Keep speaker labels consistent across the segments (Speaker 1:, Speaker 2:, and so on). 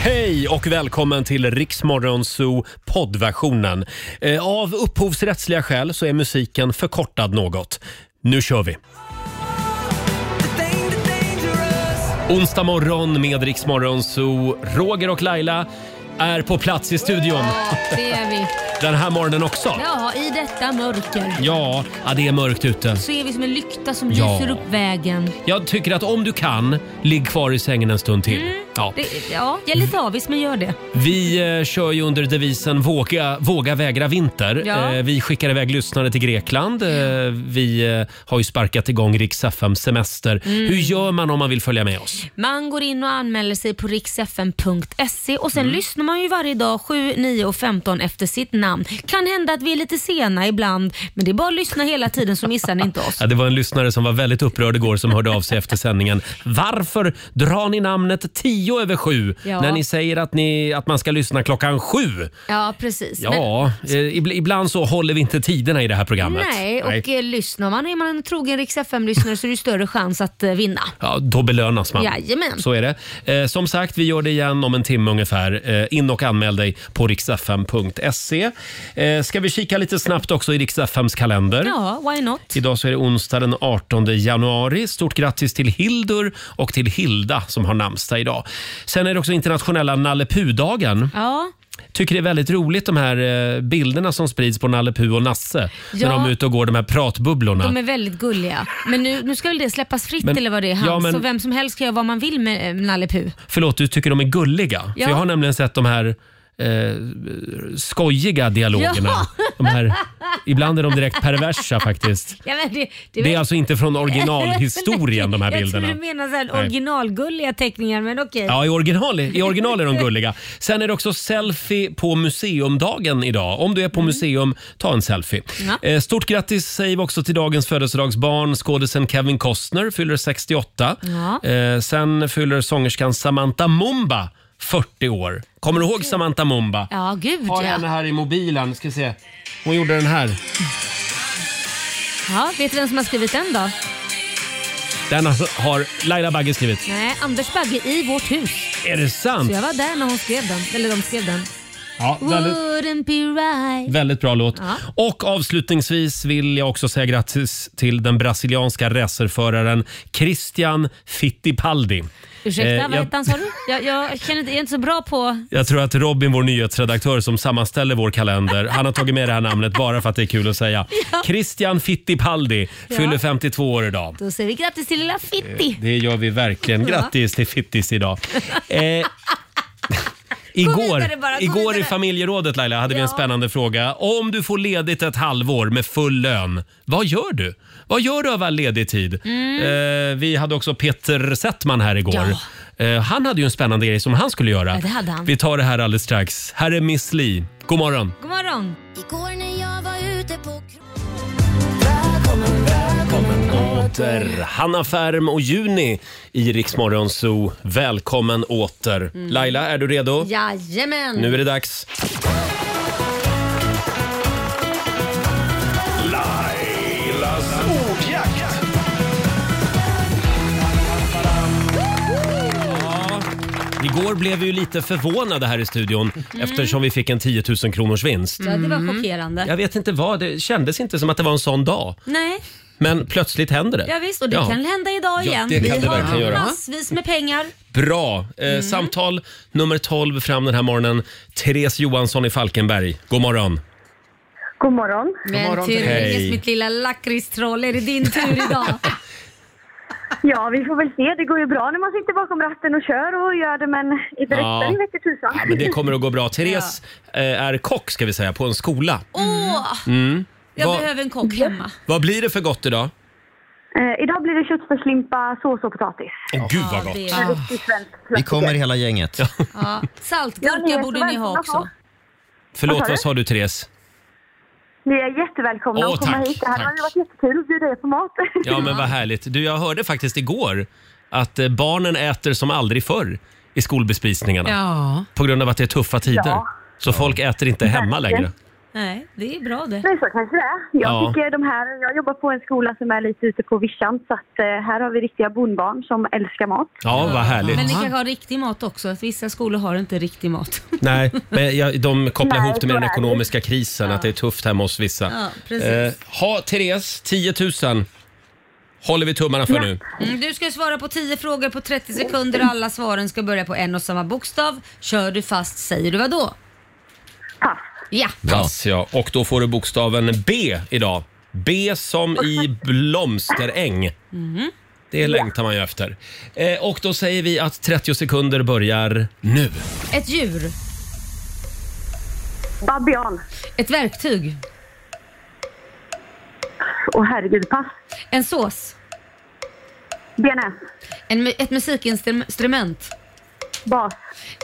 Speaker 1: Hej och välkommen till Riksmorgon Zoo poddversionen. Eh, Av upphovsrättsliga skäl så är musiken förkortad något. Nu kör vi! Onsdag morgon med Riksmorgon Zoo. Roger och Laila är på plats i studion
Speaker 2: Det är vi.
Speaker 1: den här morgonen också.
Speaker 2: Ja, i detta mörker
Speaker 1: Ja, ja det är mörkt ute.
Speaker 2: så är vi som en lykta som
Speaker 1: Ja.
Speaker 2: lyser upp vägen.
Speaker 1: Jag tycker att om du kan, ligg kvar i sängen en stund till. Ja.
Speaker 2: Det, ja, jag är lite avis men gör det.
Speaker 1: Vi eh, kör ju under devisen våga, våga vägra vinter.
Speaker 2: Ja.
Speaker 1: Eh, vi skickar iväg lyssnare till Grekland. Eh, vi eh, har ju sparkat igång Rix FM semester.
Speaker 2: Mm.
Speaker 1: Hur gör man om man vill följa med oss?
Speaker 2: Man går in och anmäler sig på riksfn.se och sen lyssnar man ju varje dag 7, 9 och 15 efter sitt namn. Kan hända att vi är lite sena ibland men det är bara att lyssna hela tiden så missar ni inte oss.
Speaker 1: Ja, det var en lyssnare som var väldigt upprörd igår som hörde av sig efter sändningen. Varför drar ni namnet 10 över 7
Speaker 2: Ja.
Speaker 1: när ni säger att, ni, att man ska lyssna klockan 7?
Speaker 2: Ja, precis. Men-
Speaker 1: Ja, eh, ibl- ibland så håller vi inte tiderna i det här programmet.
Speaker 2: Nej, och eh, lyssnar man är man en trogen Rix FM-lyssnare så är det ju större chans att eh, vinna.
Speaker 1: Ja, då belönas man.
Speaker 2: Jajamän.
Speaker 1: Så är det. Eh, som sagt, vi gör det igen om en timme ungefär. Eh, in och anmäl dig på riksfm.se. Eh, ska vi kika lite snabbt också i riksfms kalender?
Speaker 2: Ja, why not?
Speaker 1: Idag så är det onsdag den 18 januari. Stort grattis till Hildur och till Hilda som har namnsdag idag. Sen är det också internationella Nalle dagen
Speaker 2: Ja,
Speaker 1: Tycker det är väldigt roligt de här eh, bilderna som sprids på Nalle Puh och Nasse.
Speaker 2: Ja.
Speaker 1: När de är ute och går, de här pratbubblorna.
Speaker 2: De är väldigt gulliga. Men nu, nu ska väl det släppas fritt
Speaker 1: Men-
Speaker 2: eller vad det är? Hans.
Speaker 1: ja, men-
Speaker 2: Så vem som helst kan göra vad man vill med eh, Nalle Puh.
Speaker 1: Förlåt, du tycker de är gulliga?
Speaker 2: Ja.
Speaker 1: För jag har nämligen sett de här eh, skojiga dialogerna. De här, ibland är de direkt perversa faktiskt.
Speaker 2: Ja, men det,
Speaker 1: Det är alltså inte från originalhistorien de här
Speaker 2: Jag
Speaker 1: bilderna.
Speaker 2: trodde du menade så här
Speaker 1: Nej.
Speaker 2: originalgulliga teckningar, men okej.
Speaker 1: Ja, i original, i original är de gulliga. Sen är det också selfie på museumdagen idag. Om du är på museum, ta en selfie.
Speaker 2: Mm. Ja.
Speaker 1: Eh, Stort grattis säger vi också till dagens födelsedagsbarn. Skådisen Kevin Costner fyller 68.
Speaker 2: Ja.
Speaker 1: Eh, Sen fyller sångerskan Samantha Mumba 40 år. Kommer du ihåg Samantha Mumba?
Speaker 2: Ja, gud
Speaker 1: har
Speaker 2: ja.
Speaker 1: henne här i mobilen. Ska se. Hon gjorde den här.
Speaker 2: ja. Vet du vem som har skrivit den då?
Speaker 1: Den har Laila Bagge skrivit.
Speaker 2: Nej, Anders Bagge i vårt hus.
Speaker 1: Är det
Speaker 2: Så
Speaker 1: sant?
Speaker 2: jag var där när hon skrev den. Eller de skrev den.
Speaker 1: Ja, väldigt,
Speaker 2: Wouldn't be right.
Speaker 1: väldigt bra låt.
Speaker 2: Ja.
Speaker 1: Och avslutningsvis vill jag också säga grattis till den brasilianska racerföraren Christian Fittipaldi.
Speaker 2: Ursäkta,
Speaker 1: Eh,
Speaker 2: vad
Speaker 1: jag-
Speaker 2: hette han sa du? Jag, jag, känner inte, jag är inte så bra på...
Speaker 1: Jag tror att Robin, vår nyhetsredaktör som sammanställer vår kalender, han har tagit med det här namnet bara för att det är kul att säga. Christian Fittipaldi fyller
Speaker 2: Ja.
Speaker 1: 52 år idag.
Speaker 2: Då säger vi grattis till lilla Fitti.
Speaker 1: Det gör vi verkligen. Grattis till Fittis idag. Eh, Igår,
Speaker 2: vidare bara, gå
Speaker 1: igår i
Speaker 2: vidare.
Speaker 1: familjerådet Laila hade vi en
Speaker 2: Ja.
Speaker 1: spännande fråga. Om du får ledigt ett halvår med full lön, vad gör du? Vad gör du av all ledig tid?
Speaker 2: Mm.
Speaker 1: Eh, vi hade också Peter Settman här igår. Eh, han hade ju en spännande grej som han skulle göra.
Speaker 2: Ja, det hade han.
Speaker 1: Vi tar det här alldeles strax. Här är Miss Li. God morgon.
Speaker 2: God morgon.
Speaker 3: Igår när jag var ute på
Speaker 1: Åter. Hanna Färm och Juni i Rix Morgon Zoo. Välkommen åter.
Speaker 2: Mm.
Speaker 1: Laila, är du redo?
Speaker 2: Jajamän.
Speaker 1: Nu är det dags.
Speaker 4: Lailas ordjakt.
Speaker 1: Igår blev vi ju lite förvånade här i studion
Speaker 2: Mm.
Speaker 1: eftersom vi fick en 10 000 kronors vinst.
Speaker 2: Ja, det
Speaker 1: Mhm.
Speaker 2: var chockerande.
Speaker 1: Jag vet inte vad, det kändes inte som att det var en sån dag.
Speaker 2: Nej,
Speaker 1: Men plötsligt händer det.
Speaker 2: ja, visst. Och det
Speaker 1: Ja.
Speaker 2: kan hända idag
Speaker 1: Ja,
Speaker 2: igen.
Speaker 1: det kan
Speaker 2: Vi
Speaker 1: det
Speaker 2: har
Speaker 1: verkligen göra.
Speaker 2: massvis med pengar.
Speaker 1: Bra! Eh,
Speaker 2: Mm.
Speaker 1: Samtal nummer 12 fram den här morgonen. Therese Johansson i Falkenberg. God morgon!
Speaker 5: God morgon.
Speaker 2: Men
Speaker 1: Hej. Mm.
Speaker 2: Therese, mitt lilla lakritstroll, är det din tur idag?
Speaker 5: Ja, vi får väl se. Det går ju bra när man sitter bakom ratten och kör och gör det, men i direkten
Speaker 1: Ja.
Speaker 5: vete tusan.
Speaker 1: Ja, men det kommer att gå bra. Therese eh, är kock ska vi säga, på en skola.
Speaker 2: Åh! Jag
Speaker 1: Mm. Vad-
Speaker 2: behöver en kock hemma.
Speaker 1: Vad blir det för gott idag?
Speaker 5: Eh, idag blir det köttfärslimpa, sås och potatis.
Speaker 1: Åh, Gud vad
Speaker 2: Ja,
Speaker 1: gott!
Speaker 2: det-
Speaker 5: En riktig svensk
Speaker 6: Vi
Speaker 5: klassiker.
Speaker 6: kommer hela gänget.
Speaker 2: Ja.
Speaker 5: Ja, ni
Speaker 2: Saltgurka
Speaker 5: är
Speaker 2: borde
Speaker 5: så
Speaker 2: ni ha
Speaker 5: välkomna
Speaker 2: också.
Speaker 5: på.
Speaker 1: Förlåt,
Speaker 5: Vad sa
Speaker 1: vad
Speaker 5: du?
Speaker 1: sa du Therese?
Speaker 5: Ni är jättevälkomna
Speaker 1: Åh,
Speaker 5: att komma
Speaker 1: tack,
Speaker 5: hit. Det hade
Speaker 1: tack.
Speaker 5: varit jättekul att bjuda er på mat.
Speaker 1: Ja, men vad härligt. Du, jag hörde faktiskt igår att eh, barnen äter som aldrig förr i skolbespisningarna.
Speaker 2: Ja.
Speaker 1: På grund av att det är tuffa tider.
Speaker 5: Ja.
Speaker 1: Så folk äter inte hemma
Speaker 5: Verkligen.
Speaker 1: längre.
Speaker 2: Nej, det är bra det.
Speaker 5: Nej, så kanske det är. Jag,
Speaker 1: Ja.
Speaker 5: tycker de här, jag jobbar på en skola som är lite ute på vischan, så att, eh, här har vi riktiga bondbarn som älskar mat.
Speaker 1: Ja, vad härligt.
Speaker 2: Men ni kanske har riktig mat också? Att vissa skolor har inte riktig mat.
Speaker 1: Nej, men jag, de kopplar
Speaker 5: Nej,
Speaker 1: ihop det med
Speaker 5: så
Speaker 1: den
Speaker 5: är det.
Speaker 1: ekonomiska krisen, att det är tufft hemma hos vissa. Eh,
Speaker 2: Ja, precis.
Speaker 1: ha, Therese, 10 000 håller vi tummarna för nu.
Speaker 2: Mm, du ska svara på 10 frågor på 30 sekunder och alla svaren ska börja på en och samma bokstav. Kör du fast säger du vad då?
Speaker 5: Pass.
Speaker 2: Ja.
Speaker 1: Pass, ja. Och då får du bokstaven B idag. B som i blomsteräng. Det längtar man ju efter. Eh, och då säger vi att 30 sekunder börjar nu.
Speaker 2: Ett djur.
Speaker 5: Babian.
Speaker 2: Ett verktyg.
Speaker 5: Och herregud, pass.
Speaker 2: En sås.
Speaker 5: BNS.
Speaker 2: En, mu- ett musikinstrument.
Speaker 5: Bas.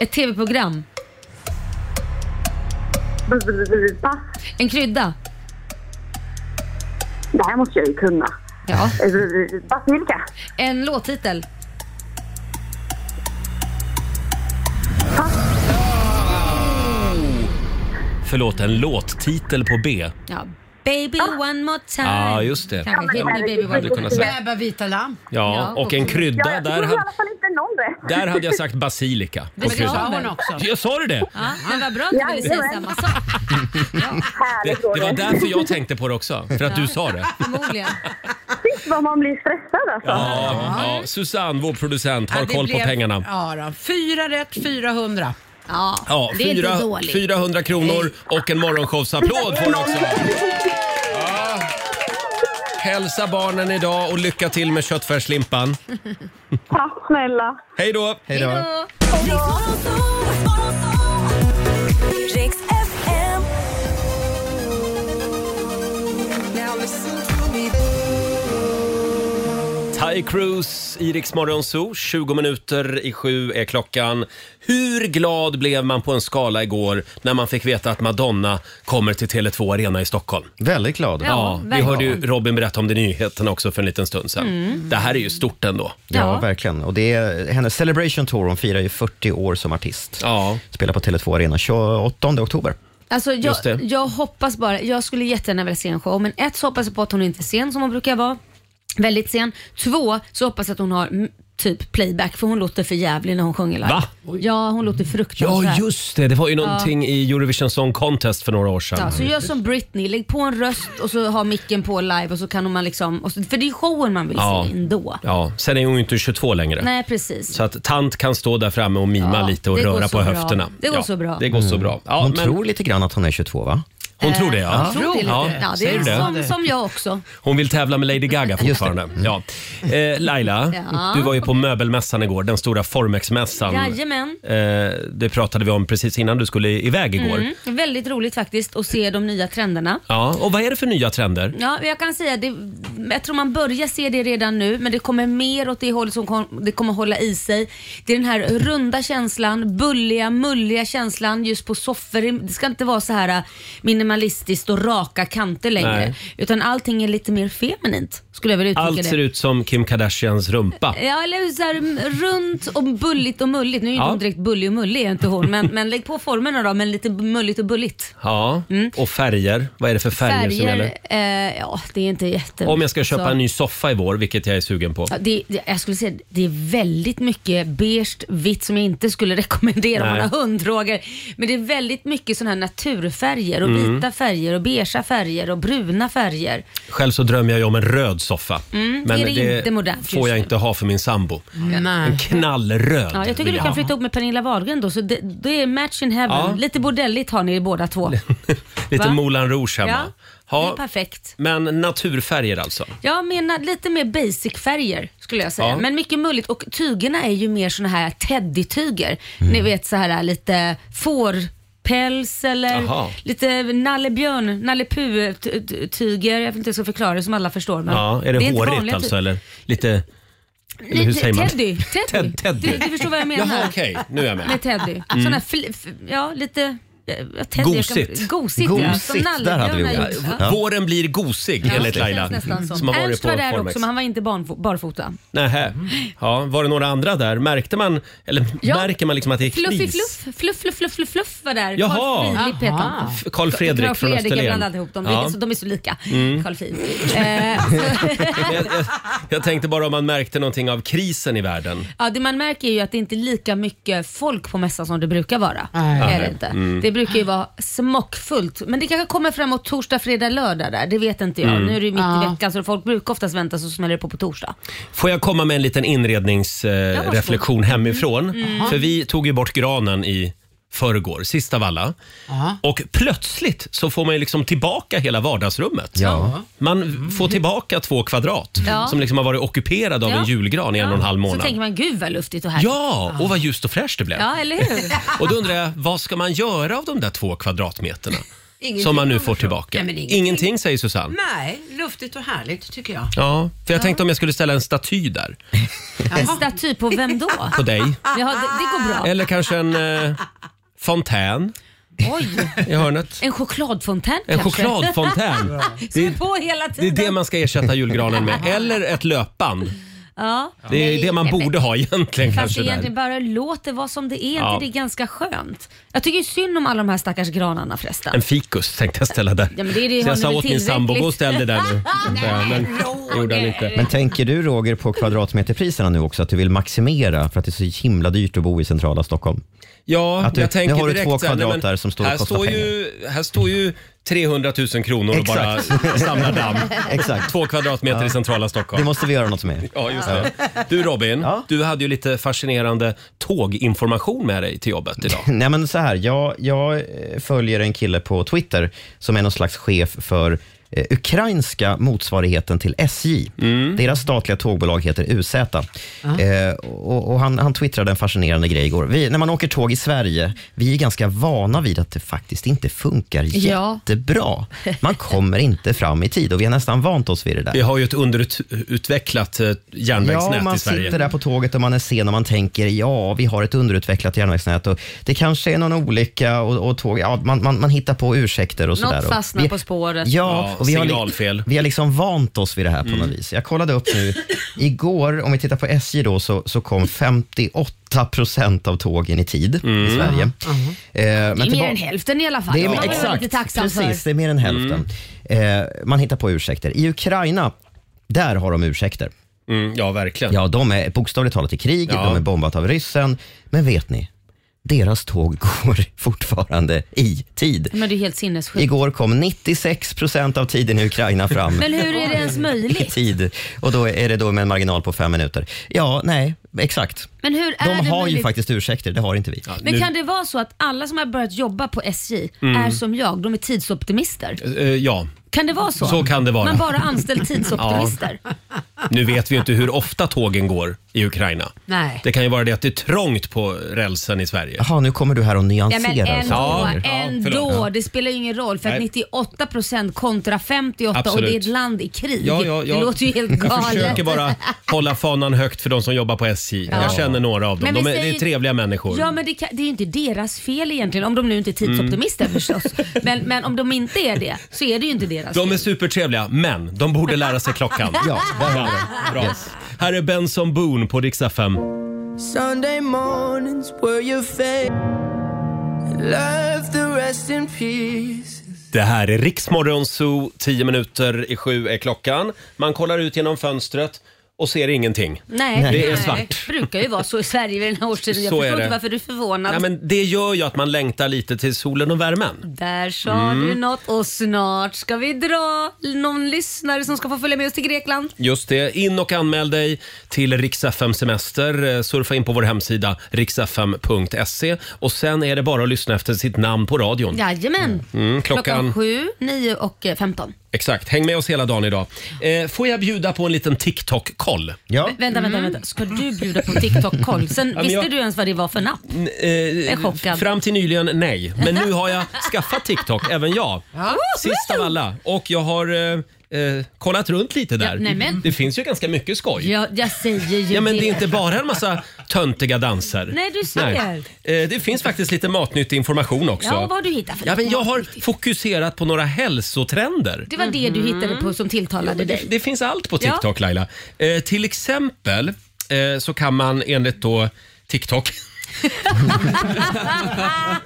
Speaker 2: Ett tv-program.
Speaker 5: B- b- b- Pass.
Speaker 2: En krydda.
Speaker 5: Det här måste jag ju kunna.
Speaker 2: Ja.
Speaker 5: Eh, b- b- Basilika.
Speaker 2: En låttitel.
Speaker 1: Förlåt, en låttitel på B.
Speaker 2: Ja. Baby one more time.
Speaker 1: Ja, Ah. just det.
Speaker 2: Kanske hit me baby one
Speaker 1: Hade
Speaker 2: more
Speaker 1: kunnat säga.
Speaker 6: Bäba vita lamm.
Speaker 1: Ja,
Speaker 2: Ja,
Speaker 1: och en
Speaker 2: okej.
Speaker 5: Ja,
Speaker 1: krydda.
Speaker 5: jag
Speaker 1: Där,
Speaker 5: tror i
Speaker 1: hade-
Speaker 5: alla fall inte någon rätt.
Speaker 1: där hade jag sagt basilika. på
Speaker 6: Men det
Speaker 1: kryddan.
Speaker 6: sa hon också.
Speaker 1: Jag sa du det?
Speaker 2: Ja, men vad bra att du ville säga
Speaker 5: Jajamän.
Speaker 2: samma sak.
Speaker 1: Det,
Speaker 5: Härligt
Speaker 1: det var därför jag tänkte på det också, för att du sa det.
Speaker 2: Förmodligen.
Speaker 5: Shit, vad man blir stressad alltså.
Speaker 1: Ja, ja. Susanne, vår producent, har
Speaker 6: Ja, det
Speaker 1: koll på
Speaker 6: blev-
Speaker 1: pengarna.
Speaker 6: Ja, då. Fyra rätt, 400.
Speaker 2: Ja,
Speaker 1: Ja,
Speaker 2: det är
Speaker 1: fyra-
Speaker 2: inte dåligt.
Speaker 1: 400 kronor och en morgonshowsapplåd får du också. Ja. Hälsa barnen idag och lycka till med köttfärslimpan.
Speaker 5: Tack snälla.
Speaker 1: Hej då!
Speaker 7: Hej då.
Speaker 8: Rix FM.
Speaker 1: Ty Cruz, Iriks morgonzoo. 20 minuter i sju är klockan. Hur glad blev man på en skala igår när man fick veta att Madonna kommer till Tele2 Arena i Stockholm?
Speaker 7: Väldigt glad.
Speaker 2: Ja.
Speaker 1: Ja, vi
Speaker 2: verkligen.
Speaker 1: hörde ju Robin berätta om det i nyheterna också för en liten stund sedan.
Speaker 2: Mm.
Speaker 1: Det här är ju stort ändå.
Speaker 7: Ja,
Speaker 2: Ja.
Speaker 7: verkligen. Och det är hennes Celebration Tour. Hon firar ju 40 år som artist.
Speaker 1: Ja.
Speaker 7: Spelar på Tele2 Arena 28 oktober.
Speaker 2: Alltså
Speaker 1: Just det.
Speaker 2: jag, jag hoppas bara, jag skulle jättegärna vilja se en show men ett så hoppas jag på att hon inte är sen som hon brukar vara, väldigt sen. Två så hoppas jag att hon har mm, typ playback för hon låter för jävlig när hon sjunger live.
Speaker 1: Va?
Speaker 2: Ja hon låter fruktansvärt.
Speaker 1: Ja, just det. Det var ju någonting i Eurovision Song Contest för några år sedan.
Speaker 2: Ja, så gör som Britney, lägg på en röst och så har micken på live och så kan man liksom, och så, för det är showen man vill
Speaker 1: Ja.
Speaker 2: se ändå.
Speaker 1: Ja, sen är hon ju inte 22 längre.
Speaker 2: Nej precis.
Speaker 1: Så att tant kan stå där framme och mima
Speaker 2: Ja,
Speaker 1: lite och
Speaker 2: det går
Speaker 1: röra
Speaker 2: så
Speaker 1: på
Speaker 2: bra.
Speaker 1: höfterna.
Speaker 2: Det går
Speaker 1: ja,
Speaker 2: så bra.
Speaker 1: Det går så bra. Ja,
Speaker 7: Mm. Hon
Speaker 1: men-
Speaker 7: tror lite grann att hon är 22, va?
Speaker 1: hon tror det, ja.
Speaker 2: Jag tror det, är
Speaker 1: Ja,
Speaker 2: lite. Ja, det
Speaker 1: säger
Speaker 2: är
Speaker 1: du det?
Speaker 2: som, som jag också.
Speaker 1: Hon vill tävla med Lady Gaga fortfarande. Ja. Eh, Laila,
Speaker 2: Mm. Ja.
Speaker 1: du var ju på möbelmässan igår, den stora Formex-mässan.
Speaker 2: Jajamän.
Speaker 1: Eh, det pratade vi om precis innan du skulle iväg igår.
Speaker 2: Mm. Väldigt roligt faktiskt att se de nya trenderna.
Speaker 1: Ja, och vad är det för nya trender?
Speaker 2: Ja, jag kan säga det, jag tror man börjar se det redan nu men det kommer mer åt det hållet som kom, det kommer hålla i sig. Det är den här runda känslan, bulliga, mulliga känslan just på soffor. Det ska inte vara så här äh, minimalistiskt och raka kanter längre.
Speaker 1: Nej.
Speaker 2: Utan allting är lite mer feminint skulle jag vilja uttrycka
Speaker 1: Allt
Speaker 2: det. Eh,
Speaker 1: ser ut som Kim Kardashians rumpa.
Speaker 2: Ja, eller så här, mm, runt och bulligt och mulligt. Nu är ju
Speaker 1: Ja.
Speaker 2: inte hon direkt bullig och mullig, är inte hon, men, men lägg på formerna då, men lite mulligt och bulligt.
Speaker 1: Ja,
Speaker 2: Mm.
Speaker 1: och färger. Vad är det för färger, som gäller?
Speaker 2: eh, ja det är inte jätte...
Speaker 1: Om jag ska köpa
Speaker 2: så-
Speaker 1: en ny soffa i vår, vilket jag är sugen på.
Speaker 2: Ja, det, det, jag skulle säga det är väldigt mycket beige, vitt som jag inte skulle rekommendera om
Speaker 1: Nej.
Speaker 2: man har hundroger. Men det är väldigt mycket sådana här naturfärger och
Speaker 1: Mm.
Speaker 2: vita färger och beigea färger och bruna färger.
Speaker 1: Själv så drömmer jag ju om en röd soffa. men
Speaker 2: är Mm, det inte modernt just
Speaker 1: får jag
Speaker 2: nu? Mm.
Speaker 1: inte ha för min sambo. En
Speaker 6: Nej.
Speaker 1: knallröd
Speaker 2: Ja, jag tycker
Speaker 1: vill
Speaker 2: du kan
Speaker 1: ha.
Speaker 2: flytta upp med Pernilla Wahlgren då, så det, det är match in heaven.
Speaker 1: Ja.
Speaker 2: Lite bordelligt har ni båda två.
Speaker 1: Lite
Speaker 2: Va?
Speaker 1: Moulin Rouge hemma.
Speaker 2: Ja, det är perfekt.
Speaker 1: Men naturfärger alltså.
Speaker 2: Jag menar lite mer basic färger skulle jag säga.
Speaker 1: Ja.
Speaker 2: Men mycket mulligt och tygerna är ju mer såna här teddytyger.
Speaker 1: Mm.
Speaker 2: Ni vet så här äh, lite fårpäls eller
Speaker 1: Jaha.
Speaker 2: lite nallebjörn, nallepu-tyger. Jag vet inte hur jag ska förklara det som alla förstår. Men
Speaker 1: Ja, är det,
Speaker 2: inte typ.
Speaker 1: hårigt
Speaker 2: vanliga
Speaker 1: alltså?
Speaker 2: ty-
Speaker 1: Eller lite... Eller hur
Speaker 2: Lite
Speaker 1: säger man?
Speaker 2: Teddy. teddy.
Speaker 1: Ted- teddy.
Speaker 2: Du, du förstår vad jag menar.
Speaker 1: Jaha, okej. Nu är jag med. Mm.
Speaker 2: Med teddy. Såna här fl- f- ja, lite eh, tänder.
Speaker 1: Gosigt.
Speaker 2: Gosigt, ja. Som
Speaker 7: Gosigt, där hade vi
Speaker 2: nallebjörnar
Speaker 7: ordet.
Speaker 2: gjorde.
Speaker 7: Ja.
Speaker 1: Våren blir gosig
Speaker 2: Ja,
Speaker 1: enligt
Speaker 2: det
Speaker 1: Laila.
Speaker 2: känns nästan så.
Speaker 1: Som har varit
Speaker 2: Ernst
Speaker 1: på
Speaker 2: var där
Speaker 1: Formex.
Speaker 2: också men han var inte barnfo- barfota.
Speaker 1: Nähä. Ja, var det några andra där? Märkte man, eller
Speaker 2: Ja.
Speaker 1: märker man liksom att det är kris?
Speaker 2: Fluffy Fluff, Fluff Fluff Fluff Fluff, fluff var där.
Speaker 1: Jaha.
Speaker 2: Carl Philip heter han.
Speaker 1: F- Carl Fredrik från
Speaker 2: Fredrik, jag
Speaker 1: Österlen.
Speaker 2: blandade ihop dem. Det är
Speaker 1: Ja. Mm.
Speaker 2: så, de är så lika. Carl Philip. Eh,
Speaker 1: Men Jag, jag, jag tänkte bara om man märkte någonting av krisen i världen.
Speaker 2: Ja, det man märker är ju att det inte är lika mycket folk på mässan som det brukar vara.
Speaker 6: Nej.
Speaker 2: Eller inte.
Speaker 1: Mm.
Speaker 2: Det brukar ju vara smockfullt. Men det kanske kommer framåt torsdag, fredag, lördag där. Det vet inte jag.
Speaker 1: Mm.
Speaker 2: Nu är det ju mitt i
Speaker 6: Ja.
Speaker 2: veckan så folk brukar oftast vänta så smäller det på på torsdag.
Speaker 1: Får jag komma med en liten
Speaker 2: varsågod. Mm.
Speaker 1: inredningsreflektion hemifrån? För vi tog ju bort granen i förrgår, sist av alla.
Speaker 6: Ja.
Speaker 1: Och plötsligt så får man ju liksom tillbaka hela vardagsrummet.
Speaker 7: Ja.
Speaker 1: Man får tillbaka två kvadrat
Speaker 2: Mm. Ja.
Speaker 1: som liksom har varit ockuperad av
Speaker 2: Ja.
Speaker 1: en julgran i en och en halv
Speaker 2: Så
Speaker 1: månad.
Speaker 2: tänker man, gud vad luftigt och härligt.
Speaker 1: Ja, och vad ljust och fräscht det blev.
Speaker 2: Ja, eller hur?
Speaker 1: Och då undrar jag, vad ska man göra av de där två kvadratmeterna som
Speaker 2: typ
Speaker 1: man nu får tillbaka?
Speaker 6: Nej, men ingenting.
Speaker 1: ingenting säger Susanne.
Speaker 6: Nej, luftigt och härligt tycker jag.
Speaker 1: Ja, för jag tänkte om jag skulle ställa en staty där
Speaker 2: En staty på vem då?
Speaker 1: på dig.
Speaker 2: Ja, det, det går bra.
Speaker 1: Eller kanske en eh, fontän
Speaker 2: Oj.
Speaker 1: i hörnet.
Speaker 2: En chokladfontän
Speaker 1: En
Speaker 2: kanske?
Speaker 1: chokladfontän.
Speaker 2: Som är på hela
Speaker 1: Det är
Speaker 2: tiden.
Speaker 1: det man ska ersätta julgranen med. Eller ett löpband.
Speaker 2: Ja.
Speaker 1: Det är det man borde ha egentligen
Speaker 2: Fast
Speaker 1: kanske
Speaker 2: egentligen
Speaker 1: där.
Speaker 2: bara låt det vara som det är.
Speaker 1: Ja.
Speaker 2: inte Det är ganska skönt. Jag tycker ju synd om alla de här stackars granarna förresten.
Speaker 1: En fikus tänkte jag ställa där.
Speaker 2: Ja, men det är det-
Speaker 1: Så
Speaker 2: har
Speaker 1: jag
Speaker 2: ni
Speaker 1: sa
Speaker 2: väl
Speaker 1: åt min sambo, gå och ställ dig där nu. Ja, men det gjorde han inte.
Speaker 7: Men tänker du Roger på kvadratmeterpriserna nu också? Att du vill maximera för att det är så himla dyrt att bo i centrala Stockholm?
Speaker 1: Ja,
Speaker 7: Att du-
Speaker 1: jag tänker
Speaker 7: nu har du
Speaker 1: direkt
Speaker 7: två
Speaker 1: så här, nej,
Speaker 7: kvadrat
Speaker 1: men
Speaker 7: där som står och
Speaker 1: här
Speaker 7: kostar
Speaker 1: står ju, Här står ju 300 000 kronor och bara samlar damm.
Speaker 7: Exakt.
Speaker 1: Två kvadratmeter i centrala
Speaker 7: Det
Speaker 1: Stockholm.
Speaker 7: måste vi göra något med.
Speaker 1: Ja, just det. Du Robin,
Speaker 7: Ja.
Speaker 1: du hade ju lite fascinerande tåginformation med dig till jobbet idag.
Speaker 7: Nej men så här, jag, jag eh, följer en kille på Twitter som är någon slags chef för eh, ukrainska motsvarigheten till SJ. Deras statliga tågbolag heter UZ. Eh, och, och han, han twittrade en fascinerande grej igår. Vi, när man åker tåg i Sverige, vi är ganska vana vid att det faktiskt inte funkar
Speaker 2: Ja.
Speaker 7: jättebra. Man kommer inte fram i tid och vi har nästan vant oss vid det där.
Speaker 1: Vi har ju ett underutvecklat eh,
Speaker 7: Ja,
Speaker 1: järnvägsnät
Speaker 7: man
Speaker 1: i Sverige.
Speaker 7: sitter där på tåget och man är sen och man tänker ja, vi har ett underutvecklat järnvägsnät och det kanske är någon olycka och, och tåg, ja, man, man, man hittar på ursäkter och
Speaker 2: Något
Speaker 7: sådär. Och
Speaker 2: fastnar
Speaker 7: vi-
Speaker 2: på spåret.
Speaker 7: Ja,
Speaker 1: Ja,
Speaker 7: och vi har,
Speaker 1: signalfel. Mm.
Speaker 7: li- vi har liksom vant oss vid det här på något vis. Jag kollade upp nu, igår om vi tittar på SJ då så, så kom 58 procent av tågen i tid
Speaker 1: Mm.
Speaker 7: i Sverige. Eh,
Speaker 2: Mm.
Speaker 7: men
Speaker 2: det är mer
Speaker 7: tillba-
Speaker 2: än hälften i alla fall.
Speaker 7: det är,
Speaker 2: Det var jag
Speaker 7: exakt,
Speaker 2: lite tacksam
Speaker 7: precis,
Speaker 2: för.
Speaker 7: det är mer än hälften.
Speaker 1: Mm.
Speaker 7: Eh, man hittar på ursäkter. I Ukraina, där har de ursäkter.
Speaker 1: Mm, ja, verkligen.
Speaker 7: Ja, de är bokstavligt talat i krig,
Speaker 1: Ja.
Speaker 7: de är bombat av ryssen. Men vet ni? Deras tåg går fortfarande i tid.
Speaker 2: Men det är helt sinnessjukt.
Speaker 7: Igår kom 96 procent av tiden i Ukraina fram
Speaker 2: Men hur är det ens
Speaker 7: i
Speaker 2: möjligt?
Speaker 7: tid. Och då är det då med en marginal på fem minuter. Ja, nej, exakt.
Speaker 2: Men hur är
Speaker 7: De
Speaker 2: det
Speaker 7: har ju
Speaker 2: möjligt?
Speaker 7: faktiskt ursäkter, det har inte vi.
Speaker 2: Men
Speaker 1: Nu- Mm.
Speaker 2: kan det vara så att alla som har börjat jobba på SJ är som jag, de är tidsoptimister?
Speaker 1: Eh, ja,
Speaker 2: Kan det vara så?
Speaker 1: Så kan det vara.
Speaker 2: Man bara anställt tidsoptimister.
Speaker 1: nu vet vi ju inte hur ofta tågen går i Ukraina.
Speaker 6: Nej.
Speaker 1: Det kan ju vara det att det är trångt på rälsen i Sverige.
Speaker 7: Jaha, nu kommer du här och
Speaker 2: Ja, men
Speaker 7: nyanserar.
Speaker 2: ändå,
Speaker 1: Ja, ja,
Speaker 2: ändå.
Speaker 1: förlåt.
Speaker 2: Det spelar ju ingen roll för
Speaker 1: Nej.
Speaker 2: att 98% kontra 58% och
Speaker 1: Absolut.
Speaker 2: det är ett land i krig.
Speaker 1: Ja, ja, ja.
Speaker 2: Det låter ju helt
Speaker 1: Jag försöker
Speaker 2: galet.
Speaker 1: bara hålla fanan högt för de som jobbar på SJ. Jag känner några av dem.
Speaker 2: Men
Speaker 1: De
Speaker 2: vi
Speaker 1: är, Det är
Speaker 2: säger-
Speaker 1: trevliga människor.
Speaker 2: Ja men det, kan, det är ju inte deras fel egentligen om de nu inte är tidsoptimister
Speaker 1: Mm.
Speaker 2: förstås. Men, men om de inte är det så är det ju inte deras
Speaker 1: De är
Speaker 2: fel.
Speaker 1: supertrevliga, men de borde lära sig klockan.
Speaker 7: Ja, där har vi
Speaker 1: Bra. Här är Benson Boone på riksdag 5.
Speaker 9: Sunday mornings were your favorite. Love the rest in peace.
Speaker 1: Det här är Riksmorgon Zoo, 10 minuter i sju är klockan. Man kollar ut genom fönstret och ser ingenting.
Speaker 2: Nej,
Speaker 7: Det
Speaker 1: är
Speaker 2: nej.
Speaker 1: svart.
Speaker 2: Det brukar ju vara så i Sverige vid den här årstiden. Jag
Speaker 1: Så är
Speaker 2: förstår
Speaker 1: det.
Speaker 2: inte varför du är förvånad.
Speaker 1: Nej, men det gör ju att man längtar lite till solen och värmen.
Speaker 2: Där sa
Speaker 1: Mm.
Speaker 2: du något och snart ska vi dra någon lyssnare som ska få följa med oss till Grekland.
Speaker 1: Just det. In och anmäl dig till Riks-FM Semester. Eh, Surfa in på vår hemsida riksfm.se E. och sen är det bara att lyssna efter sitt namn på radion.
Speaker 2: Jajamän.
Speaker 1: Mm,
Speaker 2: Klockan
Speaker 1: klockan,
Speaker 2: 7, 9 och eh, 15.
Speaker 1: exakt. Häng med oss hela dagen idag. Eh, får jag bjuda på en liten TikTok-koll?
Speaker 7: Ja.
Speaker 2: Vänta, vänta, vänta. Ska du bjuda på TikTok-koll? Sen
Speaker 1: men
Speaker 2: visste
Speaker 1: jag-
Speaker 2: du ens vad det var för napp?
Speaker 1: Eh,
Speaker 2: är chockad.
Speaker 1: Fram till nyligen, nej. Men nu har jag skaffat TikTok, även jag. Sist av alla. Och jag har eh, eh, kollat runt lite där.
Speaker 2: nej men.
Speaker 1: Det finns ju ganska mycket skoj.
Speaker 2: Ja, jag säger ju
Speaker 1: Ja, men
Speaker 2: det.
Speaker 1: det är inte bara en massa töntiga danser.
Speaker 2: Nej, du ser.
Speaker 1: Nej. Eh, Det finns faktiskt lite matnyttig information också.
Speaker 2: Ja, vad har du hittat för
Speaker 1: Ja, men jag har
Speaker 2: matnyttigt?
Speaker 1: fokuserat på några hälsotrender.
Speaker 2: Det var det du hittade på som tilltalade dig.
Speaker 1: Det finns allt på TikTok Laila. Eh, till exempel eh, så kan man enligt då TikTok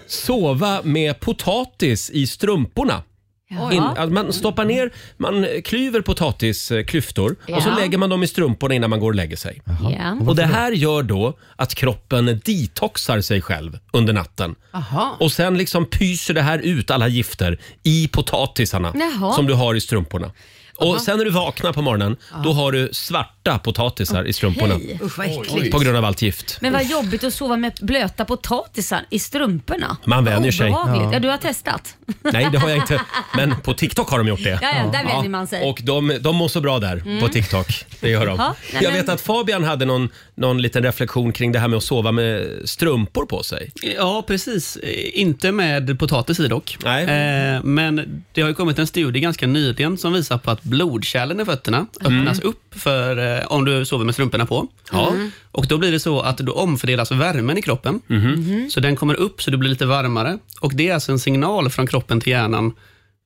Speaker 1: sova med potatis i strumporna.
Speaker 2: Jaha.
Speaker 1: In, att man stoppar ner, man klyver potatisklyftor och så
Speaker 2: Ja.
Speaker 1: lägger man dem i strumporna innan man går och lägger sig.
Speaker 2: Ja.
Speaker 1: Mm. Och det här gör då att kroppen detoxar sig själv under natten.
Speaker 6: Jaha.
Speaker 1: Och sen liksom pyser det här ut alla gifter i potatisarna
Speaker 2: Jaha.
Speaker 1: som du har i strumporna. Och sen när du vaknar på morgonen, då har du svarta potatisar i strumporna.
Speaker 6: Usch vad äckligt.
Speaker 1: På grund av allt gift.
Speaker 2: Men vad jobbigt att sova med blöta potatisar i strumporna.
Speaker 1: Man vänjer sig.
Speaker 2: Obehagligt. Ja. du har testat.
Speaker 1: Nej, det har jag inte. Men på TikTok har de gjort det.
Speaker 2: Ja, ja, där vänjer man sig.
Speaker 1: Och de, de mår så bra där på TikTok. Det gör de.
Speaker 2: Ja, nej,
Speaker 1: jag
Speaker 2: men-
Speaker 1: vet att Fabian hade någon, någon liten reflektion kring det här med att sova med strumpor på sig.
Speaker 10: Ja, precis. Eh, Inte med potatis i dock.
Speaker 1: Nej.
Speaker 10: Eh, men det har ju kommit en studie ganska nyligen som visar på att blodkärlen i fötterna öppnas upp för, eh, om du sover med strumporna på. Ja. Och Då blir det så att då omfördelas värmen i kroppen.
Speaker 2: Mm-hmm.
Speaker 10: Så den kommer upp så du blir lite varmare. Och Det är alltså en signal från kroppen till hjärnan,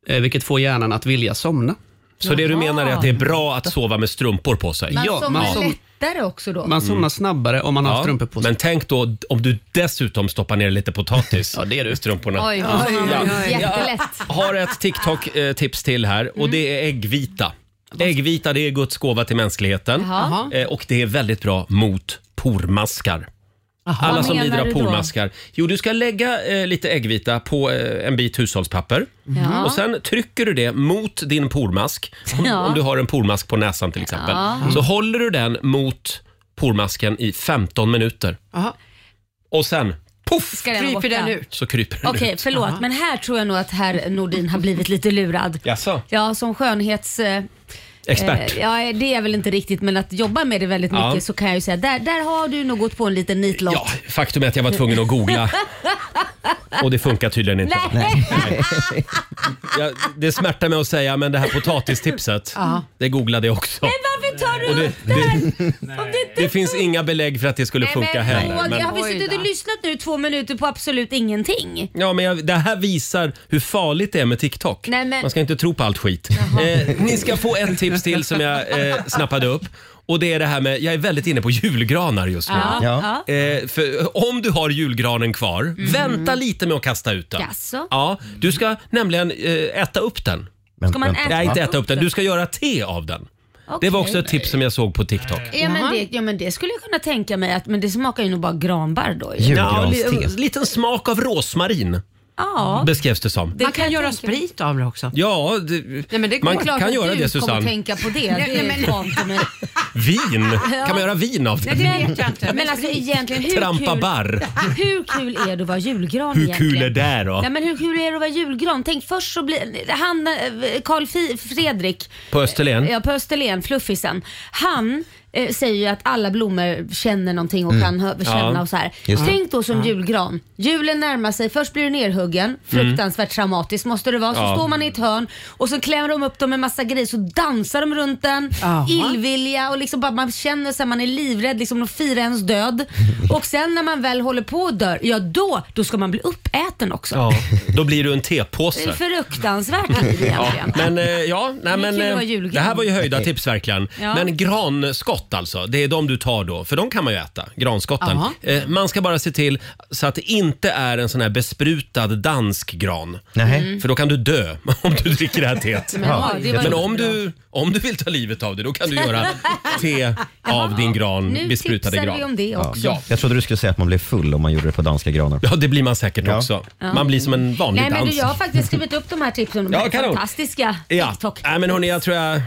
Speaker 10: eh, vilket får hjärnan att vilja somna.
Speaker 1: Så det du menar är att det är bra att sova med strumpor på sig?
Speaker 2: Man
Speaker 10: Ja,
Speaker 2: somnar
Speaker 10: man som-
Speaker 2: lättare också då.
Speaker 10: Man somnar snabbare om man har strumpor på sig.
Speaker 1: Men tänk då om du dessutom stoppar ner lite potatis
Speaker 10: Ja, det är du.
Speaker 1: i strumporna.
Speaker 2: Oj, vad
Speaker 1: oj.
Speaker 2: Jättelätt.
Speaker 1: Har ett TikTok-tips till här och det är äggvita. Äggvita det är Guds gåva till mänskligheten
Speaker 2: Jaha.
Speaker 1: Eh, och det är väldigt bra mot pormaskar. Alla
Speaker 2: Vad
Speaker 1: som
Speaker 2: menar
Speaker 1: lider av
Speaker 2: du då?
Speaker 1: pormaskar. Jo, du ska lägga eh, lite äggvita på eh, en bit hushållspapper.
Speaker 2: Ja.
Speaker 1: Och sen trycker du det mot din pormask. Om,
Speaker 2: Mm. Ja.
Speaker 1: om du har en pormask på näsan till exempel.
Speaker 2: Ja.
Speaker 1: Så håller du den mot pormasken i 15 minuter.
Speaker 6: Jaha.
Speaker 1: Och sen, poff!
Speaker 2: Ska den vara
Speaker 6: Kryper
Speaker 2: borta?
Speaker 6: den ut?
Speaker 1: Så kryper den
Speaker 2: Okej,
Speaker 1: ut.
Speaker 2: förlåt, men här tror jag nog att herr Nordin har blivit lite lurad.
Speaker 1: Jaså?
Speaker 2: Ja, som skönhets... eh,
Speaker 1: Expert.
Speaker 2: eh, Ja, det är väl inte riktigt, men att jobba med det väldigt
Speaker 1: Ja.
Speaker 2: mycket så kan jag ju säga, där, där har du nog gått på en liten nitlott.
Speaker 1: Ja, faktum är att jag var tvungen att googla. Och det funkar tydligen inte.
Speaker 2: Nej.
Speaker 1: Jag, det smärtar mig att säga, men det här potatistipset, det googlade jag också.
Speaker 2: Varför tar du
Speaker 1: Och det,
Speaker 2: upp det här?
Speaker 1: det,
Speaker 2: Om det inte
Speaker 1: det finns inga belägg för att det skulle funka
Speaker 2: Nej, men,
Speaker 1: heller.
Speaker 2: Roger,
Speaker 1: Men,
Speaker 2: Har vi suttit och lyssnat nu i två minuter på absolut ingenting?
Speaker 1: ja, men jag, det här visar hur farligt det är med TikTok.
Speaker 2: Nej, men-
Speaker 1: Man ska inte tro på allt skit. Eh, ni ska få ett tips till som jag eh, snappade upp. Och det är det här med, jag är väldigt inne på julgranar just nu.
Speaker 7: Ja.
Speaker 1: Eh, för om du har julgranen kvar, vänta lite med att kasta ut den.
Speaker 2: Jaså?
Speaker 1: Ja, du ska nämligen eh, äta upp den.
Speaker 7: Men,
Speaker 2: Ska man
Speaker 7: vänta,
Speaker 2: äta-
Speaker 1: Nej,
Speaker 7: va?
Speaker 1: inte äta upp den. Du ska göra te av den. Det var också ett tips som jag såg på TikTok.
Speaker 2: Ja men, det, ja men det skulle jag kunna tänka mig, att, men det smakar ju nog bara granbarr då. ju.
Speaker 1: Ja, li-
Speaker 7: Julgranste.
Speaker 1: en liten smak av rosmarin
Speaker 2: Ja,
Speaker 1: beskrevs det som.
Speaker 2: det
Speaker 6: Man kan
Speaker 2: jag
Speaker 6: göra
Speaker 2: tänka mig.
Speaker 6: sprit av det också.
Speaker 1: Ja, det,
Speaker 6: Nej, men det går
Speaker 1: man
Speaker 6: klart
Speaker 2: Klart
Speaker 1: kan
Speaker 2: att
Speaker 1: göra
Speaker 2: du
Speaker 1: det
Speaker 2: kommer
Speaker 1: Susanne.
Speaker 2: tänka på det. Det
Speaker 6: nej,
Speaker 2: är fan för mig.
Speaker 1: Vin, kan man göra vin av det?
Speaker 6: Det vet jag inte.
Speaker 2: Men alltså egentligen, hur
Speaker 1: Trampa
Speaker 2: kul,
Speaker 1: barr.
Speaker 2: hur kul är det att vara julgran
Speaker 1: Hur
Speaker 2: egentligen?
Speaker 1: kul är det då?
Speaker 2: Nej men hur kul är det att vara julgran? Tänk först så blir han, eh, Carl Fi- Fredrik
Speaker 1: På Österlen?
Speaker 2: Ja, på Österlen, fluffisen. Han eh, säger ju att alla blommor känner någonting och kan hö- känna
Speaker 1: Mm. Ja.
Speaker 2: och så här.
Speaker 7: Just det.
Speaker 2: Tänk då som julgran. Julen närmar sig, först blir du nerhuggen, fruktansvärt traumatiskt måste det vara. Så
Speaker 1: Mm. Ja.
Speaker 2: står man i ett hörn och så klämmer de upp dem med massa grejer så dansar de runt den.
Speaker 6: Aha.
Speaker 2: Illvilja och liksom bara man känner sig man är livrädd, liksom de firar ens död. Och sen när man väl håller på och dör, ja då, då ska man bli uppäten också.
Speaker 1: Ja, då blir du en
Speaker 2: Det är
Speaker 1: tepåse.
Speaker 2: fruktansvärt liv
Speaker 1: Ja,
Speaker 2: egentligen.
Speaker 1: men eh, ja, nej,
Speaker 2: är
Speaker 1: men,
Speaker 2: kul att
Speaker 1: eh,
Speaker 2: vara julgran.
Speaker 1: det här var ju höjda tips verkligen.
Speaker 2: Ja.
Speaker 1: Men granskott alltså, det är de du tar då, för de kan man ju äta, granskotten.
Speaker 6: Jaha.
Speaker 1: Eh, man ska bara se till så att det inte är en sån här besprutad dansk gran.
Speaker 7: Nej.
Speaker 2: Mm,
Speaker 1: För då kan du dö om du dricker det här teet.
Speaker 2: Men, ja, det var
Speaker 1: Men
Speaker 2: ju
Speaker 1: om
Speaker 2: bra.
Speaker 1: du, om du vill ta livet av det, då kan du göra te av din gran,
Speaker 2: Nu
Speaker 1: besprutade
Speaker 2: tipsar vi om
Speaker 1: gran.
Speaker 2: det också.
Speaker 1: Ja.
Speaker 7: Jag trodde du skulle säga att man blev full om man gjorde det på danska granar.
Speaker 1: ja, det blir man säkert
Speaker 7: Ja.
Speaker 1: också. Man blir som en vanlig
Speaker 2: Nej men du,
Speaker 1: dansk.
Speaker 2: jag har faktiskt skrivit upp de här tipsen. De
Speaker 1: Ja,
Speaker 2: här
Speaker 1: kanon.
Speaker 2: fantastiska
Speaker 1: Ja.
Speaker 2: TikTok.
Speaker 1: Nej, men hörni, jag tror jag,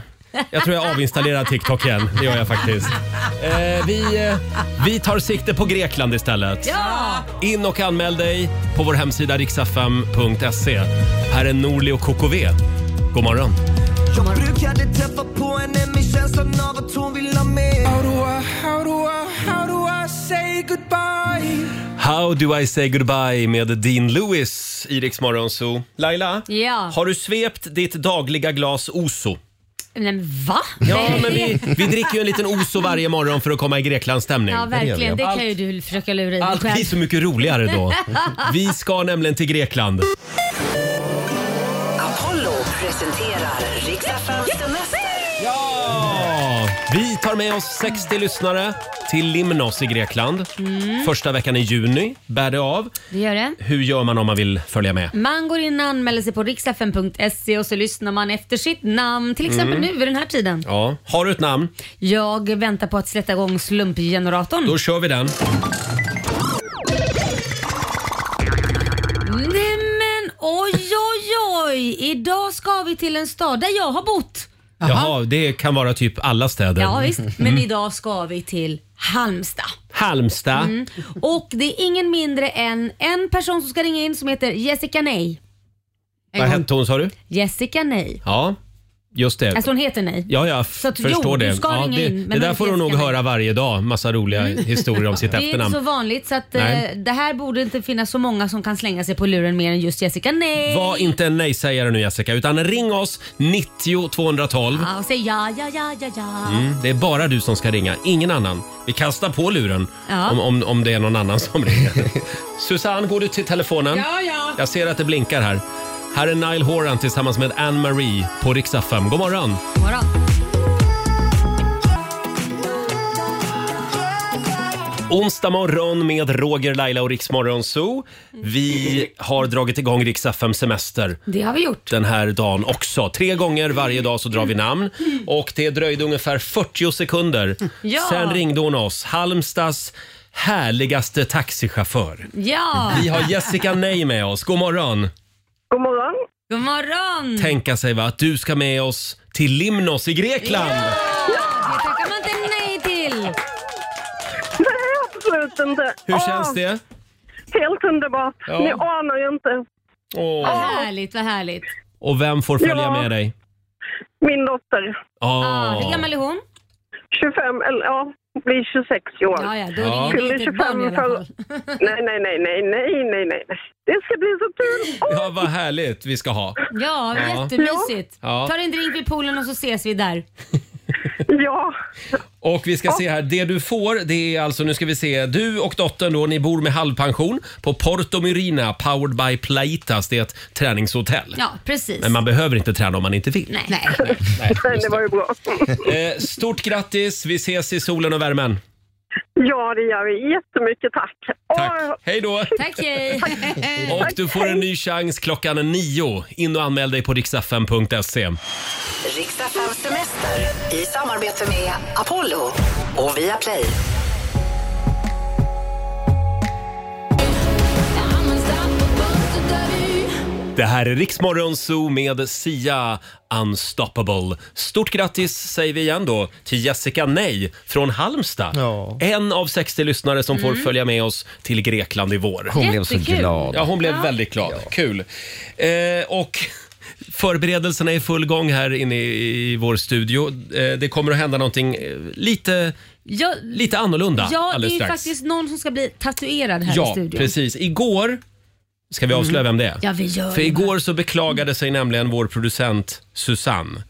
Speaker 1: jag tror jag avinstallerar TikTok igen. Det gör jag faktiskt. Eh, vi, eh, vi tar sikte på Grekland istället.
Speaker 2: Ja!
Speaker 1: In och anmäl dig på vår hemsida riksfm.se. Här är Norli och KKV. God morgon.
Speaker 9: Jag brukade träffa på henne med känslan av att hon vill ha mer How do I, how do I, how do I say goodbye?
Speaker 1: How do I say goodbye med Dean Lewis i Riks Morgonzoo. Laila,
Speaker 2: Ja.
Speaker 1: har du svept ditt dagliga glas Oso?
Speaker 2: Nej men va?
Speaker 1: Ja,
Speaker 2: Nej.
Speaker 1: men vi, vi dricker ju en liten Oso varje morgon för att komma i Greklandsstämning.
Speaker 2: Ja, verkligen. Det kan ju du försöka lura i dig
Speaker 1: Allt blir
Speaker 2: själv.
Speaker 1: så mycket roligare då. Vi ska nämligen till Grekland.
Speaker 11: Apollo presenterar Riks-FMs semester.
Speaker 1: Ja! Vi tar med oss 60 lyssnare till Limnos i Grekland.
Speaker 2: Mm.
Speaker 1: Första veckan i juni bär det av.
Speaker 2: Det gör det.
Speaker 1: Hur gör man om man vill följa med?
Speaker 2: Man går in och anmäler sig på riksfn.se och så lyssnar man efter sitt namn, till exempel
Speaker 1: Mm.
Speaker 2: nu vid den här tiden.
Speaker 1: Ja, har du ett namn?
Speaker 2: Jag väntar på att släppa igång slumpgeneratorn.
Speaker 1: Då kör vi den.
Speaker 2: Nej men oj, oj, oj! Idag ska vi till en stad där jag har bott.
Speaker 1: Jaha, det kan vara typ alla städer.
Speaker 2: Ja visst, men
Speaker 1: Mm.
Speaker 2: idag ska vi till Halmstad.
Speaker 1: Halmstad.
Speaker 2: Mm. Och det är ingen mindre än en person som ska ringa in som heter Jessica Nej.
Speaker 1: Vad hette hon sa du?
Speaker 2: Jessica Nej.
Speaker 1: Ja, just det.
Speaker 2: Alltså hon heter Nej.
Speaker 1: Ja, jag f-
Speaker 2: Så att, jo,
Speaker 1: förstår
Speaker 2: du
Speaker 1: det.
Speaker 2: ska
Speaker 1: ja,
Speaker 2: ringa
Speaker 1: det,
Speaker 2: in, men
Speaker 1: det
Speaker 2: man
Speaker 1: där får hon nog
Speaker 2: älskar
Speaker 1: höra varje dag. Massa roliga historier om sitt
Speaker 2: Mm. Det är inte
Speaker 1: efternamn.
Speaker 2: så vanligt så att,
Speaker 1: Nej.
Speaker 2: eh, det här borde inte finnas så många som kan slänga sig på luren mer än just Jessica Nej.
Speaker 1: Var inte en nej-sägare nu Jessica, utan ring oss 90 212.
Speaker 2: Ja, och säg ja, ja, ja, ja, ja.
Speaker 1: Mm, det är bara du som ska ringa, ingen annan. Vi kastar på luren
Speaker 2: Ja.
Speaker 1: om, om, om det är någon annan som ringer. Susanne, går du till telefonen?
Speaker 6: Ja, ja.
Speaker 1: Jag ser att det blinkar här. Här är Nile Horan tillsammans med Anne-Marie på Rix FM. God morgon!
Speaker 2: God morgon.
Speaker 1: Onsdag morgon med Roger, Laila och Rix Morgon Zoo. Vi har dragit igång Rix FM Semester.
Speaker 2: Det har vi gjort.
Speaker 1: den här dagen också. Tre gånger varje dag så drar vi namn och det dröjde ungefär 40 sekunder.
Speaker 2: Ja.
Speaker 1: Sen ringde hon oss, Halmstads härligaste taxichaufför.
Speaker 2: Ja.
Speaker 1: Vi har Jessica Nej med oss. God morgon!
Speaker 2: God morgon. God morgon.
Speaker 1: Tänka sig va, att du ska med oss till Limnos i Grekland.
Speaker 2: Ja, det tackar man inte nej till.
Speaker 12: Nej, absolut inte.
Speaker 1: Hur
Speaker 12: Åh,
Speaker 1: känns det?
Speaker 12: Helt underbart.
Speaker 1: Ja.
Speaker 12: Ni anar ju inte.
Speaker 1: Åh.
Speaker 2: Vad härligt, vad härligt.
Speaker 1: Och vem får följa
Speaker 12: Ja.
Speaker 1: med dig?
Speaker 12: Min dotter,
Speaker 1: Ah.
Speaker 2: Ja, hur gammal är hon?
Speaker 12: 25, eller ja, blir 26 i år.
Speaker 2: Ja, ja, då är det
Speaker 1: Ja. inget
Speaker 12: Fyller
Speaker 1: litet
Speaker 12: 25
Speaker 2: barn i alla fall.
Speaker 12: för- Nej, nej, nej, nej, nej, nej, nej. Det ska bli så kul. Åh,
Speaker 1: Ja, vad härligt vi ska ha.
Speaker 2: Ja,
Speaker 1: Ja.
Speaker 2: jättemysigt.
Speaker 1: Ja.
Speaker 2: Ta en drink vid poolen och så ses vi där.
Speaker 12: Ja.
Speaker 1: Och vi ska se här, det du får det är alltså, nu ska vi se, du och dottern då, ni bor med halvpension på Porto Myrina powered by Plaitas, det är ett träningshotell.
Speaker 2: Ja, precis.
Speaker 1: Men man behöver inte träna om man inte vill.
Speaker 2: Nej. nej.
Speaker 12: nej, det var ju bra.
Speaker 1: Eh, stort grattis, vi ses i solen och värmen.
Speaker 12: Ja, det gör vi. Jättemycket tack. Tack.
Speaker 1: Hej då.
Speaker 2: Tack, hej.
Speaker 1: Och du får en ny chans klockan nio. In och anmäl dig på riksfm.se.
Speaker 11: Riks-FMs semester i samarbete med Apollo och Viaplay.
Speaker 1: Det här är Riksmorgon Zoo med Sia Unstoppable. Stort grattis säger vi igen då till Jessica Nej från Halmstad. En av 60 lyssnare som får följa med oss till Grekland i vår.
Speaker 7: Mm. Hon blev så Jättekul. glad.
Speaker 1: Ja, hon blev
Speaker 7: Ja.
Speaker 1: väldigt glad. Kul. Eh, och förberedelserna är i full gång här inne i, i vår studio. Eh, det kommer att hända någonting eh, lite,
Speaker 2: Ja,
Speaker 1: lite annorlunda
Speaker 2: ja det är
Speaker 1: alldeles
Speaker 2: ju
Speaker 1: strax.
Speaker 2: faktiskt någon som ska bli tatuerad här i
Speaker 1: Ja,
Speaker 2: studion.
Speaker 1: precis. Igår ska vi avslöja
Speaker 7: Mm.
Speaker 1: vem det är.
Speaker 2: Ja, vi gör
Speaker 1: För
Speaker 2: det.
Speaker 1: igår så beklagade sig nämligen vår producent Susanne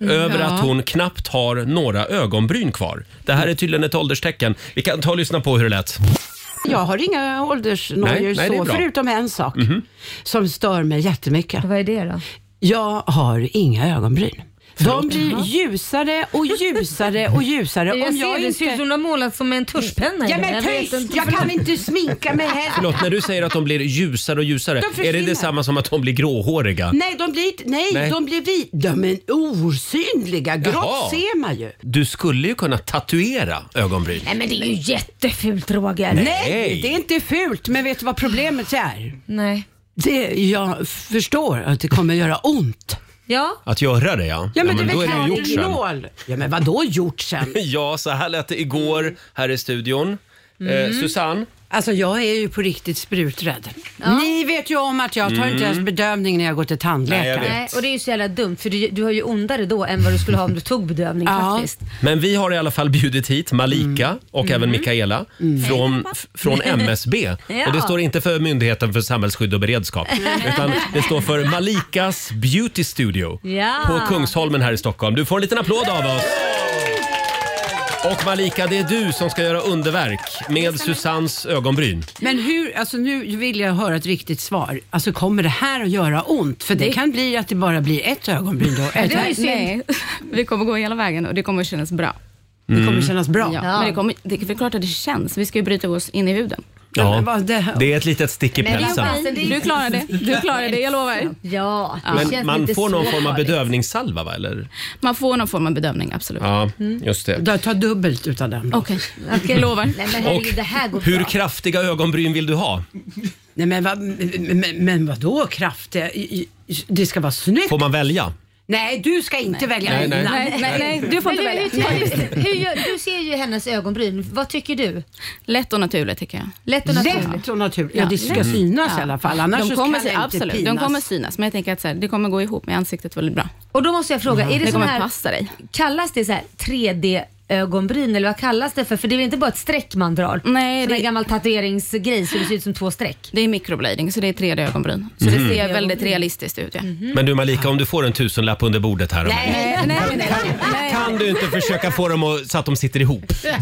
Speaker 2: Mm.
Speaker 1: över
Speaker 2: Ja.
Speaker 1: att hon knappt har några ögonbryn kvar. Det här är tydligen ett ålderstecken. Vi kan ta och lyssna på hur det lät.
Speaker 6: Jag har inga
Speaker 1: Nej,
Speaker 6: åldersnojor
Speaker 1: nej, det är
Speaker 6: så,
Speaker 1: bra.
Speaker 6: förutom en sak
Speaker 1: Mhm.
Speaker 6: som stör mig jättemycket.
Speaker 2: Vad är det då?
Speaker 6: Jag har inga ögonbryn. De blir
Speaker 2: Jaha.
Speaker 6: ljusare och ljusare och ljusare.
Speaker 2: Jag ser det, det ser ut som de har målat som med en tuschpenna.
Speaker 6: Ja,
Speaker 2: Jag
Speaker 6: men
Speaker 2: vet
Speaker 6: tyst!
Speaker 2: inte.
Speaker 6: Jag kan inte sminka mig heller.
Speaker 1: Förlåt, när du säger att de blir ljusare och ljusare,
Speaker 6: De
Speaker 1: är det
Speaker 6: försvinner.
Speaker 1: detsamma som att de blir gråhåriga?
Speaker 6: Nej, de blir, nej,
Speaker 1: Nej.
Speaker 6: de blir vit. De är osynliga. Grått
Speaker 1: Jaha.
Speaker 6: ser man ju.
Speaker 1: Du skulle ju kunna tatuera ögonbryn.
Speaker 6: Nej,
Speaker 2: men det är ju jättefult Roger.
Speaker 6: Nej,
Speaker 1: Nej.
Speaker 6: det är inte fult. Men vet du vad problemet är?
Speaker 2: Nej.
Speaker 6: Det, jag förstår att det kommer göra ont.
Speaker 2: Ja.
Speaker 1: Att göra det ja.
Speaker 6: Ja, men det är
Speaker 1: då
Speaker 6: väl
Speaker 1: ju
Speaker 6: klart
Speaker 1: gjort sen.
Speaker 6: nål. Ja, men vadå gjort sen?
Speaker 1: ja, så här lät det igår här i studion.
Speaker 6: Mm.
Speaker 1: Eh, Susanne?
Speaker 6: Alltså jag är ju på riktigt spruträdd. Ni vet ju om att jag tar
Speaker 1: Mm.
Speaker 6: inte ens bedövning när jag går till tandläkaren.
Speaker 1: Nej, jag vet.
Speaker 2: och det är ju så jävla dumt för du, du har ju ondare då än vad du skulle ha om du tog bedövning faktiskt.
Speaker 1: Men vi har i alla fall bjudit hit Malika och
Speaker 2: Mm.
Speaker 1: även Mikaela
Speaker 2: Mm.
Speaker 1: från, f- från MSB.
Speaker 2: Ja.
Speaker 1: Och det står inte för Myndigheten för samhällsskydd och beredskap utan det står för Malikas Beauty Studio
Speaker 2: Ja.
Speaker 1: på Kungsholmen här i Stockholm. Du får en liten applåd av oss. Och Malika, det är du som ska göra underverk med Susans ögonbryn.
Speaker 6: Men hur, alltså nu vill jag höra ett riktigt svar. Alltså kommer det här att göra ont? För det,
Speaker 13: Det-
Speaker 6: kan bli att det bara blir ett ögonbryn då. Ett här-
Speaker 13: Nej, vi kommer gå hela vägen och det kommer kännas bra.
Speaker 6: Det
Speaker 1: Mm.
Speaker 6: kommer kännas bra.
Speaker 13: Ja, Men det, kommer, det är väl klart att det känns. Vi ska ju bryta oss in i huden.
Speaker 1: Ja,
Speaker 6: vad det-
Speaker 1: det är ett litet stick i
Speaker 13: Nej, det är
Speaker 1: pälsen.
Speaker 13: okej. Du klarar det. Du klarar det, jag lovar.
Speaker 2: Ja,
Speaker 1: Men man får någon form av bedövningssalva va? Eller?
Speaker 13: Man får någon form av bedövning, absolut.
Speaker 1: Ja,
Speaker 13: Mm.
Speaker 1: just det.
Speaker 6: Ta dubbelt utav den.
Speaker 13: Okej, jag lovar.
Speaker 2: Nej, men herregud, det här går
Speaker 1: Hur
Speaker 2: bra.
Speaker 1: kraftiga ögonbryn vill du ha?
Speaker 6: Nej, men, vad, men, men vadå kraftig? eh, I- i- Det ska vara snyggt.
Speaker 1: Får man välja?
Speaker 6: Nej, du ska inte välja
Speaker 1: Nej, nej.
Speaker 6: mina.
Speaker 1: Nej, nej, nej,
Speaker 13: du får inte
Speaker 2: Men
Speaker 13: välja.
Speaker 2: Hur, hur, hur, gör- du ser ju hennes ögonbryn. Vad tycker du?
Speaker 13: Lätt och naturligt tycker jag.
Speaker 2: Lätt och naturligt.
Speaker 6: Lätt och naturligt. Ja, det ska synas i alla fall. Annars
Speaker 13: de
Speaker 6: så
Speaker 13: kommer,
Speaker 6: kan det
Speaker 13: sy-
Speaker 6: inte
Speaker 13: absolut, De
Speaker 6: pinas.
Speaker 13: kommer synas, men jag tänker att så här, det kommer gå ihop med ansiktet väldigt bra.
Speaker 2: Och då måste jag fråga,
Speaker 13: Mm.
Speaker 2: är det,
Speaker 13: Det
Speaker 2: sån
Speaker 13: kommer
Speaker 2: här,
Speaker 13: passa dig.
Speaker 2: kallas det så här 3D ögonbryn eller vad kallas det för? För det är väl inte bara ett streck man drar? Nej. Det är en gammal tatueringsgrej så det ser ut som två streck.
Speaker 13: Det är microblading, så det är 3D-ögonbryn. Så
Speaker 1: Mhm.
Speaker 13: det ser väldigt realistiskt ut. Ja.
Speaker 1: Men du Malika, om du får en tusenlapp under bordet här. om-
Speaker 13: Nej, nej, nej. nej, nej.
Speaker 1: Kan du inte försöka få dem att, så att de sitter ihop?
Speaker 2: En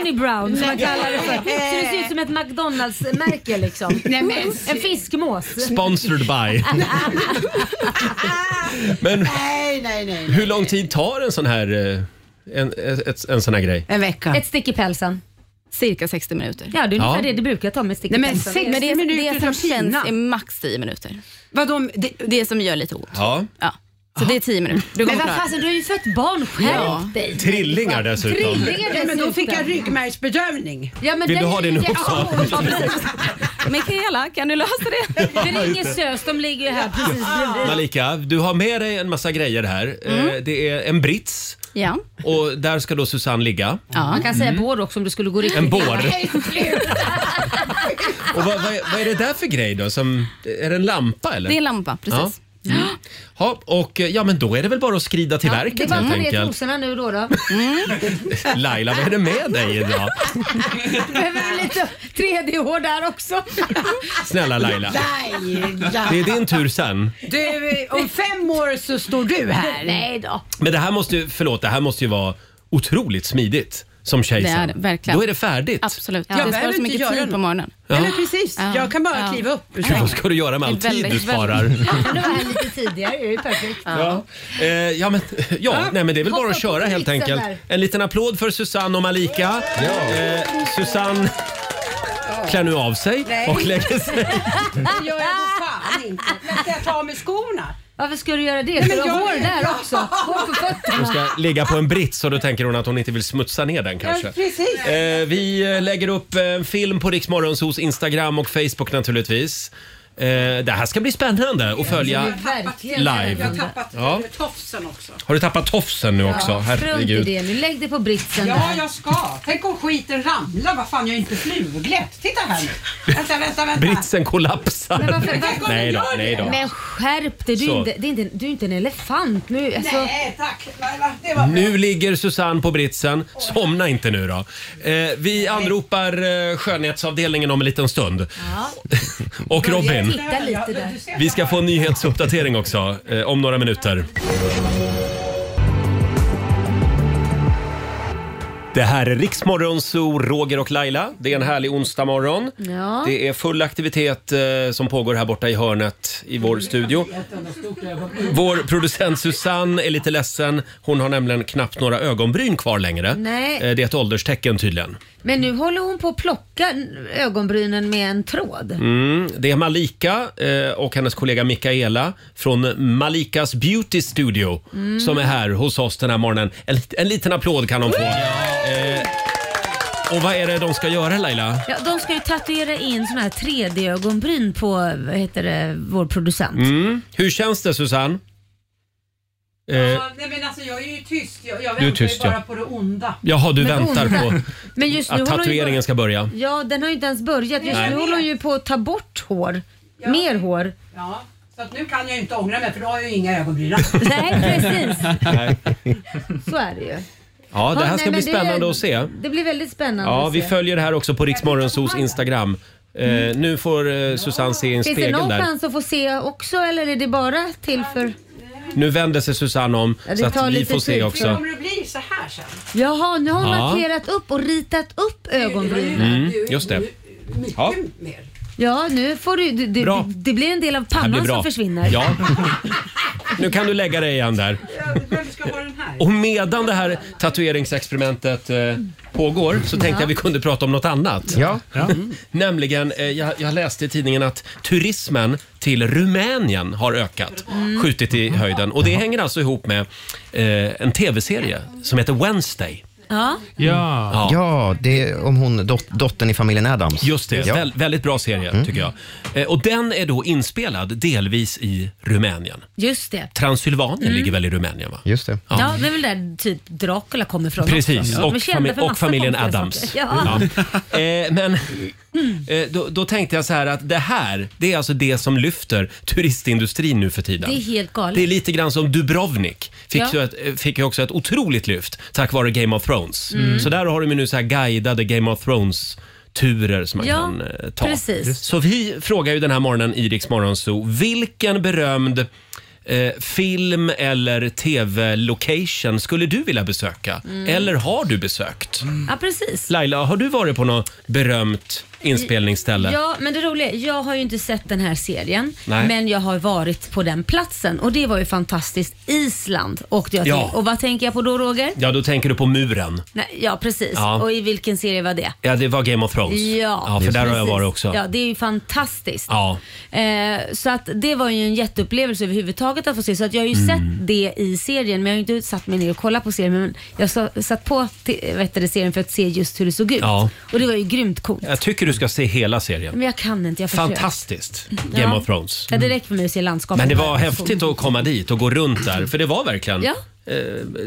Speaker 2: unibrown som man kallar det för. Så det ser ut som ett McDonalds-märke liksom. En fiskmås.
Speaker 1: Sponsored by. Men
Speaker 6: Nej, nej, nej.
Speaker 1: hur lång tid tar en sån här, eh, en, ett, en sån här grej?
Speaker 6: En vecka.
Speaker 2: Ett stick i pälsen.
Speaker 13: Cirka 60 minuter.
Speaker 2: Ja, det är ungefär
Speaker 1: Ja.
Speaker 2: det det brukar ta med stick i
Speaker 13: Nej, men
Speaker 2: pälsen.
Speaker 13: 60 Men det är- det minuter som utav känns Kina. är
Speaker 2: max
Speaker 13: 10 minuter.
Speaker 6: Vad de, det,
Speaker 13: det som gör lite ont.
Speaker 1: Ja.
Speaker 13: Ja. Så det är 10 minuter. Du
Speaker 2: Men
Speaker 13: kommer
Speaker 2: vad
Speaker 13: klara.
Speaker 2: fasen, du har ju fött barn.
Speaker 13: Ja.
Speaker 2: Skärp dig.
Speaker 1: Trillingar dessutom.
Speaker 6: Ja, men då fick jag ryggmärgsbedövning.
Speaker 2: Ja,
Speaker 1: Vill du ha din
Speaker 2: Ja,
Speaker 1: uppsal?
Speaker 2: precis.
Speaker 13: Mikaela, kan du lösa det?
Speaker 2: Det ringer SÖS, de ligger ju här precis
Speaker 1: Ah.
Speaker 2: bredvid.
Speaker 1: Malika, du har med dig en massa grejer här.
Speaker 2: Mm.
Speaker 1: Eh, Det är en brits
Speaker 13: Ja.
Speaker 1: och där ska då Susanne ligga.
Speaker 2: Man kan säga bår också om du skulle gå riktigt
Speaker 1: Mm. En bår.
Speaker 2: illa.
Speaker 1: Och vad, vad, är, vad är det där för grej då? Som, är det en lampa eller?
Speaker 13: Det är en lampa, precis.
Speaker 1: Ja. Mm. Ja, och, eh, ja, men då är det väl bara att skrida till
Speaker 2: Det är
Speaker 1: verket
Speaker 2: bara
Speaker 1: helt
Speaker 2: att ta ner
Speaker 1: enkelt.
Speaker 2: trosorna nu då. då.
Speaker 1: Laila, vad är det med dig idag?
Speaker 2: Behöver du lite 3D-hår där också?
Speaker 1: Snälla Laila.
Speaker 6: Laila.
Speaker 1: Det är din tur sen.
Speaker 6: Du, om fem år så står du här.
Speaker 2: Nej då.
Speaker 1: Men det här måste ju, förlåt, det här måste ju vara otroligt smidigt som tjej
Speaker 13: Det
Speaker 1: sen.
Speaker 13: är det, verkligen.
Speaker 1: Då är det färdigt.
Speaker 13: Absolut.
Speaker 6: Ja.
Speaker 13: Det
Speaker 6: Jag
Speaker 13: sparar
Speaker 6: behöver
Speaker 13: så
Speaker 6: inte
Speaker 13: mycket
Speaker 6: göra
Speaker 13: tid på
Speaker 6: något.
Speaker 13: morgonen.
Speaker 1: Ja.
Speaker 6: Eller precis,
Speaker 13: Ja.
Speaker 6: jag kan bara
Speaker 13: Ja.
Speaker 6: kliva upp.
Speaker 1: Gud, vad ska du göra med all
Speaker 6: Det är
Speaker 1: tid
Speaker 6: väldigt,
Speaker 1: du
Speaker 6: väldigt-
Speaker 1: sparar?
Speaker 2: Nu var här lite tidigare, det är ju perfekt.
Speaker 1: Ja, eh, ja, men, ja nej, men det är väl
Speaker 2: Hoppa
Speaker 1: bara att
Speaker 2: upp
Speaker 1: köra
Speaker 2: på
Speaker 1: helt
Speaker 2: brisen
Speaker 1: enkelt.
Speaker 2: där.
Speaker 1: En liten applåd för Susanne och Malika. Eh, Susanne klär nu av sig
Speaker 6: Nej.
Speaker 1: och lägger sig.
Speaker 6: Det gör jag för fan inte. Men ska jag ta av mig skorna?
Speaker 2: Varför ska du göra det?
Speaker 6: Nej,
Speaker 2: Ska
Speaker 6: men
Speaker 2: du ha
Speaker 6: jag
Speaker 2: hår
Speaker 6: är
Speaker 2: där
Speaker 6: bra.
Speaker 2: också? Hår på
Speaker 1: Hon
Speaker 2: fötterna?
Speaker 1: ska ligga på en brits och då tänker hon att hon inte vill smutsa ner den kanske.
Speaker 2: Ja, precis.
Speaker 1: Eh, vi eh, lägger upp en film på Rix Morgonzos Instagram och Facebook naturligtvis. Eh, det här ska bli spännande att följa. live.
Speaker 6: Jag har tappat
Speaker 1: Ja.
Speaker 6: eh, tofsen också.
Speaker 1: Har du tappat tofsen nu också?
Speaker 2: Strunt i
Speaker 1: Herregud.
Speaker 2: det nu, lägg dig på britsen
Speaker 6: Ja,
Speaker 2: där.
Speaker 6: jag ska. Tänk om skiten ramlar. Vad fan, jag är inte fluglätt. Titta här nu. Vänta, vänta, vänta.
Speaker 1: Britsen kollapsar.
Speaker 2: Men varför- varför-
Speaker 1: nej då, nej då.
Speaker 2: Men skärp dig, du, är
Speaker 1: Så.
Speaker 2: inte- det är inte- du är inte en elefant nu. Alltså,
Speaker 6: Nej, tack. Det var
Speaker 1: Nu ligger Susanne på britsen. Somna inte nu då. Eh, vi anropar eh, skönhetsavdelningen om en liten stund. Och Robin,
Speaker 2: Titta lite där.
Speaker 1: vi ska få en nyhetsuppdatering också eh, om några minuter. Det här är Riksmorgon Zoo, Roger och Laila. Det är en härlig onsdag morgon.
Speaker 2: Ja.
Speaker 1: Det är full aktivitet eh, som pågår här borta i hörnet i vår studio. Vår producent Susanne är lite ledsen. Hon har nämligen knappt några ögonbryn kvar längre.
Speaker 2: Nej.
Speaker 1: Eh, Det är ett ålderstecken tydligen.
Speaker 2: Men nu håller hon på att plocka ögonbrynen med en tråd.
Speaker 1: Mm. Det är Malika eh, och hennes kollega Mikaela från Malikas Beauty Studio
Speaker 2: Mm.
Speaker 1: som är här hos oss den här morgonen. En, lit- en liten applåd kan de få. Eh, och vad är det de ska göra Laila?
Speaker 2: Ja, de ska ju tatuera in såna här 3D-ögonbryn på vad heter det, vår producent.
Speaker 1: Mm. Hur känns det Susanne? Eh,
Speaker 6: nej men alltså jag är ju tyst. Jag, jag
Speaker 1: Du är
Speaker 6: väntar
Speaker 1: tyst,
Speaker 6: ju bara
Speaker 1: ja.
Speaker 6: på det onda.
Speaker 1: Jaha, du väntar
Speaker 2: onda.
Speaker 1: på
Speaker 2: Men just nu
Speaker 1: att
Speaker 2: håller hon ju
Speaker 1: tatueringen ska börja.
Speaker 2: Ja, den har ju inte ens börjat. Just
Speaker 1: Nej.
Speaker 2: nu håller hon ju på att ta bort hår. Mer hår.
Speaker 6: Ja, så att nu kan jag ju inte ångra mig för då har jag ju inga ögonbryn.
Speaker 2: Nej, precis.
Speaker 1: Nej.
Speaker 2: Så är det ju.
Speaker 1: Ja, det
Speaker 2: Ja,
Speaker 1: här
Speaker 2: nej,
Speaker 1: ska
Speaker 2: men
Speaker 1: bli
Speaker 2: det är-
Speaker 1: spännande att se.
Speaker 2: Det blir väldigt spännande
Speaker 1: Ja,
Speaker 2: att
Speaker 1: vi
Speaker 2: se.
Speaker 1: följer det här också på Riksmorgonsos Instagram. Eh, Nu får eh, Susanne se i en
Speaker 2: Mm. Finns det
Speaker 1: spegel
Speaker 2: någon
Speaker 1: där.
Speaker 2: chans att få se också eller är det bara till för...
Speaker 1: Nu vänder sig Susanne om
Speaker 2: Ja, det
Speaker 1: så att
Speaker 2: tar
Speaker 1: vi
Speaker 2: lite
Speaker 1: får se
Speaker 2: tid.
Speaker 6: Hur
Speaker 1: också.
Speaker 6: kommer det bli så här sen?
Speaker 2: Jaha, nu har hon
Speaker 1: Ja.
Speaker 2: markerat upp och ritat upp ögonbrynen.
Speaker 1: Mm, just det. Ja.
Speaker 2: Ja, nu får du... du, du
Speaker 1: Bra.
Speaker 2: det blir en del av
Speaker 1: Det här blir
Speaker 2: pannan som
Speaker 1: bra.
Speaker 2: försvinner.
Speaker 1: Ja. Nu kan du lägga dig igen där. Och medan det här tatueringsexperimentet eh, pågår så tänkte
Speaker 2: Ja.
Speaker 1: jag vi kunde prata om något annat.
Speaker 7: Ja.
Speaker 1: Mm. Nämligen, eh, jag, jag läste i tidningen att turismen till Rumänien har ökat,
Speaker 14: Mm.
Speaker 1: skjutit i höjden. Och det hänger alltså ihop med eh, en tv-serie som heter Wednesday.
Speaker 2: Ja.
Speaker 1: Ja.
Speaker 7: ja, det är om hon, dot, dottern i familjen Adams.
Speaker 1: Just det,
Speaker 7: Ja. Mm.
Speaker 1: Väl, väldigt bra serie tycker jag. Eh, och den är då inspelad delvis i Rumänien.
Speaker 2: Just det.
Speaker 1: Transylvanien
Speaker 2: Mm.
Speaker 1: ligger väl i Rumänien va?
Speaker 7: Just det.
Speaker 2: Ja. det är väl där typ Dracula kommer ifrån
Speaker 1: Precis,
Speaker 2: också.
Speaker 1: och,
Speaker 2: De är kända
Speaker 1: fami-
Speaker 2: för
Speaker 1: och
Speaker 2: massa
Speaker 1: familjen
Speaker 2: konstiga
Speaker 1: Adams.
Speaker 2: saker. Ja.
Speaker 1: Ja. Eh, men eh, då, då tänkte jag så här att det här, det är alltså det som lyfter turistindustrin nu för tiden.
Speaker 2: Det är helt galet.
Speaker 1: Det är lite grann som Dubrovnik. Fick,
Speaker 2: Ja.
Speaker 1: ju ett, eh, fick ju också ett otroligt lyft tack vare Game of Thrones.
Speaker 2: Mm.
Speaker 1: Så där har de ju nu så här guidade Game of Thrones turer som man
Speaker 2: Ja,
Speaker 1: kan eh, ta.
Speaker 2: precis.
Speaker 1: Så vi frågar ju den här morgonen i Rix Morgonzoo, vilken berömd eh, film eller tv-location skulle du vilja besöka?
Speaker 2: Mm.
Speaker 1: Eller har du besökt?
Speaker 2: ja, precis.
Speaker 1: Laila, har du varit på något berömt inspelningsställe?
Speaker 2: Ja, men det roliga är, jag har ju inte sett den här serien,
Speaker 1: Nej.
Speaker 2: men jag har varit på den platsen och det var ju fantastiskt. Island åkte jag till.
Speaker 1: Ja.
Speaker 2: Och vad tänker jag på då Roger?
Speaker 1: Ja, då tänker du på muren.
Speaker 2: Nej, ja, precis.
Speaker 1: Ja.
Speaker 2: Och i vilken serie var det?
Speaker 1: Ja, det var Game of Thrones.
Speaker 2: Ja,
Speaker 1: för där har jag
Speaker 2: precis.
Speaker 1: varit också.
Speaker 2: Ja, det är ju fantastiskt.
Speaker 1: Ja.
Speaker 2: Eh, så att det var ju en jätteupplevelse överhuvudtaget att få se. Så att jag har ju
Speaker 1: Mm.
Speaker 2: sett det i serien, men jag har ju inte satt mig ner och kollat på serien. Men jag sa, satt på t- vet du, serien för att se just hur det såg ut.
Speaker 1: Ja.
Speaker 2: Och det var ju grymt coolt.
Speaker 1: Jag tycker du ska se hela serien.
Speaker 2: Men jag kan inte, Mm, jag försöker.
Speaker 1: Fantastiskt, Game
Speaker 2: Ja.
Speaker 1: of Thrones.
Speaker 2: Ja, det räcker för mig att se landskapet.
Speaker 1: Men det var häftigt att komma dit och gå runt där, för det var verkligen
Speaker 2: Ja.
Speaker 1: eh,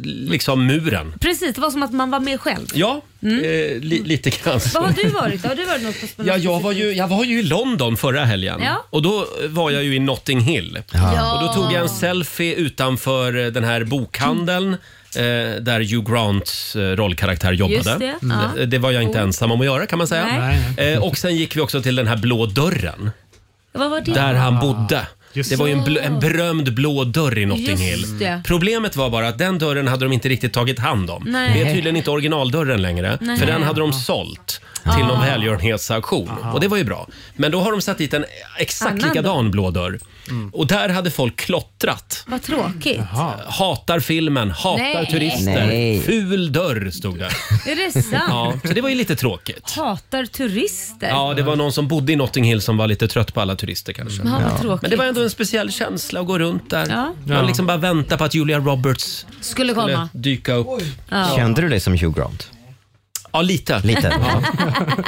Speaker 1: liksom muren.
Speaker 2: Precis, det var som att man var med själv.
Speaker 1: Ja,
Speaker 2: Mm.
Speaker 1: eh, li, lite grann. så.
Speaker 2: Vad har du varit då? Har du varit något på
Speaker 1: Ja, jag, var ju, jag var ju i London förra helgen
Speaker 2: Ja.
Speaker 1: och då eh, var jag ju i Notting Hill.
Speaker 2: Ja.
Speaker 1: Och då tog jag en selfie utanför eh, den här bokhandeln eh, där Hugh Grants eh, rollkaraktär jobbade.
Speaker 2: Just det, ja.
Speaker 1: Eh, det var jag inte
Speaker 2: Cool.
Speaker 1: ensam om att göra kan man säga.
Speaker 2: Nej.
Speaker 1: Eh, och sen gick vi också till den här blå dörren
Speaker 2: Vad var det?
Speaker 1: där han bodde. Det var ju en, bl- en berömd blå dörr i Notting
Speaker 2: Just
Speaker 1: Hill.
Speaker 2: det.
Speaker 1: Problemet var bara att den dörren hade de inte riktigt tagit hand om.
Speaker 2: Nej.
Speaker 1: Det är tydligen inte originaldörren längre,
Speaker 2: Nej.
Speaker 1: för den hade de sålt till någon
Speaker 2: Ah.
Speaker 1: välgörenhetsauktion. Och det var ju bra. Men då har de satt dit en exakt
Speaker 2: Annan Mm.
Speaker 1: likadan blå dörr. Och där hade folk klottrat.
Speaker 2: Vad tråkigt.
Speaker 1: Hatar filmen, hatar
Speaker 2: Nej.
Speaker 1: turister.
Speaker 2: Nej.
Speaker 1: Ful dörr stod det.
Speaker 2: Är det sant?
Speaker 1: Ja, så det var ju lite tråkigt.
Speaker 2: Hatar turister.
Speaker 1: Ja, det var någon som bodde i Notting Hill som var lite trött på alla turister kanske.
Speaker 2: Ja, vad Ja. tråkigt.
Speaker 1: Men det var ändå en speciell känsla att gå runt där.
Speaker 2: Ja.
Speaker 1: Man liksom bara väntar på att Julia Roberts
Speaker 2: Skulle komma.
Speaker 1: dyka upp.
Speaker 2: Ja.
Speaker 7: Kände du dig som Hugh Grant?
Speaker 1: Ja, lite.
Speaker 7: Lite.
Speaker 1: Ja.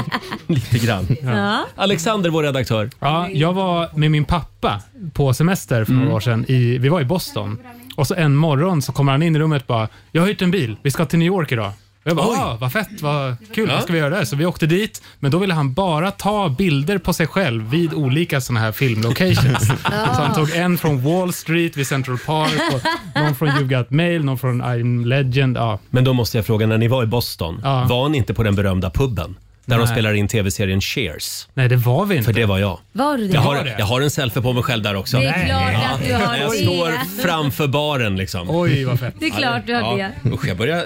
Speaker 1: lite grann.
Speaker 2: Ja.
Speaker 1: Alexander, vår redaktör.
Speaker 14: Ja, jag var med min pappa på semester för några
Speaker 2: Mm.
Speaker 14: år sedan. I, vi var i Boston. Och så en morgon så kommer han in i rummet och bara, jag har hyrt en bil, vi ska till New York idag. Och jag bara,
Speaker 1: Oj.
Speaker 14: "Ah, vad fett, vad kul,
Speaker 1: Ja.
Speaker 14: vad ska vi göra där? Så vi åkte dit, men då ville han bara ta bilder på sig själv vid olika sådana här filmlocations.
Speaker 2: Ja.
Speaker 14: Så han tog en från Wall Street vid Central Park, och någon från You've Got Mail, någon från I'm Legend. Ja.
Speaker 1: Men då måste jag fråga, när ni var i Boston, var ni inte på den berömda puben? Där de
Speaker 14: Nej.
Speaker 1: spelar in tv-serien Cheers.
Speaker 14: Nej, det var vi inte.
Speaker 1: För det var jag.
Speaker 2: Var du det?
Speaker 1: Jag har, jag har en selfie på mig själv där också.
Speaker 2: Det är klart
Speaker 1: Ja.
Speaker 2: att du har
Speaker 1: Jag
Speaker 2: det.
Speaker 1: står framför baren liksom.
Speaker 14: Oj, vad fett.
Speaker 2: Det är klart du har det.
Speaker 1: Usch, jag börjar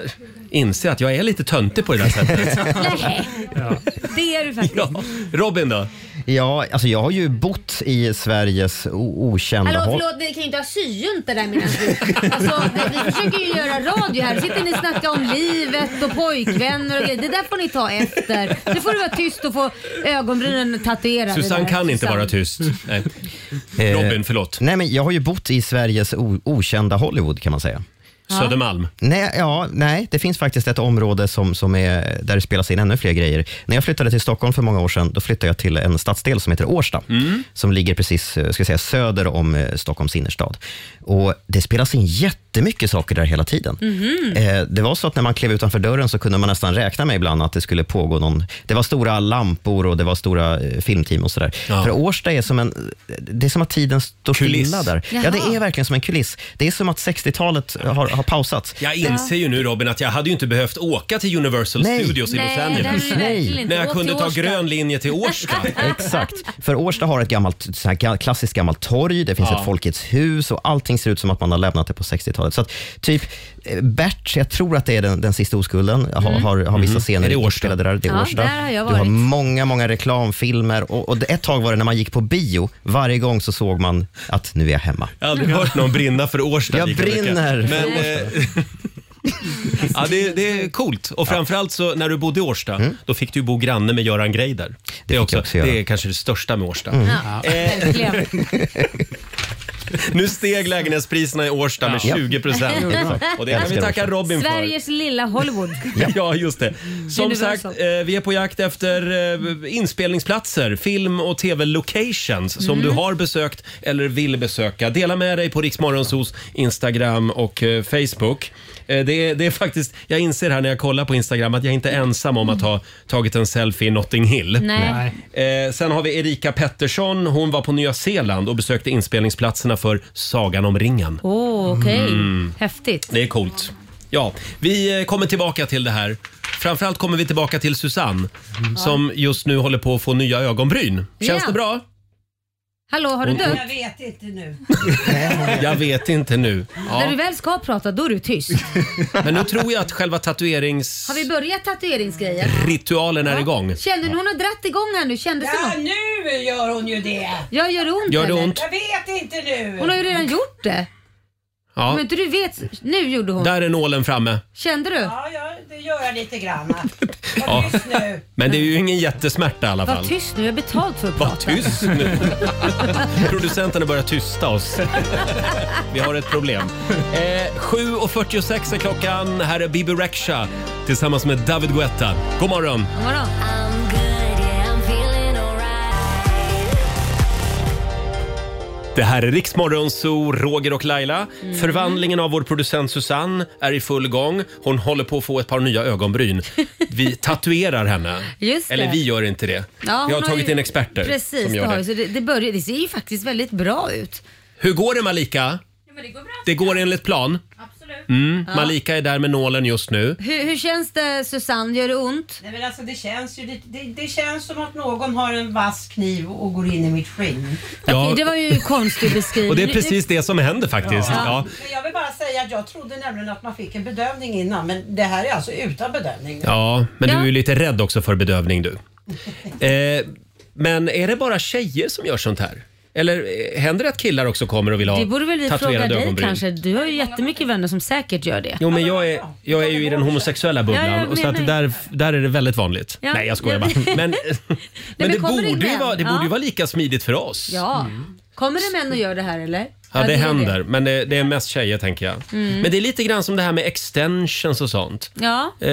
Speaker 1: inse att jag är lite töntig på det där sättet.
Speaker 2: Nej, det är du faktiskt.
Speaker 1: Robin då?
Speaker 7: Ja, alltså jag har ju bott i Sveriges o- okända
Speaker 2: Hallå
Speaker 7: håll.
Speaker 2: förlåt, ni kan ju inte ha syjunta där medan vi... Alltså, det- vi försöker ju göra radio här. Sitter ni och snackar om livet och pojkvänner och grejer. Det där får ni ta efter. Nu får du vara tyst och få ögonbrynen tatuerade.
Speaker 1: Susanne
Speaker 2: där.
Speaker 1: kan inte
Speaker 2: Susanne.
Speaker 1: vara tyst. Nej. Robin, förlåt.
Speaker 7: Nej, men jag har ju bott i Sveriges o- okända Hollywood kan man säga. Ja.
Speaker 1: Södermalm.
Speaker 7: Nej, ja, nej, det finns faktiskt ett område som, som är, där det spelas in ännu fler grejer. När jag flyttade till Stockholm för många år sedan, då flyttade jag till en stadsdel som heter Årsta,
Speaker 1: Mm.
Speaker 7: som ligger precis eh, ska jag säga, söder om eh, Stockholms innerstad. Och det spelas in jättemycket saker där hela tiden.
Speaker 4: Mhm.
Speaker 7: Eh, Det var så att när man klev utanför dörren så kunde man nästan räkna med ibland att det skulle pågå någon... Det var stora lampor och det var stora eh, filmteam och sådär. För Årsta är som en... Det är som att tiden står
Speaker 1: Kuliss.
Speaker 7: stilla där. Ja,
Speaker 1: Jaha.
Speaker 7: det är verkligen som en kuliss. Det är som att 60-talet har, har pausats.
Speaker 1: Jag inser ju nu Robin att jag hade ju inte behövt åka till Universal
Speaker 7: Nej.
Speaker 1: Studios i
Speaker 7: Nej,
Speaker 1: Los Angeles.
Speaker 7: det hade du verkligen inte.
Speaker 1: Men jag
Speaker 7: Åk
Speaker 1: kunde
Speaker 7: till
Speaker 1: ta
Speaker 7: Årsta.
Speaker 1: grön linje till Årsta.
Speaker 7: Exakt. För Årsta har ett gammalt, så här ga- klassiskt gammalt torg, det finns
Speaker 1: Ja.
Speaker 7: ett Folkets hus och allting ser ut som att man har lämnat det på 60-talet. Så att, typ eh, Bert, jag tror att det är den, den sista oskulden, har,
Speaker 2: Mm.
Speaker 7: har, har vissa
Speaker 1: Mm.
Speaker 7: scener
Speaker 1: Är det Årsta?
Speaker 7: inspelade där. Det är
Speaker 2: Ja,
Speaker 7: Årsta.
Speaker 2: där har jag
Speaker 7: Du har
Speaker 2: varit.
Speaker 7: många, många reklamfilmer och, och det- ett tag var det när man gick på bio, varje gång så såg man att nu är jag hemma.
Speaker 1: Jag har aldrig hört någon brinna för Årsta
Speaker 7: Jag
Speaker 1: lika mycket.
Speaker 7: brinner för
Speaker 1: Men, eh, ja, det, det är coolt. Och framförallt så när du bodde i Årsta,
Speaker 7: Mm.
Speaker 1: då fick du ju bo granne med Göran Greider. Det är, också, det är kanske det största med Årsta.
Speaker 7: Mm.
Speaker 2: Ja, verkligen.
Speaker 1: Nu steg lägenhetspriserna i Årsta med
Speaker 4: Ja.
Speaker 1: 20 procent.
Speaker 4: Ja.
Speaker 1: Och det kan vi tacka Robin för.
Speaker 2: Sveriges lilla Hollywood.
Speaker 1: Ja, just det. Som
Speaker 2: Universal.
Speaker 1: sagt, eh, vi är på jakt efter eh, inspelningsplatser, film och tv-locations som
Speaker 2: Mm.
Speaker 1: du har besökt eller vill besöka. Dela med dig på Riksmorgonsos Instagram och eh, Facebook. Eh, Det är, det är faktiskt, jag inser här när jag kollar på Instagram att jag inte är ensam om att ha tagit en selfie i Notting Hill.
Speaker 4: Nej.
Speaker 1: Eh, sen har vi Erika Pettersson. Hon var på Nya Zeeland och besökte inspelningsplatserna för Sagan om ringen.
Speaker 2: Åh, okej.
Speaker 1: Mm.
Speaker 2: Häftigt.
Speaker 1: Det är coolt. Ja, vi eh, kommer tillbaka till det här. Framförallt kommer vi tillbaka till Susanne som just nu håller på att få nya ögonbryn. Känns
Speaker 6: Ja.
Speaker 1: det bra?
Speaker 2: Hallå, har du
Speaker 1: Hon- hon-
Speaker 2: dött?
Speaker 6: Jag vet inte nu.
Speaker 1: Jag vet inte nu.
Speaker 2: När du
Speaker 1: Ja.
Speaker 2: väl ska prata, då är du tyst.
Speaker 1: Men nu tror jag att själva tatueringsritualen
Speaker 2: Har vi börjat tatueringsgrejen?
Speaker 1: är igång.
Speaker 2: Kände ni hon har dratt igång här nu? Kändes det
Speaker 6: Ja,
Speaker 2: något?
Speaker 6: nu gör hon ju det.
Speaker 2: Ja, gör det ont
Speaker 1: Gör det
Speaker 2: eller?
Speaker 1: ont?
Speaker 6: Jag vet inte nu.
Speaker 2: Hon har ju redan gjort det.
Speaker 1: Ja.
Speaker 2: Om inte du vet, nu gjorde hon.
Speaker 1: Där är nålen framme.
Speaker 2: Kände du?
Speaker 6: Ja, ja, det gör jag lite grann.
Speaker 1: Ja.
Speaker 6: Tyst nu.
Speaker 1: Men det är ju ingen jättesmärta i alla
Speaker 2: Var
Speaker 1: fall.
Speaker 2: tyst nu, jag har betalt för att
Speaker 1: Var
Speaker 2: prata.
Speaker 1: tyst nu. Producenten har börjat tysta oss. Vi har ett problem. Eh, 7.46 är klockan. Här är Bibi Rexha tillsammans med David Guetta. God morgon!
Speaker 2: God morgon.
Speaker 3: I'm good, yeah, I'm feeling alright.
Speaker 1: Det här är Riksmorgon Zoo, Roger och Laila.
Speaker 2: Mm.
Speaker 1: Förvandlingen av vår producent Susanne är i full gång. Hon håller på att få ett par nya ögonbryn. Vi tatuerar henne.
Speaker 2: Just det.
Speaker 1: Eller vi gör inte det.
Speaker 2: Ja,
Speaker 1: Vi har
Speaker 2: hon
Speaker 1: tagit
Speaker 2: ju-
Speaker 1: in experter
Speaker 2: Precis,
Speaker 1: som
Speaker 2: det.
Speaker 1: gör
Speaker 2: har ju,
Speaker 1: det.
Speaker 2: Så det, det, börjar, det ser ju faktiskt väldigt bra ut.
Speaker 1: Hur går det Malika? Det går enligt plan. Absolut. Mm.
Speaker 2: Ja.
Speaker 1: Malika är där med nålen just nu.
Speaker 2: Hur, hur känns det Susanne? Gör det ont?
Speaker 6: Nej, men alltså, det, känns ju, lite- det, det känns som att någon har en vass kniv och går in i mitt skinn.
Speaker 1: Ja.
Speaker 2: Det var ju en konstig beskrivning.
Speaker 1: Och det är precis det som händer faktiskt.
Speaker 6: Ja.
Speaker 1: Ja.
Speaker 6: Men jag vill bara säga att jag trodde nämligen att man fick en bedövning innan men det här är alltså utan bedövning.
Speaker 1: Ja, men du är ju lite rädd också för bedövning du. Eh, men är det bara tjejer som gör sånt här? Eller eh, händer det att killar också kommer och vill ha
Speaker 2: Det borde väl vi fråga
Speaker 1: tatuerade
Speaker 2: dig
Speaker 1: ögonbryn?
Speaker 2: kanske. Du har ju jättemycket vänner som säkert gör det.
Speaker 1: Jo, men jag är, jag är ju i den homosexuella bubblan
Speaker 2: Ja, jag
Speaker 1: och så att
Speaker 2: menar-
Speaker 1: där, där är det väldigt vanligt.
Speaker 2: Ja.
Speaker 1: Nej, jag skojar
Speaker 2: Ja,
Speaker 1: bara.
Speaker 2: men-
Speaker 1: Men, men,
Speaker 2: men
Speaker 1: det,
Speaker 2: kommer det
Speaker 1: borde ju
Speaker 2: män?
Speaker 1: vara, det borde ju
Speaker 2: Ja.
Speaker 1: vara lika smidigt för oss.
Speaker 2: Ja. Kommer det män att göra det här eller?
Speaker 1: Ja, det,
Speaker 2: är
Speaker 1: händer. Men det, det är mest tjejer tänker jag.
Speaker 2: Mm.
Speaker 1: Men det är lite grann som det här med extensions och sånt.
Speaker 2: Ja,
Speaker 1: Eh,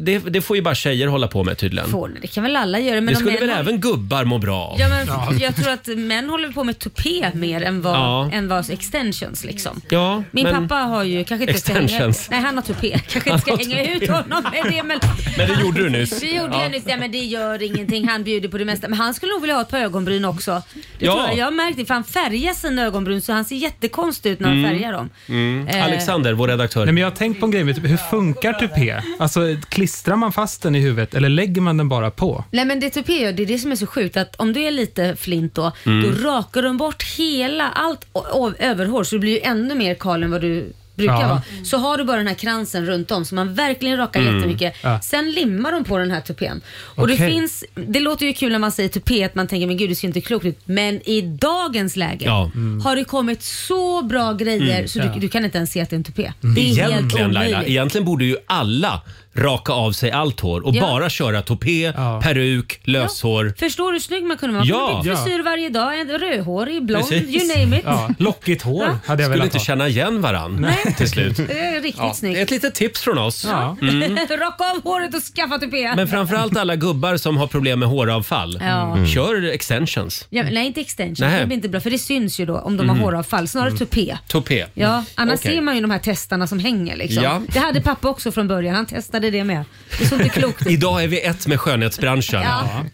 Speaker 1: det, det får ju bara tjejer hålla på med tydligen.
Speaker 2: får det. Det kan väl alla göra. Men
Speaker 1: det
Speaker 2: om
Speaker 1: skulle
Speaker 2: män
Speaker 1: väl även gubbar må bra av?
Speaker 2: Ja, men Jag tror att män håller på med tupé mer än vad,
Speaker 1: Ja.
Speaker 2: än vad extensions liksom.
Speaker 1: Ja,
Speaker 2: Min
Speaker 1: men-
Speaker 2: pappa har ju kanske inte ska hänga,
Speaker 1: Extensions.
Speaker 2: Nej han har tupé. Kanske
Speaker 1: Han
Speaker 2: inte ska
Speaker 1: har
Speaker 2: hänga
Speaker 1: tupé.
Speaker 2: ut honom med det men
Speaker 1: Men det gjorde du nyss.
Speaker 2: Det gjorde
Speaker 1: Ja.
Speaker 2: jag nyss. Ja, men det gör ingenting. Han bjuder på det mesta. Men han skulle nog vilja ha ett par ögonbryn också. Det
Speaker 1: Ja.
Speaker 2: tror jag. jag har märkt det. För han färgar sina ögonbryn så han ser jättekonstig ut när han
Speaker 14: Mm.
Speaker 2: färgar dem.
Speaker 1: Mm.
Speaker 2: Eh.
Speaker 1: Alexander, vår redaktör.
Speaker 14: Nej, men jag har tänkt på en grej, med, typ, hur funkar tupé? Alltså, klistrar man fast den i huvudet eller lägger man den bara på?
Speaker 2: Nej men det tupé gör, det är typ det som är så sjukt att om du är lite flint då,
Speaker 14: Mm.
Speaker 2: då rakar de bort hela allt o- o- överhår så du blir ju ännu mer kal än vad du brukar
Speaker 13: Ja.
Speaker 2: vara. Så har du bara den här kransen runt om så man verkligen rakar
Speaker 13: Mm.
Speaker 2: jättemycket.
Speaker 13: Ja.
Speaker 2: Sen limmar de på den här tupén. Och det
Speaker 13: Okej.
Speaker 2: finns, det låter ju kul när man säger tupé att man tänker men gud det ser inte klokt ut. Men i dagens läge
Speaker 1: Ja. Mm.
Speaker 2: har det kommit så bra grejer
Speaker 1: Mm.
Speaker 2: så du,
Speaker 1: Ja. Mm.
Speaker 2: du kan inte ens se att det är en tupé. Det är helt
Speaker 1: Egentligen Laila,
Speaker 2: omöjligt.
Speaker 1: egentligen borde ju alla raka av sig allt hår och
Speaker 2: Ja.
Speaker 1: bara köra topé, peruk, löshår.
Speaker 2: Förstår du hur snygg man kunde vara? Man
Speaker 1: Ja.
Speaker 2: kunde byta
Speaker 1: Ja.
Speaker 2: frisyr varje dag. En Rödhårig, blond,
Speaker 1: Precis.
Speaker 2: you name it.
Speaker 1: Ja, Lockigt hår
Speaker 2: Ja.
Speaker 1: hade jag
Speaker 14: velat
Speaker 1: Skulle inte
Speaker 14: ha.
Speaker 1: känna igen varann till slut.
Speaker 2: Det är riktigt snyggt.
Speaker 1: Ett litet tips från oss.
Speaker 2: Ja.
Speaker 1: Mm.
Speaker 2: Rocka av håret och skaffa tupé.
Speaker 1: Men framförallt alla gubbar som har problem med håravfall.
Speaker 2: Ja. Mm.
Speaker 1: Kör extensions.
Speaker 2: Ja, men nej, inte extension.
Speaker 1: Nej.
Speaker 2: Det blir inte bra för det syns ju då om de har
Speaker 1: Mm.
Speaker 2: håravfall. Snarare
Speaker 1: Mm.
Speaker 2: tupé.
Speaker 1: Tupé.
Speaker 2: Ja, annars
Speaker 1: Okej.
Speaker 2: ser man ju de här testarna som hänger liksom.
Speaker 1: Ja.
Speaker 2: Det hade pappa också från början. Han testade det med. Det såg inte klokt ut.
Speaker 1: Idag är vi ett med skönhetsbranschen.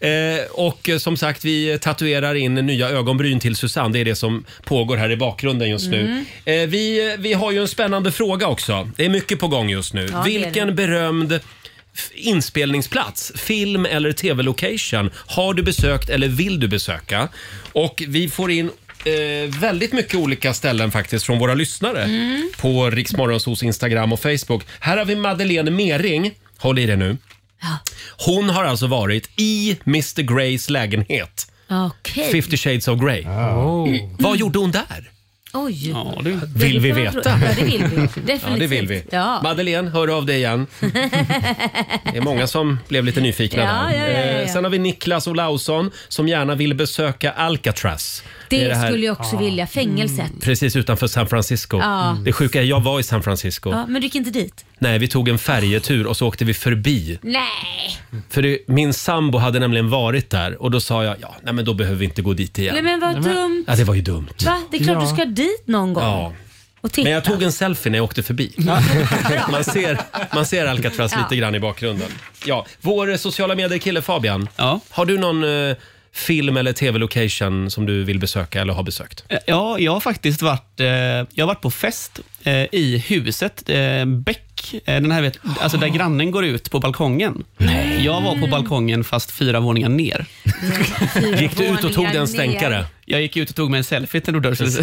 Speaker 2: Ja.
Speaker 1: Eh, och eh, som sagt, vi tatuerar in nya ögonbryn till Susanne. Det är det som pågår här i bakgrunden just
Speaker 2: Mm.
Speaker 1: nu. Eh, vi, vi har ju en spännande fråga också. Det är mycket på gång just nu.
Speaker 15: Ja, det är
Speaker 1: Vilken
Speaker 15: det.
Speaker 1: berömd f- inspelningsplats, film eller tv-location har du besökt eller vill du besöka? Och vi får in eh, väldigt mycket olika ställen faktiskt från våra lyssnare
Speaker 15: Mm.
Speaker 1: på Riksmorgonsos Instagram och Facebook. Här har vi Madeleine Mering. Håll i det nu. Hon har alltså varit i Mr Greys lägenhet.
Speaker 2: Okej.
Speaker 1: 50 shades of Grey. Mm. Vad gjorde hon där?
Speaker 2: Oj.
Speaker 1: Vill vi
Speaker 2: Det kan man
Speaker 1: veta?
Speaker 2: tro. Ja, det vill vi. Definitivt.
Speaker 1: Ja, det vill vi.
Speaker 2: Ja.
Speaker 1: Madeleine, hör av dig igen. Det är många som blev lite nyfikna
Speaker 2: Ja,
Speaker 1: där.
Speaker 2: ja, ja, ja, ja.
Speaker 1: Eh, Sen har vi Niklas Olausson som gärna vill besöka Alcatraz.
Speaker 2: Det,
Speaker 1: är här- Mm.
Speaker 2: skulle jag också vilja. Fängelset.
Speaker 1: Precis utanför San Francisco.
Speaker 2: Ja.
Speaker 1: Det sjuka är, jag var i San Francisco.
Speaker 2: Ja, men du gick inte dit?
Speaker 1: Nej, vi tog en färjetur och så åkte vi förbi
Speaker 2: Nej.
Speaker 1: För det, min sambo hade nämligen varit där och då sa jag, ja, nej men då behöver vi inte gå dit igen.
Speaker 2: Nej, men vad dumt.
Speaker 1: Ja, det var ju dumt.
Speaker 2: Va? Det är klart
Speaker 1: Ja.
Speaker 2: du ska dit någon gång.
Speaker 1: Ja.
Speaker 2: Och titta.
Speaker 1: Men jag tog en selfie när jag åkte förbi. man, ser, man ser Alcatraz
Speaker 2: Ja.
Speaker 1: lite grann i bakgrunden. Ja, vår eh, sociala medier-kille Fabian, har du någon eh, film eller tv-location som du vill besöka eller har besökt?
Speaker 10: Ja, jag har faktiskt varit, eh, jag har varit på fest eh, i huset eh, Bäck, eh, den här, vet, alltså där grannen går ut på balkongen. Jag var på balkongen fast fyra våningar ner.
Speaker 1: Gick du ut och tog dig en stänkare? ner.
Speaker 10: Jag gick ut och tog mig en selfie till Nordörs.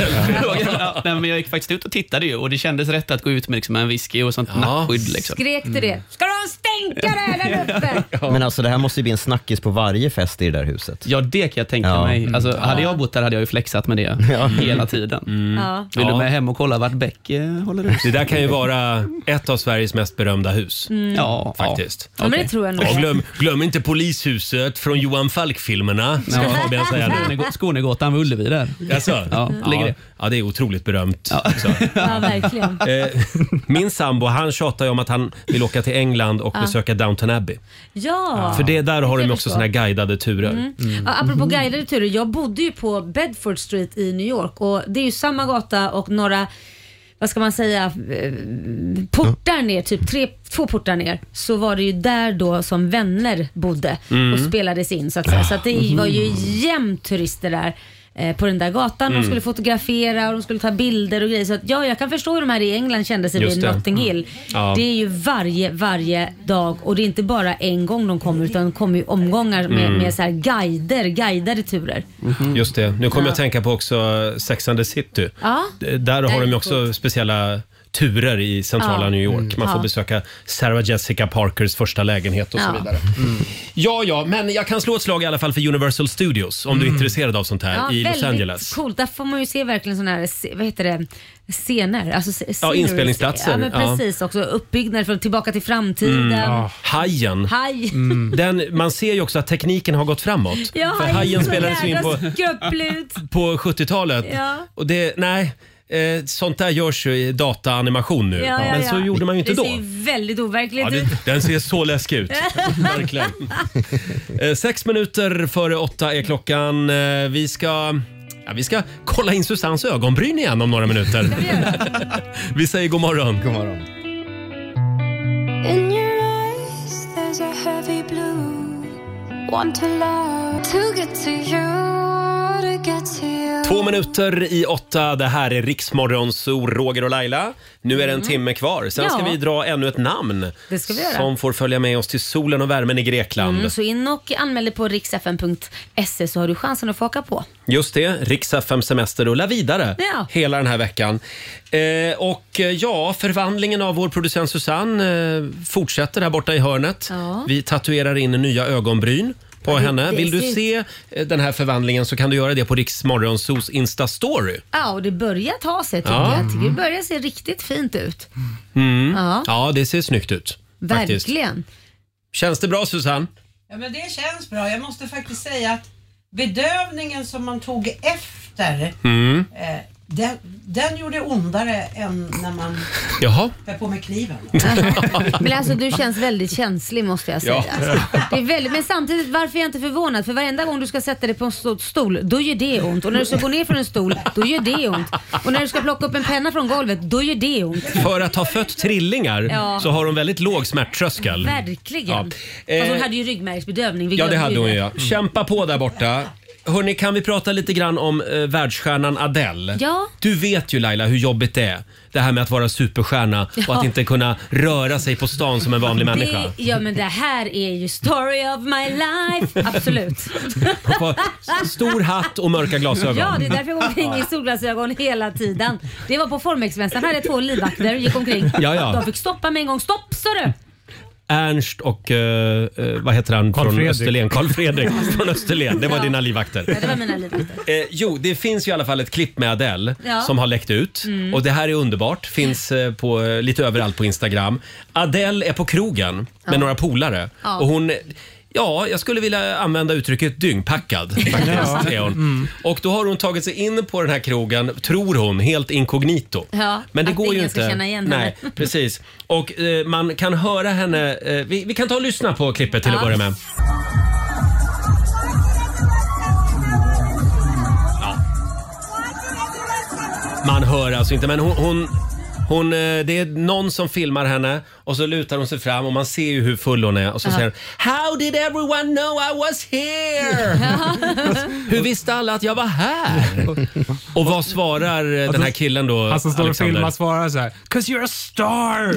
Speaker 10: ja, nej, men jag gick faktiskt ut och tittade ju och det kändes rätt att gå ut med liksom en whisky och sånt nackskydd. Liksom.
Speaker 2: Skrek du
Speaker 1: Mm.
Speaker 2: det? Ska du ha en stänkare där uppe?
Speaker 7: Men alltså det här måste ju bli en snackis på varje fest i det där huset.
Speaker 10: Ja, det kan jag tänka mig. Alltså, Hade jag bott där hade jag ju flexat med det hela tiden.
Speaker 2: Ja.
Speaker 10: Vill
Speaker 1: Mm. Ja.
Speaker 10: du med hem och kolla vart Beck eh, håller hus?
Speaker 1: Det där kan ju vara ett av Sveriges mest berömda hus.
Speaker 2: Mm. Ja,
Speaker 1: faktiskt.
Speaker 2: ja. Ja, men det tror jag nog.
Speaker 1: Och glöm, glöm inte polishuset från Johan Falk-filmerna, ska
Speaker 10: Ja.
Speaker 1: Fabian säga nu.
Speaker 10: Skånegå- Skånegatan vid Ullevi där.
Speaker 1: Jaså?
Speaker 10: Ja, ligger det.
Speaker 1: ja, det är otroligt berömt. också.
Speaker 2: Ja, verkligen.
Speaker 1: Eh, min sambo han tjatar ju om att han vill åka till England och
Speaker 2: Ja.
Speaker 1: besöka Downton Abbey.
Speaker 2: Ja.
Speaker 1: För det där har
Speaker 2: kan
Speaker 1: de
Speaker 2: jag
Speaker 1: också
Speaker 2: förstå.
Speaker 1: såna här guidade turer.
Speaker 2: Mm. Ja, apropå guidade turer, jag bodde ju på Bedford Street i New York och det är ju samma gata och några vad ska man säga, eh, portar ner, typ tre, två portar ner, så var det ju där då som vänner bodde
Speaker 13: Mm. Ah.
Speaker 2: och spelades in så att säga. Så att det var ju jämt turister där eh, på den där gatan.
Speaker 13: Mm.
Speaker 2: De skulle fotografera och de skulle ta bilder och grejer. Så att, ja, jag kan förstå hur de här i England kände sig
Speaker 13: Just
Speaker 2: vid
Speaker 13: det. Mm.
Speaker 2: Notting Hill.
Speaker 13: Ja.
Speaker 2: Det är ju varje, varje dag och det är inte bara en gång de kommer utan de kommer ju omgångar med,
Speaker 1: Mm.
Speaker 2: med så här guider, guidade turer.
Speaker 13: Mm.
Speaker 1: Just det. Nu kommer
Speaker 2: Ja.
Speaker 1: jag att tänka på också Sex and the City.
Speaker 2: Ja.
Speaker 1: D- Där har
Speaker 2: Där
Speaker 1: de ju
Speaker 2: är
Speaker 1: också speciella turer i centrala
Speaker 2: Ja. Mm.
Speaker 1: New York. Man får
Speaker 2: Ja.
Speaker 1: besöka Sarah Jessica Parkers första lägenhet och så
Speaker 2: Ja. Mm.
Speaker 1: vidare. Mm. Ja, ja, men jag kan slå ett slag i alla fall för Universal Studios om du är intresserad av sånt här
Speaker 2: Ja,
Speaker 1: i Los
Speaker 2: väldigt
Speaker 1: Angeles.
Speaker 2: coolt. Där får man ju se verkligen sådana här, se- vad heter det, scener. Alltså se- scenery.
Speaker 1: inspelningsplatser.
Speaker 2: Ja, men
Speaker 1: Ja. Mm.
Speaker 2: precis. Också uppbyggnader från Tillbaka till framtiden.
Speaker 1: ja. Hajen.
Speaker 2: Haj.
Speaker 1: Den, man ser ju också att tekniken har gått framåt.
Speaker 2: Mm. Ja,
Speaker 1: för
Speaker 2: hajen
Speaker 1: hajen
Speaker 2: som
Speaker 1: spelades ju in på,
Speaker 2: jädra skrupplut.
Speaker 1: på 70-talet.
Speaker 2: Ja.
Speaker 1: Och det, nej, eh, sånt där görs ju i dataanimation nu.
Speaker 2: Ja, ja,
Speaker 1: Men
Speaker 2: ja.
Speaker 1: så gjorde man ju inte
Speaker 2: det
Speaker 1: då.
Speaker 2: Det ser ju väldigt overkligt
Speaker 1: Ja,
Speaker 2: ut.
Speaker 1: det, den ser så läskig ut. Verkligen. Eh, sex minuter före åtta är klockan. Eh, vi ska... Ja, vi ska kolla in Susannes ögonbryn igen om några minuter. vi säger god morgon.
Speaker 7: God morgon.
Speaker 8: In your eyes, there's a heavy blue. Want to love, to get to you, to get to you.
Speaker 1: Två minuter i åtta. Det här är Riksmorgon, så Roger och Laila. Nu är det en timme kvar. Sen ska
Speaker 2: Mm. Ja.
Speaker 1: vi dra ännu ett namn
Speaker 2: Det ska vi göra.
Speaker 1: som får följa med oss till solen och värmen i Grekland.
Speaker 2: Mm, så in och anmäl dig på riksfn.se så har du chansen att få haka på.
Speaker 1: Just det, riks FM semester rullar vidare
Speaker 2: Ja.
Speaker 1: hela den här veckan. Eh, och eh, ja, förvandlingen av vår producent Susanne eh, fortsätter här borta i hörnet.
Speaker 15: Ja.
Speaker 1: Vi tatuerar in nya ögonbryn på
Speaker 15: Ja, det-
Speaker 1: henne.
Speaker 15: det
Speaker 1: Vill du
Speaker 2: ser ut-
Speaker 1: se eh, den här förvandlingen så kan du göra det på Riks Morgonzos Insta-story.
Speaker 2: Ja, och det börjar ta sig tycker
Speaker 1: Ja.
Speaker 2: jag. jag. tycker Det börjar se riktigt fint ut.
Speaker 1: Mm.
Speaker 2: Ja.
Speaker 1: Ja. det ser snyggt ut. faktiskt.
Speaker 2: Verkligen.
Speaker 1: Känns det bra Susanne?
Speaker 6: Ja, men det känns bra. Jag måste faktiskt säga att bedövningen som man tog efter,
Speaker 1: Mm.
Speaker 6: eh, den, den gjorde ondare än när man
Speaker 1: Jaha.
Speaker 6: höll på med kniven.
Speaker 2: Men alltså du känns väldigt känslig måste jag säga. Alltså,
Speaker 1: Ja.
Speaker 2: Det är väldigt, men samtidigt, varför är jag inte förvånad? För varenda gång du ska sätta dig på en stor stol, då gör det ont. Och när du ska gå ner från en stol, då gör det ont. Och när du ska plocka upp en penna från golvet, då gör det ont.
Speaker 1: För att ha fött trillingar
Speaker 2: Ja.
Speaker 1: så har hon väldigt låg smärttröskel.
Speaker 2: Verkligen.
Speaker 1: Ja. Eh,
Speaker 2: Fast hon hade ju ryggmärgsbedövning. vi
Speaker 1: Ja, det
Speaker 2: glömde
Speaker 1: hade
Speaker 2: ju
Speaker 1: hon ju. Ja. Mm. Kämpa på där borta. Hörni, kan vi prata lite grann om eh, världsstjärnan Adele?
Speaker 2: Ja.
Speaker 1: Du vet ju Laila hur jobbigt det är. Det här med att vara superstjärna och
Speaker 2: Ja.
Speaker 1: att inte kunna röra sig på stan som en vanlig människa.
Speaker 2: Det, ja men det här är ju story of my life. Absolut.
Speaker 1: På stor hatt och mörka glasögon.
Speaker 2: Ja, det är därför jag går omkring i solglasögon hela tiden. Det var på Formexmässan, här är två livvakter gick omkring.
Speaker 1: Ja, ja.
Speaker 2: De fick stoppa mig en gång. Stopp sa du!
Speaker 1: Ernst och eh, eh, vad heter han
Speaker 14: Carl
Speaker 1: från
Speaker 14: Fredrik.
Speaker 1: Österlen? Carl Fredrik från Österlen. Det var
Speaker 2: Ja.
Speaker 1: dina livvakter.
Speaker 2: Ja, det var mina livvakter.
Speaker 1: Eh, jo, det finns ju i alla fall ett klipp med Adele
Speaker 2: Ja.
Speaker 1: som har läckt ut.
Speaker 2: Mm.
Speaker 1: Och det här är underbart. Finns eh, på, eh, lite överallt på Instagram. Adele är på krogen med
Speaker 2: Ja.
Speaker 1: några polare.
Speaker 2: Ja.
Speaker 1: Och hon... Ja, jag skulle vilja använda uttrycket dyngpackad. Faktiskt, är hon.
Speaker 2: Mm.
Speaker 1: Och då har hon tagit sig in på den här krogen, tror hon, helt inkognito.
Speaker 2: Ja,
Speaker 1: Men det
Speaker 2: att
Speaker 1: går ju
Speaker 2: ingen
Speaker 1: inte.
Speaker 2: ska känna igen
Speaker 1: Nej,
Speaker 2: henne.
Speaker 1: precis. Och eh, man kan höra henne. Eh, vi, vi kan ta och lyssna på klippet till
Speaker 2: Ja.
Speaker 1: att börja med. Ja. Man hör alltså inte, men hon... hon hon, eh, det är någon som filmar henne och så lutar hon sig fram och man ser ju hur full hon är och så
Speaker 4: Ja.
Speaker 1: säger hon How did everyone know I was here? hur visste alla att jag var här? Och vad svarar eh, den här killen då?
Speaker 14: Alltså, Han som står och
Speaker 1: Alexander?
Speaker 14: filmar svarar så här. Cause you're a star!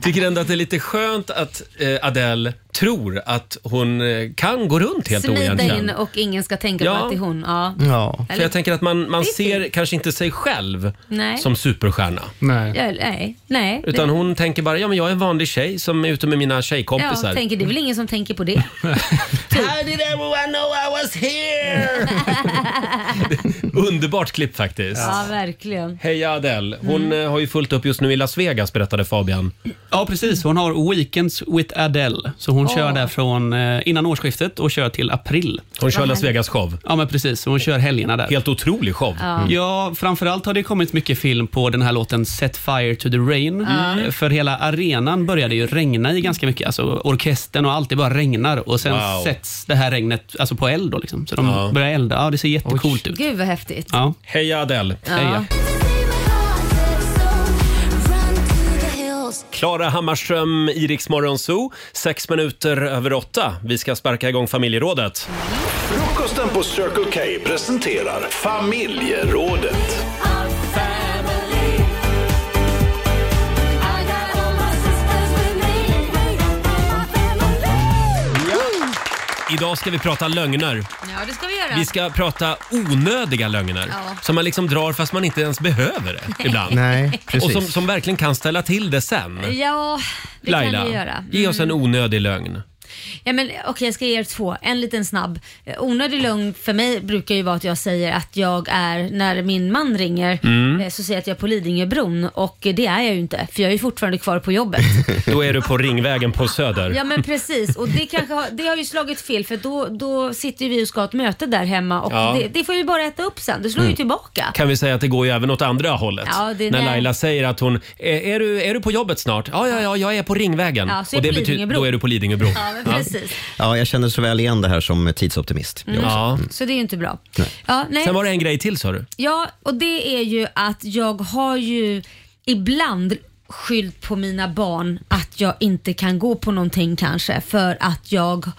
Speaker 1: Tycker ändå att det är lite skönt att eh, Adele tror att hon eh, kan gå runt helt
Speaker 2: Smita in
Speaker 1: oigenkänd.
Speaker 2: och ingen ska tänka
Speaker 1: Ja. Mm.
Speaker 2: på att det är hon. Ja.
Speaker 1: Ja. För
Speaker 2: Eller-
Speaker 1: jag tänker att man, man
Speaker 2: Det är
Speaker 1: ser kanske inte sig själv
Speaker 2: Nej.
Speaker 1: som superstjärna.
Speaker 14: Mm.
Speaker 2: Ja, nej. nej.
Speaker 1: Utan hon tänker bara, ja men jag är en vanlig tjej som är ute med mina tjejkompisar.
Speaker 2: Ja, tänker, det är väl ingen som tänker på det.
Speaker 1: How did everyone know I was here? Underbart klipp faktiskt.
Speaker 2: Ja, verkligen.
Speaker 1: Heja Adele. Hon eh, har ju fullt upp just nu i Las Vegas berättade Fabian.
Speaker 10: Ja, precis. Hon har Weekends with Adele. Så hon
Speaker 1: Ah.
Speaker 10: kör där från eh, innan årsskiftet och kör till april.
Speaker 1: Hon kör Vad Las härligt. Vegas-show.
Speaker 10: Ja, men precis. Hon kör helgerna där.
Speaker 1: Helt otrolig show.
Speaker 10: Ja,
Speaker 1: Mm.
Speaker 10: framförallt har det kommit mycket film på den här låten Set Fire to the Rain.
Speaker 1: Mm.
Speaker 10: För hela arenan började ju regna i ganska mycket. Alltså orkestern och allt, det bara regnar. Och sen
Speaker 1: Wow.
Speaker 10: sätts det här regnet alltså, på eld. Då, liksom. Så de
Speaker 1: Ja.
Speaker 10: börjar elda. Ja, det ser jättecoolt ut.
Speaker 2: Gud vad häftigt.
Speaker 10: Ja.
Speaker 1: Heja Adele.
Speaker 2: Ja. Heja.
Speaker 1: Klara Hammarström, Iriks morgonzoo. Sex minuter över åtta. Vi ska sparka igång familjerådet.
Speaker 4: Frukosten på Circle K presenterar familjerådet.
Speaker 1: Idag ska vi prata lögner.
Speaker 2: Ja, det ska vi göra.
Speaker 1: Vi ska prata onödiga lögner
Speaker 2: Ja.
Speaker 1: som man liksom drar fast man inte ens behöver det ibland.
Speaker 7: Nej, precis.
Speaker 1: Och som, som verkligen kan ställa till det sen.
Speaker 2: Ja, det
Speaker 1: Laila,
Speaker 2: kan vi göra.
Speaker 1: ge oss en onödig lögn.
Speaker 2: Ja, men, okej, jag ska ge er två. En liten snabb. Eh, Onödig lögn för mig brukar ju vara att jag säger att jag är, när min man ringer,
Speaker 1: Mm.
Speaker 2: eh, så säger jag att jag är på Lidingöbron och eh, det är jag ju inte för jag är ju fortfarande kvar på jobbet.
Speaker 1: Då är du på Ringvägen på Söder.
Speaker 2: Ja men precis och det, kanske har, det har ju slagit fel för då, då sitter ju vi och ska ha ett möte där hemma och
Speaker 1: Ja.
Speaker 2: det, det får vi bara äta upp sen. Det slår ju
Speaker 1: Mm.
Speaker 2: tillbaka.
Speaker 1: Kan vi säga att det går ju även åt andra hållet?
Speaker 2: Ja, det är
Speaker 1: när
Speaker 2: när-
Speaker 1: Laila säger att hon, är, är, du, är du på jobbet snart? Ja, ja, ja jag är på Ringvägen.
Speaker 2: Ja, så är jag på
Speaker 1: bety-
Speaker 2: Lidingöbron.
Speaker 1: Då är du på Lidingöbron.
Speaker 2: Ja, men precis.
Speaker 7: Ja, jag känner så väl igen det här som tidsoptimist.
Speaker 2: Mm.
Speaker 1: Ja.
Speaker 2: Så det är ju inte bra. Ja, nej.
Speaker 1: Sen var det en grej till sa du.
Speaker 2: Ja, och det är ju att jag har ju ibland skyllt på mina barn att jag inte kan gå på någonting kanske för att jag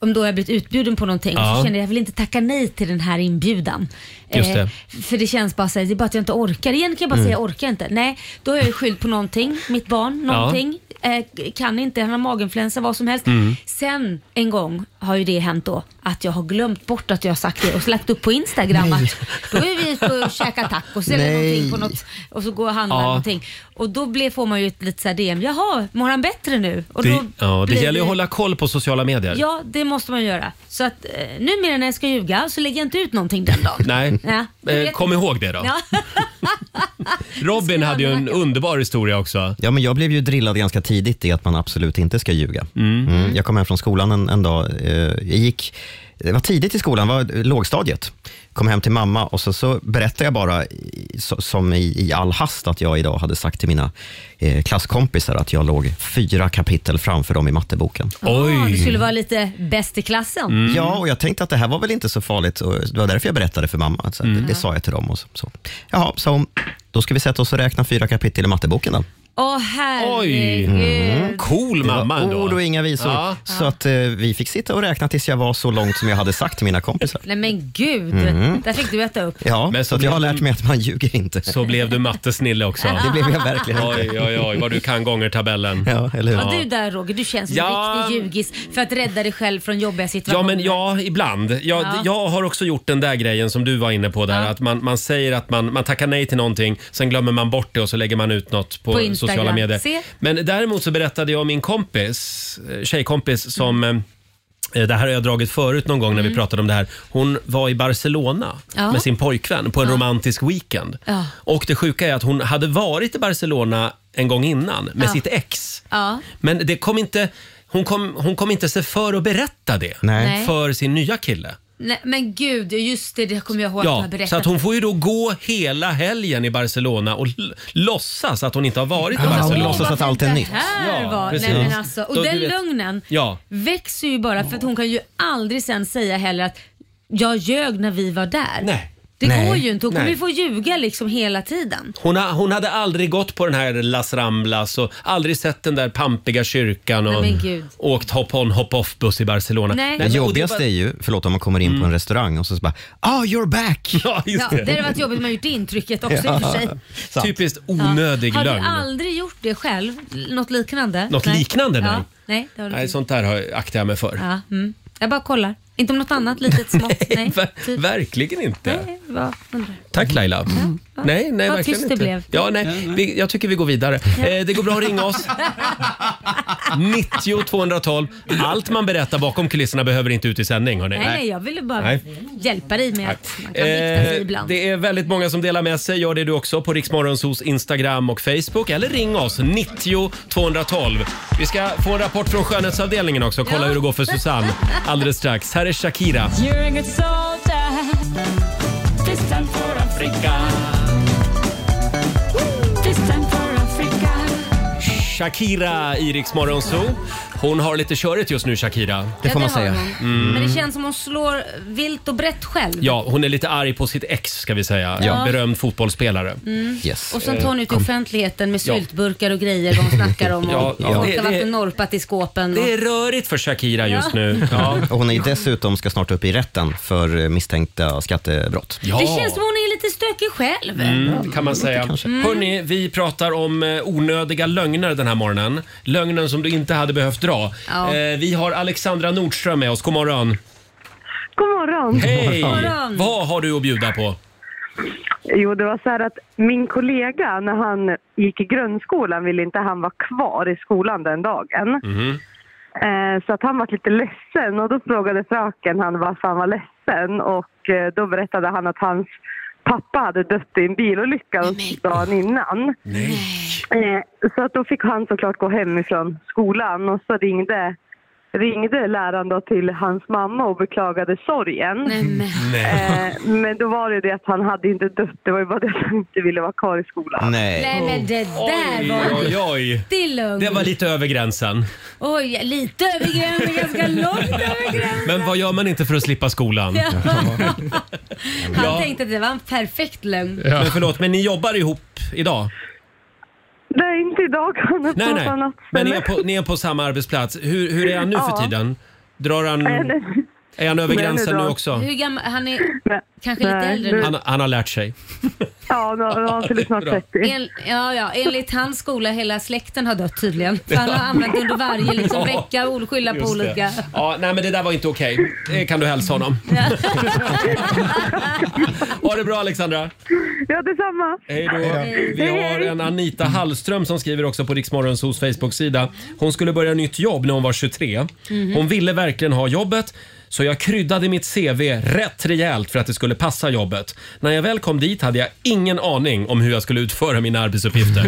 Speaker 2: om då har jag blivit utbjuden på någonting
Speaker 13: Ja.
Speaker 2: så känner jag, jag vill inte tacka nej till den här inbjudan. Eh,
Speaker 13: Just det.
Speaker 2: för det känns bara så här, det är bara att jag inte orkar. Igen kan jag bara
Speaker 13: Mm.
Speaker 2: säga jag orkar inte. Nej, då har jag ju skyllt på någonting, mitt barn,
Speaker 13: Ja.
Speaker 2: någonting. Eh, kan inte, han har maginfluensa, vad som helst.
Speaker 13: Mm.
Speaker 2: Sen en gång har ju det hänt då att jag har glömt bort att jag har sagt det och lagt upp på Instagram
Speaker 13: Nej.
Speaker 2: att då är vi ute och käkar tacos eller
Speaker 13: Nej.
Speaker 2: någonting på något och så går och handlar
Speaker 1: Ja.
Speaker 2: någonting. Och då blir, får man ju ett litet så här DM, jaha, mår han bättre nu? Och
Speaker 1: Det,
Speaker 2: då
Speaker 1: ja, det
Speaker 2: blir
Speaker 1: gäller ju att hålla koll på sociala medier.
Speaker 2: Ja, det måste man göra. Så att eh, numera när jag ska ljuga så lägger jag inte ut någonting den dagen.
Speaker 1: Nej.
Speaker 2: Ja, du
Speaker 1: Eh,
Speaker 2: vet-
Speaker 1: kom ihåg det då.
Speaker 2: Ja.
Speaker 1: Robin hade ju en underbar historia också.
Speaker 7: Ja, men jag blev ju drillad ganska tidigt i att man absolut inte ska ljuga. Mm. Jag kom hem från skolan en, en dag. eh, Jag gick, det var tidigt i skolan, det var lågstadiet. Kom hem till mamma och så, så berättade jag bara, i- så, som i, i all hast, att jag idag hade sagt till mina eh, klasskompisar att jag låg fyra kapitel framför dem i matteboken.
Speaker 2: Ja, du skulle vara lite bäst i klassen.
Speaker 1: Mm.
Speaker 7: Ja, och jag tänkte att det här var väl inte så farligt. Och det var därför jag berättade för mamma. Så att det, det sa jag till dem. Och så, så. Jaha, sa hon, då ska vi sätta oss och räkna fyra kapitel i matteboken då.
Speaker 2: Åh Mm. herregud.
Speaker 1: Mm. Cool mamma
Speaker 7: ändå. ord och inga visor.
Speaker 2: Ja.
Speaker 7: Så att eh, vi fick sitta och räkna tills jag var så långt som jag hade sagt till mina kompisar.
Speaker 2: Nej men gud.
Speaker 7: Mm.
Speaker 2: Där fick du äta upp.
Speaker 7: Ja, så att jag har lärt mig att man ljuger inte.
Speaker 1: Så blev du mattesnille också.
Speaker 7: Det blev jag verkligen
Speaker 1: Oj,
Speaker 7: inte.
Speaker 1: oj, oj, vad du kan gånger tabellen.
Speaker 7: Ja, eller
Speaker 2: Var du där Roger? Du känns som
Speaker 1: Ja.
Speaker 2: en riktig ljugis för att rädda dig själv från jobbiga
Speaker 1: Ja,
Speaker 2: situationer.
Speaker 1: men ja, ibland. Jag,
Speaker 2: Ja.
Speaker 1: jag har också gjort den där grejen som du var inne på där. Att man, man säger att man, man tackar nej till någonting, sen glömmer man bort det och så lägger man ut något på,
Speaker 2: På Instagram.
Speaker 1: sociala medier.
Speaker 2: Se.
Speaker 1: Men däremot så berättade jag om min kompis, eh, tjejkompis som
Speaker 2: Mm.
Speaker 1: eh, det här har jag dragit förut någon gång när vi pratade om det här. Hon var i Barcelona
Speaker 2: Ja.
Speaker 1: med sin pojkvän på en romantisk weekend.
Speaker 2: Ja.
Speaker 1: Och det sjuka är att hon hade varit i Barcelona en gång innan med
Speaker 2: Ja.
Speaker 1: sitt ex.
Speaker 2: Ja.
Speaker 1: Men det kom inte, hon, kom, hon kom inte sig för att berätta det
Speaker 2: Nej.
Speaker 1: för sin nya kille.
Speaker 2: Nej, men gud, just det, det kommer jag ihåg att
Speaker 1: Ja,
Speaker 2: du har berättat.
Speaker 1: så att hon får ju då gå hela helgen i Barcelona och l- låtsas att hon inte har varit i
Speaker 7: Ja, hon
Speaker 1: Barcelona.
Speaker 7: Alltså, låtsas att allt är nytt. Mm.
Speaker 2: Det här
Speaker 1: Ja,
Speaker 2: var,
Speaker 1: precis.
Speaker 2: nej, men alltså, och
Speaker 1: Då
Speaker 2: den
Speaker 1: du vet-
Speaker 2: lögnen
Speaker 1: Ja.
Speaker 2: växer ju bara för att hon kan ju aldrig sen säga heller att jag ljög när vi var där.
Speaker 1: Nej.
Speaker 2: Det
Speaker 1: Nej.
Speaker 2: går ju inte, hon kommer
Speaker 1: Nej.
Speaker 2: ju få ljuga liksom hela tiden.
Speaker 1: Hon, ha, hon hade aldrig gått på den här Las Ramblas och aldrig sett den där pampiga kyrkan och
Speaker 2: Nej, men gud.
Speaker 1: åkt hop-on hop-off-buss i Barcelona.
Speaker 2: Nej.
Speaker 7: Det
Speaker 1: men- och
Speaker 7: jobbigaste
Speaker 1: var- Mm.
Speaker 7: är ju, förlåt om man kommer in på en restaurang och så bara, ah you're back!
Speaker 1: Ja,
Speaker 2: Ja, det hade varit jobbigt om man gjort det intrycket också i och för sig.
Speaker 7: Sant.
Speaker 1: Typiskt
Speaker 2: Ja.
Speaker 1: onödig
Speaker 2: Har
Speaker 1: lögn.
Speaker 2: du aldrig gjort det själv? Något liknande?
Speaker 1: Något liknande, nej.
Speaker 2: Ja, nej, det har du
Speaker 1: Nej,
Speaker 2: inte.
Speaker 1: sånt där har- aktar jag mig för.
Speaker 2: Ja, mm. Jag bara kollar. Inte om något annat litet smått? Nej. typ.
Speaker 1: Ver- verkligen inte.
Speaker 2: Nej, vad undrar.
Speaker 1: Tack Laila. Mm. Nej, nej
Speaker 2: Mm. Vad
Speaker 1: verkligen
Speaker 2: tyst
Speaker 1: inte.
Speaker 2: det blev.
Speaker 1: Ja, nej, vi, jag tycker vi går vidare. Eh, det går bra att ringa oss. 90 212. Allt man berättar bakom kulisserna behöver inte ut i sändning. Hörni.
Speaker 2: Nej, nej, jag ville bara
Speaker 1: Nej.
Speaker 2: hjälpa dig med att man kan rikta sig
Speaker 1: Eh,
Speaker 2: ibland.
Speaker 1: det är väldigt många som delar med sig. Gör det du också på Riksmorgonsos Instagram och Facebook. Eller ring oss, 90 212. Vi ska få en rapport från skönhetsavdelningen också. Kolla hur det går för Susanne alldeles strax. Här är Shakira.
Speaker 15: You're a good soldier. This time for Africa. This time for Africa.
Speaker 1: Shakira i Rix Morgon Zoo. Hon har lite körigt just nu Shakira.
Speaker 2: Ja, har hon. Men det känns som hon slår vilt och brett själv.
Speaker 1: Mm. Ja, hon är lite arg på sitt ex ska vi säga.
Speaker 2: Ja.
Speaker 1: Berömd fotbollsspelare.
Speaker 2: Mm.
Speaker 1: Yes.
Speaker 2: Och sen tar hon ut i
Speaker 1: Eh, Kom.
Speaker 2: offentligheten med
Speaker 1: Ja.
Speaker 2: syltburkar och grejer vad hon snackar om. Och
Speaker 1: Ja, ja.
Speaker 2: Folk
Speaker 1: Det-
Speaker 2: har varit
Speaker 1: det-
Speaker 2: och norpat i skåpen.
Speaker 1: Det
Speaker 2: och-
Speaker 1: är rörigt för Shakira just
Speaker 2: Ja.
Speaker 1: nu. Ja.
Speaker 7: Och hon är ju dessutom ska snart upp i rätten för eh, misstänkta skattebrott.
Speaker 2: Det känns som hon är lite stökig själv.
Speaker 1: Mm, det kan man säga.
Speaker 2: Mm.
Speaker 1: Hörni, vi pratar om eh, onödiga lögner den här morgonen. Lögnen som du inte hade behövt dra.
Speaker 2: Ja.
Speaker 1: Eh, Vi har Alexandra Nordström med oss. God morgon.
Speaker 5: God morgon.
Speaker 1: Hej!
Speaker 5: God morgon.
Speaker 1: Vad har du att bjuda på?
Speaker 5: Jo, det var så här att min kollega, när han gick i grundskolan ville inte han vara kvar i skolan den dagen. Eh, så att han var lite ledsen och då frågade fröken han varför han var ledsen och eh, då berättade han att hans pappa hade dött i en bilolycka dagen innan. Eh, så att då fick han såklart gå hemifrån skolan och så ringde ringde läraren då till hans mamma och beklagade sorgen.
Speaker 1: Nej.
Speaker 5: Eh, men då var det ju det att han hade inte dött, det var ju bara det att han inte ville vara kvar i
Speaker 16: Ah.
Speaker 5: skolan.
Speaker 2: Nej men det där
Speaker 1: Oj,
Speaker 2: var
Speaker 1: oj, oj.
Speaker 2: riktig lögn.
Speaker 1: Det var lite över gränsen.
Speaker 2: Oj, lite över gränsen, ganska långt över gränsen.
Speaker 1: Men vad gör man inte för att slippa skolan?
Speaker 2: Ja. Han
Speaker 1: Ja.
Speaker 2: tänkte att det var en perfekt lögn.
Speaker 1: Men förlåt, men ni jobbar ihop idag?
Speaker 5: Nej, inte idag. Han är
Speaker 1: Nej,
Speaker 5: på
Speaker 1: nej.
Speaker 5: ett annat
Speaker 1: Men ni
Speaker 5: ställe.
Speaker 1: är på, ni är på samma arbetsplats. Hur, hur är han nu för
Speaker 5: Ja.
Speaker 1: tiden? Drar han...
Speaker 5: Nej, nej.
Speaker 16: Mm.
Speaker 1: Är han över
Speaker 5: Nej,
Speaker 1: gränsen
Speaker 5: nej,
Speaker 1: nu
Speaker 5: då.
Speaker 1: också?
Speaker 2: Hur gammal, han är kanske lite
Speaker 5: Nej,
Speaker 2: äldre nu.
Speaker 1: Han, han har lärt sig.
Speaker 5: Ja, nu har han fyllt snart
Speaker 1: Det är
Speaker 5: 30.
Speaker 1: bra.
Speaker 2: En, ja, ja, enligt hans skola hela släkten har dött tydligen. För han har använt under varje liksom,
Speaker 1: Ja.
Speaker 2: vecka och skylla på
Speaker 1: Just det.
Speaker 2: olika.
Speaker 1: Ja, nej men det där var inte okej. Det kan du hälsa honom. ha det bra Alexandra.
Speaker 5: Ja, detsamma.
Speaker 1: Hej då. Vi har en Anita Hallström som skriver också på Riksmorgonsos Facebook-sida. Hon skulle börja nytt jobb när hon var 23.
Speaker 15: Mhm.
Speaker 1: Hon ville verkligen ha jobbet. Så jag kryddade mitt CV rätt rejält för att det skulle passa jobbet. När jag väl kom dit hade jag ingen aning om hur jag skulle utföra mina arbetsuppgifter.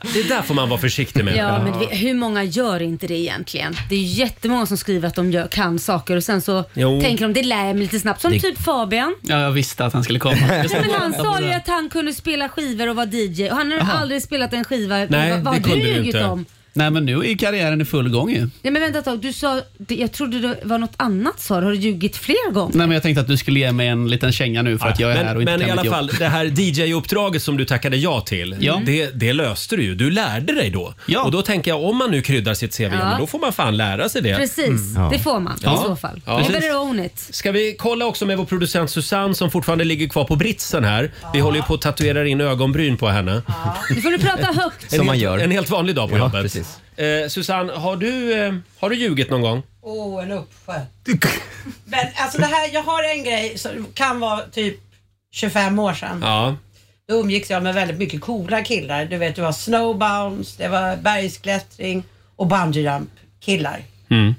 Speaker 1: Det där får man vara försiktig med.
Speaker 2: Ja, men vi, hur många gör inte det egentligen? Det är ju jättemånga som skriver att de gör, kan saker och sen så
Speaker 10: Jo.
Speaker 2: tänker de det lär jag mig lite snabbt. Som
Speaker 10: Det-
Speaker 2: typ Fabian.
Speaker 10: Ja, jag visste att han skulle komma. Jag
Speaker 2: Nej,
Speaker 10: satt
Speaker 2: men
Speaker 10: och
Speaker 2: han
Speaker 10: väntade på
Speaker 2: sa
Speaker 10: det
Speaker 2: ju
Speaker 10: här.
Speaker 2: att han kunde spela skivor och vara DJ och han har aldrig spelat en skiva. vad, vad har du ljugit om?
Speaker 10: Nej, men nu är karriären i full gång ju.
Speaker 2: Nej men vänta ett tag, du sa, det- jag trodde det var något annat sa du. Har du ljugit fler gånger?
Speaker 10: Nej, men jag tänkte att du skulle ge mig en liten känga nu för att jag är här
Speaker 1: Men,
Speaker 10: och inte
Speaker 1: men
Speaker 10: kan
Speaker 1: i
Speaker 10: mitt
Speaker 1: alla
Speaker 10: jobb.
Speaker 1: fall, det här DJ-uppdraget som du tackade ja till,
Speaker 10: Ja.
Speaker 1: det, det löste du ju. Du lärde dig då. Och då tänker jag, om man nu kryddar sitt CV,
Speaker 2: Ja.
Speaker 1: men då får man fan lära sig det.
Speaker 2: Precis, det får man i
Speaker 1: Mm. Ja.
Speaker 2: så fall.
Speaker 1: Ja.
Speaker 2: You
Speaker 1: Precis.
Speaker 2: better own it.
Speaker 1: Ska vi kolla också med vår producent Susanne som fortfarande ligger kvar på britsen här. Vi håller ju på att tatuera in ögonbryn på henne.
Speaker 2: Nu får du prata högt.
Speaker 1: En helt, En helt vanlig dag på jobbet. Eh, Susanne, har du, eh, har du ljugit någon gång?
Speaker 6: Åh, oh, en uppsjö. Men alltså det här, jag har en grej som kan vara typ 25 år sedan.
Speaker 1: Ja.
Speaker 6: Då umgicks jag med väldigt mycket coola killar. Du vet, det var snowbounds, det var bergsklättring och bungyjump killar.
Speaker 15: Mm.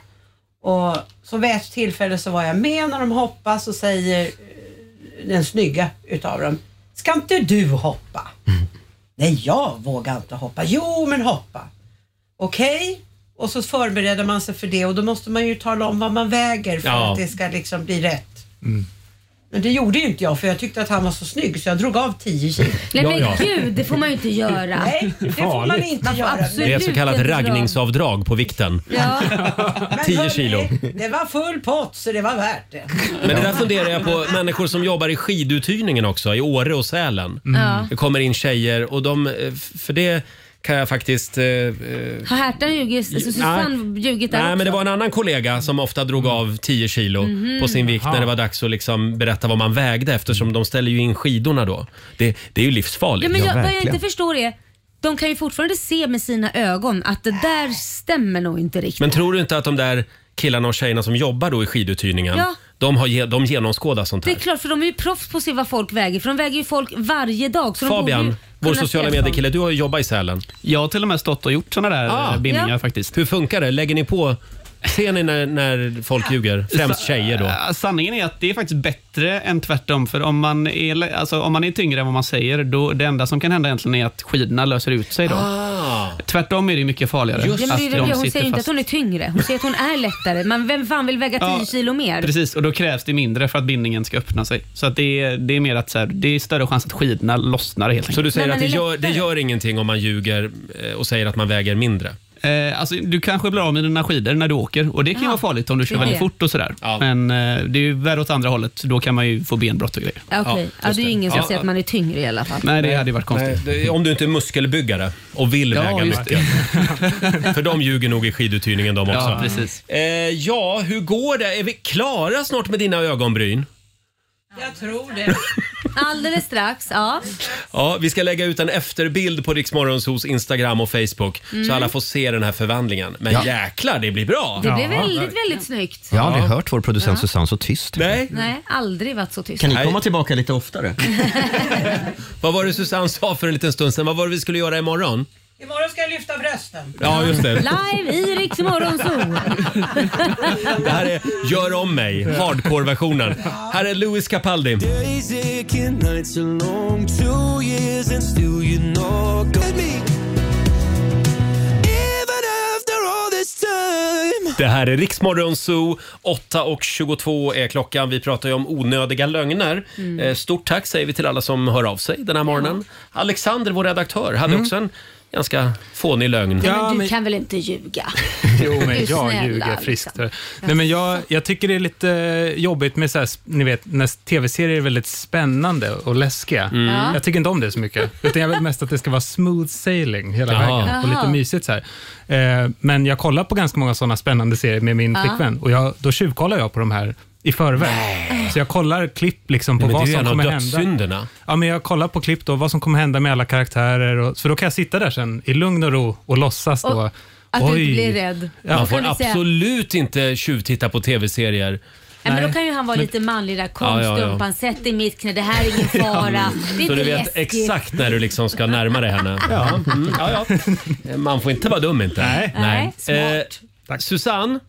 Speaker 6: Och så vid ett tillfälle så var jag med när de hoppade så säger eh, den snygga utav dem, ska inte du hoppa? Nej, jag vågar inte hoppa. Jo, men hoppa. Okej, och så förbereder man sig för det och då måste man ju tala om vad man väger för
Speaker 15: Ja.
Speaker 6: att det ska liksom bli rätt. Men det gjorde ju inte jag för jag tyckte att han var så snygg så jag drog av 10 kilo.
Speaker 2: Nej men gud, det får man ju inte göra.
Speaker 6: Nej, det får man inte
Speaker 2: Man får
Speaker 6: göra.
Speaker 2: absolut
Speaker 1: Det är så kallat
Speaker 2: inte dra-
Speaker 1: raggningsavdrag på vikten.
Speaker 2: Ja.
Speaker 1: 10 kilo.
Speaker 6: Det var full pott så det var värt det.
Speaker 1: Men det där funderar jag på människor som jobbar i skiduthyrningen också, i Åre och Sälen.
Speaker 2: Mm. Ja.
Speaker 1: Det kommer in tjejer och de, eh, för det kan jag faktiskt... eh, eh,
Speaker 2: Har Hertan ljugit? Alltså, Susanne ljugit där
Speaker 1: Nej,
Speaker 2: också? Mm.
Speaker 1: men det var en annan kollega som ofta drog av 10 kilo
Speaker 2: Mhm.
Speaker 1: på sin vikt när det var dags att liksom berätta vad man vägde eftersom de ställer ju in skidorna då. Det, det är ju
Speaker 2: Ja,
Speaker 1: livsfarligt.
Speaker 2: men jag, vad jag inte förstår är, de kan ju fortfarande se med sina ögon att det där stämmer nog inte riktigt.
Speaker 1: Men tror du inte att de där killarna och tjejerna som jobbar då i skiduthyrningen,
Speaker 2: Ja.
Speaker 1: de, har, ge- de genomskådar sånt
Speaker 2: det är
Speaker 1: här?
Speaker 2: klart, för de är ju proffs på att se vad folk väger, för de väger ju folk varje dag. Så de borde
Speaker 1: Fabian,
Speaker 2: ju
Speaker 1: vår
Speaker 2: kunna
Speaker 1: sociala
Speaker 2: se dem.
Speaker 1: medier-kille, du har ju jobbat i Sälen.
Speaker 10: Jag har till och med stått och gjort såna där eh, bindningar
Speaker 1: Ah, Ja.
Speaker 10: faktiskt.
Speaker 1: Hur funkar det? Lägger ni på? Ser ni när, när folk ljuger? Främst tjejer då.
Speaker 10: Eh, Sanningen är att det är faktiskt bättre än tvärtom. För om man är, le- alltså, om man är tyngre än vad man säger, då det enda som kan hända egentligen är att skidorna löser ut sig. Då.
Speaker 1: Ah.
Speaker 10: Tvärtom är det ju mycket farligare.
Speaker 2: Ja, men det är
Speaker 10: att
Speaker 2: väl
Speaker 10: de
Speaker 2: det, hon
Speaker 10: sitter
Speaker 2: säger ju inte att
Speaker 10: fast.
Speaker 2: hon är tyngre, hon säger att hon är lättare. Men vem fan vill väga 10
Speaker 10: Ja,
Speaker 2: kilo mer?
Speaker 10: Precis, och då krävs det mindre för att bindningen ska öppna sig. Så att det, är, det är mer att så här, det är större chans att skidorna lossnar helt enkelt.
Speaker 1: Så du säger att det gör, det gör ingenting om man ljuger eh, och säger att man väger mindre?
Speaker 10: Eh, alltså, du kanske blir av med dina skidor när du åker och det kan ju vara farligt om du kör
Speaker 2: det är
Speaker 10: väldigt
Speaker 2: det.
Speaker 10: fort och sådär. Men eh, det är ju värre åt andra hållet, då kan man ju få benbrott och grejer.
Speaker 2: Ja, Okej, ja, det är ju ingen som säger att man är tyngre i alla fall.
Speaker 10: Nej, det hade ju varit konstigt.
Speaker 1: Nej, det- om du inte är muskelbyggare och vill
Speaker 10: Ja,
Speaker 1: väga
Speaker 10: just
Speaker 1: mycket. För de ljuger nog i skiduthyrningen de också.
Speaker 10: Ja, precis.
Speaker 1: Eh, ja, hur går det? Är vi klara snart med dina ögonbryn?
Speaker 6: Jag tror det.
Speaker 2: Alldeles strax, ja.
Speaker 1: Ja, vi ska lägga ut en efterbild på Riksmorgonsos Instagram och Facebook
Speaker 2: Mm.
Speaker 1: så alla får se den här förvandlingen. Men
Speaker 7: Ja.
Speaker 1: jäklar, det blir bra!
Speaker 2: Det blev väldigt, väldigt snyggt.
Speaker 7: Jag har aldrig hört vår producent Susanne så tyst.
Speaker 1: Nej.
Speaker 2: Nej, aldrig varit så tyst.
Speaker 1: tillbaka lite oftare? Vad var det Susanne sa för en liten stund sedan? Vad var det vi skulle göra imorgon?
Speaker 6: Imorgon ska jag lyfta brösten.
Speaker 1: Ja, just det.
Speaker 2: Live i Rix Morgonzoo.
Speaker 1: Det här är Gör om mig, hardcore-versionen. Här är Louis Capaldi.
Speaker 15: Days aching, nights are long, two years and still you knock at me. Even after all this time.
Speaker 1: Det här är Riksmorgon Zoo. 8.22 är klockan. Vi pratar ju om onödiga lögner.
Speaker 15: Mm.
Speaker 1: Eh, Stort tack säger vi till alla som hör av sig den här morgonen. Alexander, vår redaktör, hade
Speaker 14: Mm.
Speaker 1: också en ganska fånig lögn.
Speaker 2: men du kan väl inte ljuga?
Speaker 14: Jo, men
Speaker 2: Du snälla,
Speaker 14: jag ljuger
Speaker 2: liksom.
Speaker 14: friskt. Nej, men jag, jag tycker det är lite eh, jobbigt med så här, ni vet, när tv-serier är väldigt spännande och läskiga.
Speaker 10: Mm.
Speaker 15: Ja.
Speaker 14: Jag tycker inte om det så mycket. Utan jag vill mest att det ska vara smooth sailing hela
Speaker 15: Jaha.
Speaker 14: vägen och lite
Speaker 15: Jaha.
Speaker 14: mysigt. Så här. Eh, men jag kollar på ganska många sådana spännande serier med min
Speaker 15: Ja.
Speaker 14: flickvän och jag, då tjuvkollar jag på de här i förväg. Så jag kollar klipp liksom på
Speaker 1: Nej, men
Speaker 14: vad
Speaker 1: det är ju
Speaker 14: som
Speaker 1: en av
Speaker 14: kommer hända.
Speaker 1: dödssynderna.
Speaker 14: Ja, men jag kollar på klipp då, vad som kommer hända med alla karaktärer. Och, för då kan jag sitta där sen i lugn och ro och låtsas då.
Speaker 2: Och Att du
Speaker 14: "Oj."
Speaker 2: inte blir rädd. Då
Speaker 1: Man
Speaker 2: kan
Speaker 1: får
Speaker 2: du säga-
Speaker 1: absolut inte tjuvtitta på tv-serier.
Speaker 2: Nej, men då kan ju han vara
Speaker 1: Men-
Speaker 2: lite manlig där. Kom
Speaker 1: Ja, ja, ja.
Speaker 2: stumpan, sätt dig i mitt knä. Det här är ingen fara. Det är
Speaker 1: Så
Speaker 2: inte
Speaker 1: du vet
Speaker 2: läskigt.
Speaker 1: exakt när du liksom ska närma dig henne. Ja. Mm, ja, ja. Man får inte vara dum inte. Nej.
Speaker 2: Nej,
Speaker 1: Eh, Susanne,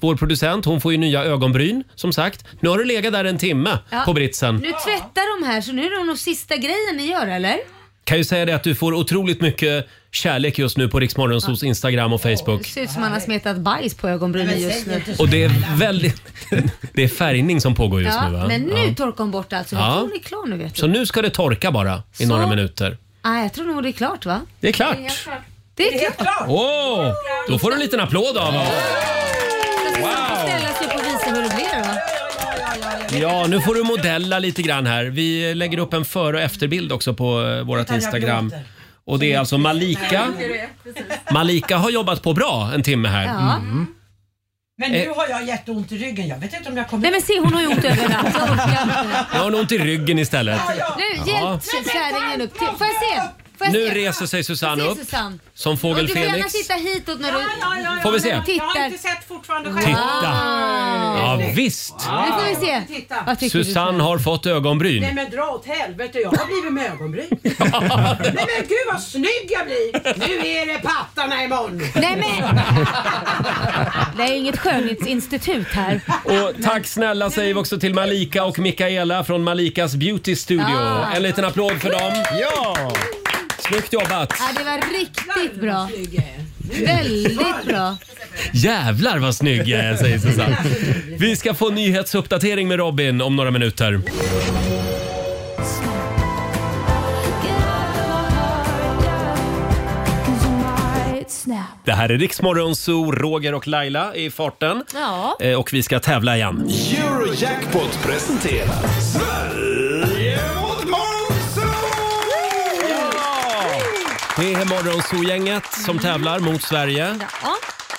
Speaker 1: vår producent, hon får ju nya ögonbryn som sagt. Nu har du legat där en timme
Speaker 2: Ja.
Speaker 1: på britsen.
Speaker 2: Nu tvättar de här så nu är det nog sista grejen ni gör eller?
Speaker 1: Kan ju säga det att du får otroligt mycket kärlek just nu på Riksmorgonsos Instagram och
Speaker 2: Det
Speaker 1: Facebook.
Speaker 2: ser ut som man har smetat bajs på ögonbrynen just nu.
Speaker 1: Och det är väldigt... Det är färgning som pågår just
Speaker 2: ja,
Speaker 1: nu va?
Speaker 2: Men nu
Speaker 1: Ja.
Speaker 2: torkar hon bort allt så
Speaker 1: Ja.
Speaker 2: jag tror hon är klar nu vet du.
Speaker 1: Så nu ska det torka bara i
Speaker 2: Så.
Speaker 1: några minuter.
Speaker 2: Nej, jag tror nog det är klart va?
Speaker 1: Det är klart.
Speaker 2: Det är klart.
Speaker 1: Åh! då får du en liten applåd av oss.
Speaker 2: Wow. Ställa sig upp och visa hur det blir va?
Speaker 1: Ja, nu får du modella lite grann här. Vi lägger upp en före och efterbild också på eh, vårt
Speaker 2: Utan jag
Speaker 1: Instagram.
Speaker 2: gråter.
Speaker 1: Och det är alltså Malika. Malika har jobbat på bra en timme här.
Speaker 6: Ja.
Speaker 1: Mm.
Speaker 6: Men nu
Speaker 1: Eh.
Speaker 6: har jag jätteont i ryggen. Jag vet inte om jag kommer...
Speaker 2: Nej men se hon har ju ont överallt. Jag orkar inte.
Speaker 1: Nu har hon ont i ryggen istället.
Speaker 2: Nu,
Speaker 1: Ja.
Speaker 2: hjälp kärringen upp till. Får jag se? Får jag
Speaker 1: Nu
Speaker 2: se?
Speaker 1: reser sig Susanne
Speaker 2: Se,
Speaker 1: upp
Speaker 2: Susanne.
Speaker 1: som fågel
Speaker 2: Och Du får gärna
Speaker 1: Felix.
Speaker 2: titta hitåt när du
Speaker 1: ja. Får vi se?
Speaker 2: tittar.
Speaker 6: Jag har inte sett fortfarande själv.
Speaker 1: Titta! Ja, visst.
Speaker 2: Nu får vi se.
Speaker 6: Titta.
Speaker 2: Vad tycker du,
Speaker 1: Susanne har fått ögonbryn.
Speaker 6: Nej men dra åt helvete, jag har blivit med ögonbryn. Nej men gud vad snygg jag blir! Nu är det pattarna imorgon.
Speaker 2: Nej men! Det är inget skönhetsinstitut här.
Speaker 1: Och tack snälla säger vi också till Malika och Mikaela från Malikas Beauty Studio.
Speaker 2: Ja.
Speaker 1: En liten applåd för dem. Ja! Snyggt jobbat!
Speaker 2: Ja, det var riktigt bra. Väldigt bra.
Speaker 1: Jävlar vad snygg jag är, säger Susanne. Vi ska få nyhetsuppdatering med Robin om några minuter. Det här är Riksmorgon Zoo, Roger och Laila i farten.
Speaker 2: Ja.
Speaker 1: Eh, Och vi ska tävla igen.
Speaker 4: Eurojackpot presenterar Sverige mot
Speaker 1: Det är Morgonzoo-gänget som tävlar mot Sverige.
Speaker 2: Ja.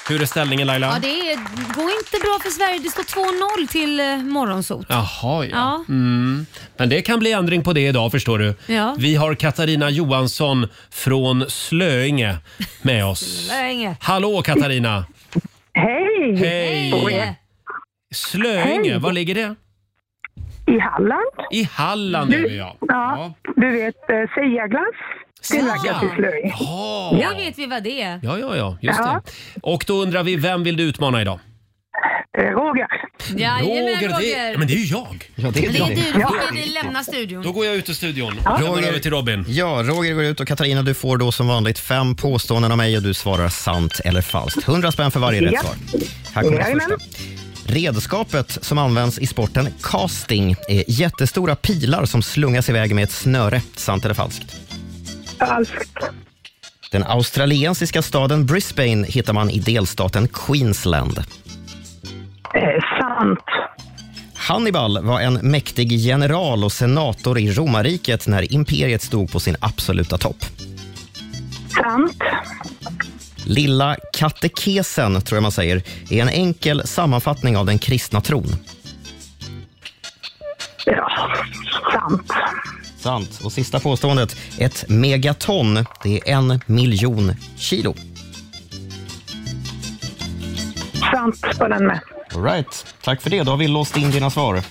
Speaker 1: Hur är ställningen Laila?
Speaker 2: Ja, det är, går inte bra för Sverige. Det står 2-0 till eh, Morgonsot.
Speaker 1: Jaha, ja.
Speaker 2: Ja.
Speaker 1: Mm. Men det kan bli ändring på det idag förstår du.
Speaker 2: Ja.
Speaker 1: Vi har Katarina Johansson från Slöinge med oss.
Speaker 2: Slöinge.
Speaker 1: Hallå Katarina!
Speaker 16: Hej!
Speaker 1: Hej! Slöinge,
Speaker 16: Hej.
Speaker 1: var ligger det?
Speaker 16: I Halland.
Speaker 1: I Halland är vi ja.
Speaker 16: Ja, du vet eh, Siaglass. Det laggas i slöj.
Speaker 2: Ja. Nu vet vi vad det är.
Speaker 1: Ja, ja, ja, just
Speaker 2: Ja.
Speaker 1: det. Och då undrar vi, vem vill du utmana idag?
Speaker 5: Eh,
Speaker 16: Roger.
Speaker 2: Jajamän, Roger.
Speaker 1: Det, men det är ju jag!
Speaker 2: Det
Speaker 7: Ja, det
Speaker 2: är
Speaker 7: är jag.
Speaker 2: du. Du får ju lämna
Speaker 1: Då
Speaker 2: studion.
Speaker 1: går jag ut ur studion.
Speaker 2: Ja.
Speaker 1: Lämnar över till Robin.
Speaker 7: Ja, Roger går ut och Katarina, du får då som vanligt fem påståenden av mig och du svarar sant eller falskt. 100 spänn för varje
Speaker 16: Ja.
Speaker 7: rätt svar. Här kommer det
Speaker 16: Jajamän.
Speaker 7: första. Redskapet som används i sporten casting är jättestora pilar som slungas iväg med ett snöre. Sant eller falskt?
Speaker 16: Falskt.
Speaker 7: Den australiensiska staden Brisbane hittar man i delstaten Queensland.
Speaker 16: Eh, sant.
Speaker 7: Hannibal var en mäktig general och senator i romarriket när imperiet stod på sin absoluta topp.
Speaker 16: Sant.
Speaker 7: Lilla katekesen, tror jag man säger, är en enkel sammanfattning av den kristna tron.
Speaker 16: Ja, sant.
Speaker 7: Sant. Och sista påståendet. Ett megaton, det är en miljon kilo.
Speaker 16: Sant på den med.
Speaker 7: All right. Tack för det. Då har vi låst in dina svar.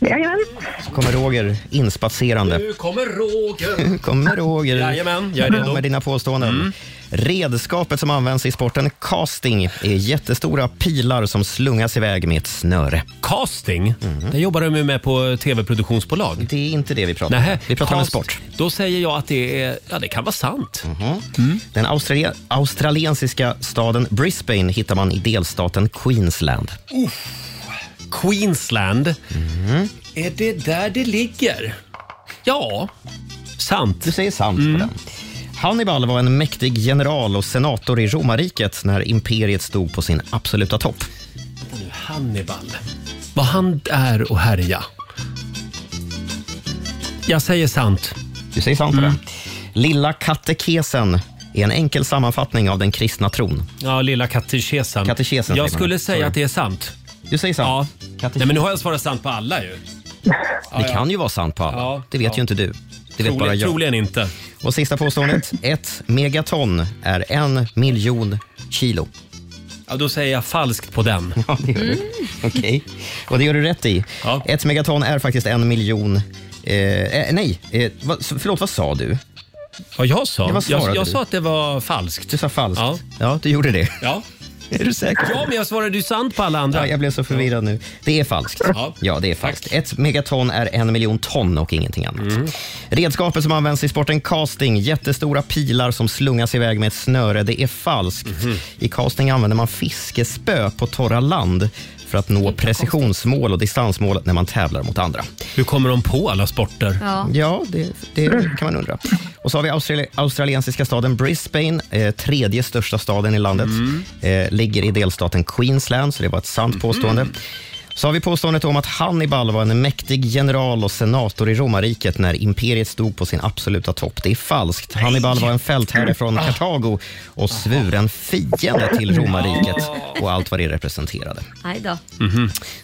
Speaker 16: Jajamän.
Speaker 7: Så kommer Roger inspatserande.
Speaker 1: Nu kommer Roger!
Speaker 7: Nu kommer Roger.
Speaker 1: Jajamän, jag är
Speaker 7: Kom
Speaker 1: redo. Mm.
Speaker 7: med dina påståenden. Redskapet som används i sporten casting är jättestora pilar som slungas iväg med ett snöre.
Speaker 1: Casting? Det jobbar de ju med på tv-produktionsbolag.
Speaker 7: Det är inte det vi pratar
Speaker 1: Nähä,
Speaker 7: om. Mm. Vi pratar om en
Speaker 1: cast-
Speaker 7: sport.
Speaker 1: Då säger jag att det, är, ja, det kan vara sant.
Speaker 7: Den australia- australiensiska staden Brisbane hittar man i delstaten Queensland.
Speaker 1: Queensland. Mm. Är det där det ligger? Ja, sant.
Speaker 7: Du säger sant
Speaker 1: Mm.
Speaker 7: på den. Hannibal var en mäktig general och senator i romarriket när imperiet stod på sin absoluta topp.
Speaker 1: Hannibal. Vad han är och härja. Jag säger sant.
Speaker 7: Du säger sant på
Speaker 1: Mm.
Speaker 7: den. Lilla katekesen är en enkel sammanfattning av den kristna tron.
Speaker 1: Ja, lilla katekesen.
Speaker 7: Katekesen säger
Speaker 1: jag
Speaker 7: man.
Speaker 1: skulle säga
Speaker 7: Sorry.
Speaker 1: att det är sant.
Speaker 7: Du säger sant?
Speaker 1: Ja. Nej, men nu har jag svarat sant på alla ju.
Speaker 7: Det kan ju vara sant på alla.
Speaker 1: Ja,
Speaker 7: det vet
Speaker 1: ja.
Speaker 7: ju inte du. Det vet
Speaker 1: Troligen-
Speaker 7: bara jag.
Speaker 1: troligen inte.
Speaker 7: Och sista påståendet. Ett megaton är en miljon kilo.
Speaker 1: Ja, då säger jag falskt på den.
Speaker 7: Ja, det gör du. Okej. Och det gör du rätt i. Ett megaton är faktiskt en miljon... Eh, eh, nej, eh, vad, förlåt, vad sa du?
Speaker 1: Vad jag sa?
Speaker 7: Ja, vad
Speaker 1: Jag-
Speaker 7: svarade
Speaker 1: jag
Speaker 7: du?
Speaker 1: sa att det var falskt.
Speaker 7: Du sa falskt? Ja, du gjorde det.
Speaker 1: Ja.
Speaker 7: Är du säker?
Speaker 1: Ja, men jag svarade ju sant på alla andra.
Speaker 7: Ja, jag blev så förvirrad nu. Det är falskt.
Speaker 1: Ja.
Speaker 7: Ja, det är falskt. Ett megaton är en miljon ton och ingenting annat. Redskapet som används i sporten casting, jättestora pilar som slungas iväg med ett snöre, det är falskt. I casting använder man fiskespö på torra land för att nå precisionsmål och distansmål när man tävlar mot andra.
Speaker 1: Hur kommer de på alla sporter?
Speaker 7: Ja, det, det kan man undra. Och så har vi Australi- australiensiska staden Brisbane, eh, tredje största staden i landet. Eh, ligger i delstaten Queensland, så det var ett sant påstående. Så har vi påståendet om att Hannibal var en mäktig general och senator i romarriket när imperiet stod på sin absoluta topp. Det är falskt. Hannibal var en fältherre från Kartago och svuren fiende till romarriket och allt vad det representerade.
Speaker 2: Aj då.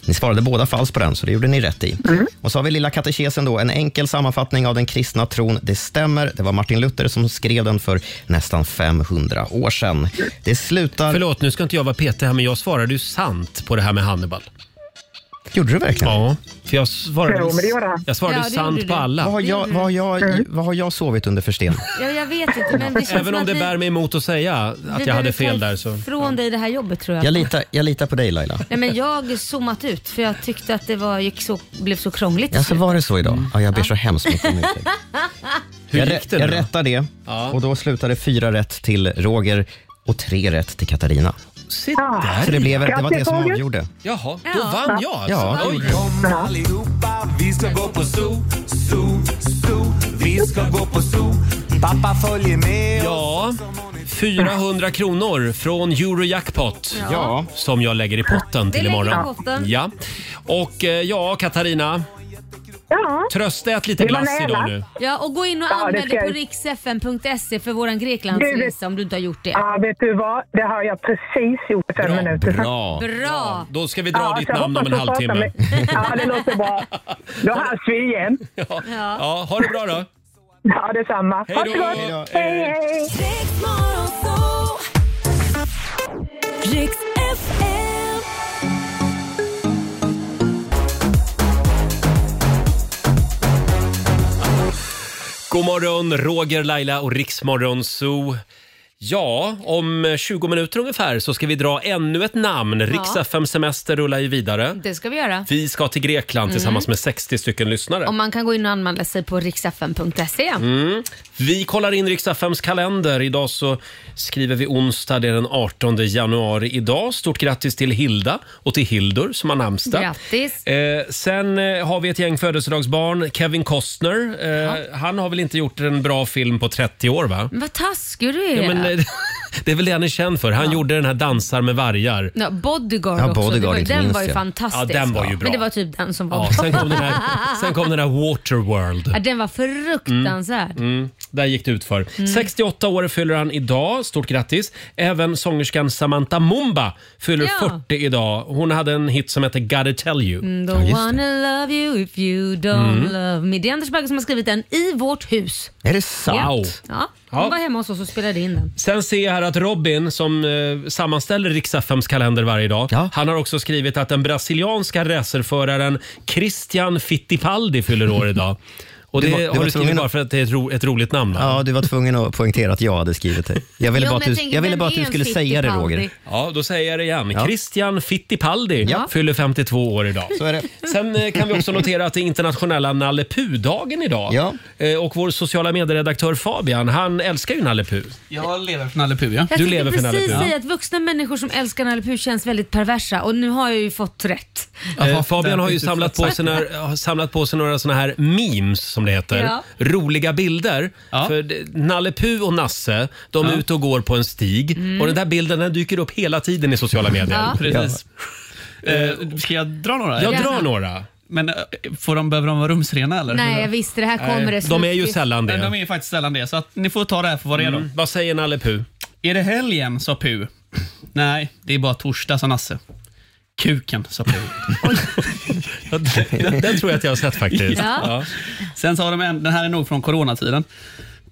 Speaker 7: Ni svarade båda falskt på den, så det gjorde ni rätt i.
Speaker 1: Mm.
Speaker 7: Och så har vi lilla katekesen då, en enkel sammanfattning av den kristna tron. Det stämmer, det var Martin Luther som skrev den för nästan 500 år sedan. Det slutar...
Speaker 1: Förlåt, nu ska inte jag vara petig här, men jag svarade ju sant på det här med Hannibal.
Speaker 7: Gjorde du verkligen?
Speaker 1: Ja, för jag svarade,
Speaker 7: Jo, men det gjorde han.
Speaker 1: jag svarade
Speaker 2: Ja, det gjorde
Speaker 1: sant
Speaker 2: du.
Speaker 1: på alla.
Speaker 7: Vad har, jag, vad, har
Speaker 1: Mm.
Speaker 7: jag, vad har jag sovit under för sten?
Speaker 2: Ja, jag vet inte men det känns
Speaker 1: Även
Speaker 2: som
Speaker 1: om
Speaker 2: att
Speaker 1: det
Speaker 2: vi-
Speaker 1: bär mig emot att säga
Speaker 2: vi
Speaker 1: att jag hade
Speaker 2: behöver
Speaker 1: fel
Speaker 2: ta
Speaker 1: där så...
Speaker 2: Från dig det här jobbet tror jag.
Speaker 7: Jag litar, jag litar på dig Laila.
Speaker 2: Nej men jag har zoomat ut för jag tyckte att det var, gick så, blev så krångligt.
Speaker 7: Ja, så Alltså, var det så
Speaker 1: Mm.
Speaker 7: idag? Ja, jag ber så hemskt mycket om ursäkt.
Speaker 1: Hur
Speaker 7: jag,
Speaker 1: gick det
Speaker 7: rä- jag
Speaker 1: nu då?
Speaker 7: rättar det och då slutade fyra rätt till Roger och tre rätt till Katarina.
Speaker 1: Se
Speaker 7: Så det, blev, det var det som
Speaker 1: Grattis, Roger.
Speaker 7: avgjorde.
Speaker 1: Jaha, då vann jag alltså.
Speaker 7: Ja.
Speaker 1: Oj.
Speaker 15: Kom allihopa, vi ska gå på zoo, zoo, zoo. Vi ska gå på zoo. Pappa följer med
Speaker 1: Ja, 400 kronor från Eurojackpot
Speaker 7: Ja.
Speaker 1: som jag lägger i potten
Speaker 2: Det
Speaker 1: till
Speaker 2: lägger
Speaker 1: imorgon.
Speaker 2: du i potten.
Speaker 1: Ja. Och eh, ja, Katarina.
Speaker 16: Ja.
Speaker 1: Tröstät lite glass idag nu.
Speaker 2: Ja, och gå in och
Speaker 16: Ja, det
Speaker 2: anmäl
Speaker 16: ska
Speaker 2: dig på
Speaker 16: jag.
Speaker 2: riksfn.se för våran
Speaker 16: Du
Speaker 2: Greklandsresa
Speaker 16: vet-
Speaker 2: om du inte har gjort det.
Speaker 16: Ja, vet du vad? Det har jag precis gjort för en minut sedan.
Speaker 1: bra.
Speaker 2: Bra!
Speaker 1: Då ska vi dra
Speaker 16: Ja,
Speaker 1: ditt
Speaker 16: så jag
Speaker 1: namn om en
Speaker 16: hoppas du pratar
Speaker 1: halvtimme.
Speaker 16: med- Ja, det låter bra. Då hörs vi igen.
Speaker 1: Ja. ja, ha det bra då.
Speaker 16: Ja, detsamma.
Speaker 1: Hej
Speaker 16: Ha
Speaker 1: då.
Speaker 16: det gott.
Speaker 1: Hej då.
Speaker 16: Hej, hej.
Speaker 3: Riks FM.
Speaker 1: God morgon, Roger, Laila och Riksmorgon Zoo. Ja, om 20 minuter ungefär så ska vi dra ännu ett namn. Riks FM Semester rullar ju vidare.
Speaker 2: Det ska vi göra.
Speaker 1: Vi ska till Grekland
Speaker 2: Mm.
Speaker 1: tillsammans med 60 stycken lyssnare.
Speaker 2: Om man kan gå in och anmäla sig på riksfn.se.
Speaker 1: Mm. Vi kollar in Riks-FMs kalender. Idag så skriver vi onsdag, det är den 18 januari idag. Stort grattis till Hilda och till Hildur som har namnsdag.
Speaker 2: Grattis!
Speaker 1: Eh, sen eh, har vi ett gäng födelsedagsbarn. Kevin Costner. Eh, Han har väl inte gjort en bra film på 30 år, va?
Speaker 2: Men Vad taskig du är.
Speaker 1: Ja, men, eh, det är väl det han är känd för. Han gjorde den här Dansar med vargar.
Speaker 2: Ja, bodyguard
Speaker 1: Ja,
Speaker 2: också.
Speaker 1: Bodyguard,
Speaker 2: det var,
Speaker 1: inte
Speaker 2: den
Speaker 1: minst,
Speaker 2: var ju
Speaker 1: ja.
Speaker 2: fantastisk.
Speaker 1: Ja, den var ju bra.
Speaker 2: Men det var typ den som var
Speaker 1: Ja,
Speaker 2: bra.
Speaker 1: sen, kom den här, sen kom den här Waterworld.
Speaker 2: Ja, den var fruktansvärd.
Speaker 1: Mm, där gick det ut för.
Speaker 2: Mm.
Speaker 1: 68 år fyller han idag. Stort grattis! Även sångerskan Samantha Mumba fyller
Speaker 2: Ja.
Speaker 1: 40 idag. Hon hade en hit som hette “Gotta tell you”.
Speaker 2: Mm, Don't wanna love you if you don't
Speaker 1: Mm.
Speaker 2: love me. Det är Anders Bagge som har skrivit den i vårt hus.
Speaker 1: Är det sant?
Speaker 2: Ja.
Speaker 1: Wow.
Speaker 2: Ja. Hon
Speaker 1: Ja.
Speaker 2: var hemma hos oss och spelade in den.
Speaker 1: Sen ser jag här att Robin, som eh, sammanställer riks kalender varje dag, han har också skrivit att den brasilianska racerföraren Christian Fittipaldi fyller år idag. Och det
Speaker 7: Du var- du
Speaker 1: har
Speaker 7: var
Speaker 1: du skrivit
Speaker 7: tvungen att-
Speaker 1: bara för att det är ett, ro, ett roligt namn? Va?
Speaker 7: Ja, du var tvungen att poängtera att jag hade skrivit det. Jag ville
Speaker 1: Jo,
Speaker 7: bara
Speaker 1: men
Speaker 7: att du,
Speaker 1: jag tänker,
Speaker 7: jag ville
Speaker 1: vem
Speaker 7: bara att
Speaker 1: är
Speaker 7: du
Speaker 1: en
Speaker 7: skulle säga det,
Speaker 1: Fittipaldi?
Speaker 7: Roger.
Speaker 1: Ja, då säger jag det igen. Christian Fittipaldi fyller 52 år idag.
Speaker 7: Så är det.
Speaker 1: Sen eh, kan vi också notera att det är internationella Nalle Puh-dagen idag. Eh, Och vår sociala medieredaktör Fabian, han älskar ju Nalle Puh.
Speaker 10: Jag lever för Nalle Puh, ja.
Speaker 2: Jag
Speaker 1: Du lever för
Speaker 2: tänkte
Speaker 1: Nalle
Speaker 2: precis
Speaker 1: Puh.
Speaker 2: säga att vuxna människor som älskar Nalle Puh känns väldigt perversa och nu har jag ju fått rätt.
Speaker 1: Eh, Fabian har ju samlat på, sig några, har samlat på sig några såna här memes som det heter.
Speaker 2: Ja.
Speaker 1: Roliga bilder. För det- Nalle Puh och Nasse, de är ute och går på en stig.
Speaker 10: Mm.
Speaker 1: Och den där bilden den dyker upp hela tiden i sociala medier.
Speaker 10: Ja. Precis. Eh, ska jag dra några?
Speaker 1: Jag
Speaker 2: Gärna.
Speaker 1: drar några.
Speaker 10: Men eh, får de, behöver de vara rumsrena eller?
Speaker 2: Nej, jag visste det här kommer det.
Speaker 1: Eh,
Speaker 2: snuskigt.
Speaker 10: Men de är ju faktiskt sällan det, så att ni får ta det här för vad det är.
Speaker 1: Mm. Vad säger Nalle Puh?
Speaker 10: Är det helgen, sa Puh. Nej, det är bara torsdag, sa Nasse. Kuken, sa du.
Speaker 1: Ja, den, den tror jag att jag har sett faktiskt.
Speaker 10: Ja.
Speaker 1: Ja.
Speaker 10: Sen sa de en, den här är nog från coronatiden.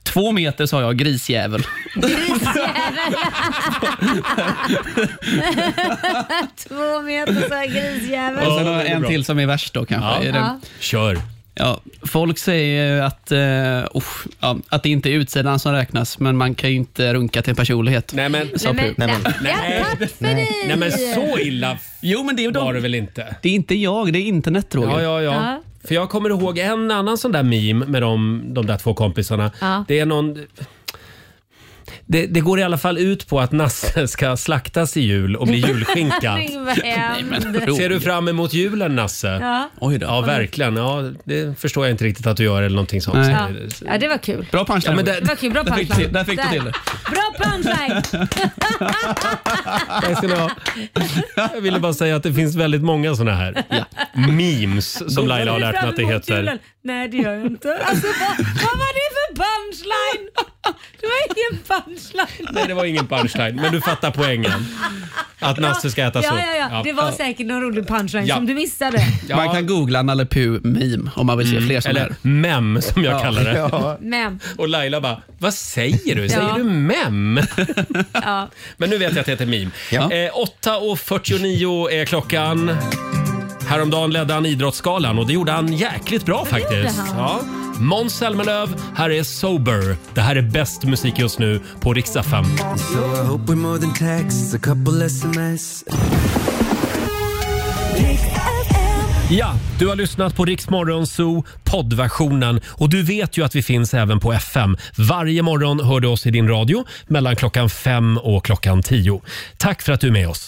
Speaker 10: Två meter sa jag, grisjävel.
Speaker 2: Två meter så här grisjävel.
Speaker 10: Och sen har jag Alltså, en till som är värst då kanske.
Speaker 2: Ja.
Speaker 10: Är den-
Speaker 2: Ja.
Speaker 1: Kör.
Speaker 10: Ja, folk säger ju att, eh, oh, ja, att det inte är utsidan som räknas, men man kan ju inte runka till en personlighet.
Speaker 1: Nej men,
Speaker 10: sa Pru.
Speaker 1: Nej, men så illa
Speaker 10: jo, men det
Speaker 1: var det väl inte?
Speaker 10: Det är inte jag, det är internet Roger.
Speaker 1: Ja, ja, ja.
Speaker 10: Ja.
Speaker 1: För jag kommer ihåg en annan sån där meme med de, de där två kompisarna.
Speaker 10: Ja.
Speaker 1: Det är någon... Det, det går i alla fall ut på att Nasse ska slaktas i jul och bli julskinka. Ser du fram emot julen Nasse?
Speaker 2: Ja.
Speaker 1: Oj då. Ja, verkligen. Ja, det förstår jag inte riktigt att du gör eller någonting sånt.
Speaker 10: Nej.
Speaker 2: Ja. ja, det var kul.
Speaker 10: Bra punchline.
Speaker 1: Ja, men
Speaker 2: det,
Speaker 1: där-
Speaker 2: var kul. Bra
Speaker 1: där fick
Speaker 2: punchline.
Speaker 1: du- där fick du till det.
Speaker 2: Bra punchline!
Speaker 1: Tack ska ni ha. Jag ville bara säga att det finns väldigt många såna här memes som Laila har lärt mig att det heter.
Speaker 2: Nej, det gör jag inte. Alltså, vad, vad var det för punchline? Det var ingen punchline.
Speaker 1: Nej, det var ingen punchline, men du fattar poängen. Att Nasse ska ätas
Speaker 2: ja,
Speaker 1: upp.
Speaker 2: ja, ja, Det var säkert någon rolig punchline
Speaker 1: Ja.
Speaker 2: som du missade.
Speaker 10: Man kan googla Nalle Puh meme om man vill se
Speaker 1: Mm,
Speaker 10: fler sådana
Speaker 1: eller
Speaker 10: här.
Speaker 1: mem som jag kallar det.
Speaker 2: Men,
Speaker 1: Och Laila bara, vad säger du? Säger
Speaker 2: Ja.
Speaker 1: du mem?
Speaker 2: ja.
Speaker 1: Men nu vet jag att det heter meme. Eh, 8.49 är klockan. Häromdagen ledde han Idrottsgalan och det gjorde han jäkligt bra faktiskt.
Speaker 4: gjorde han.
Speaker 1: Ja. Måns Zelmerlöw, här är Sober. Det här är bäst musik just nu på riksdag 5.
Speaker 9: So I hope we're more than texts, a couple SMS.
Speaker 1: Ja, du har lyssnat på Riksmorgon Zoo poddversionen och du vet ju att vi finns även på FM. Varje morgon hör du oss i din radio mellan klockan fem och klockan tio. Tack för att du är med oss.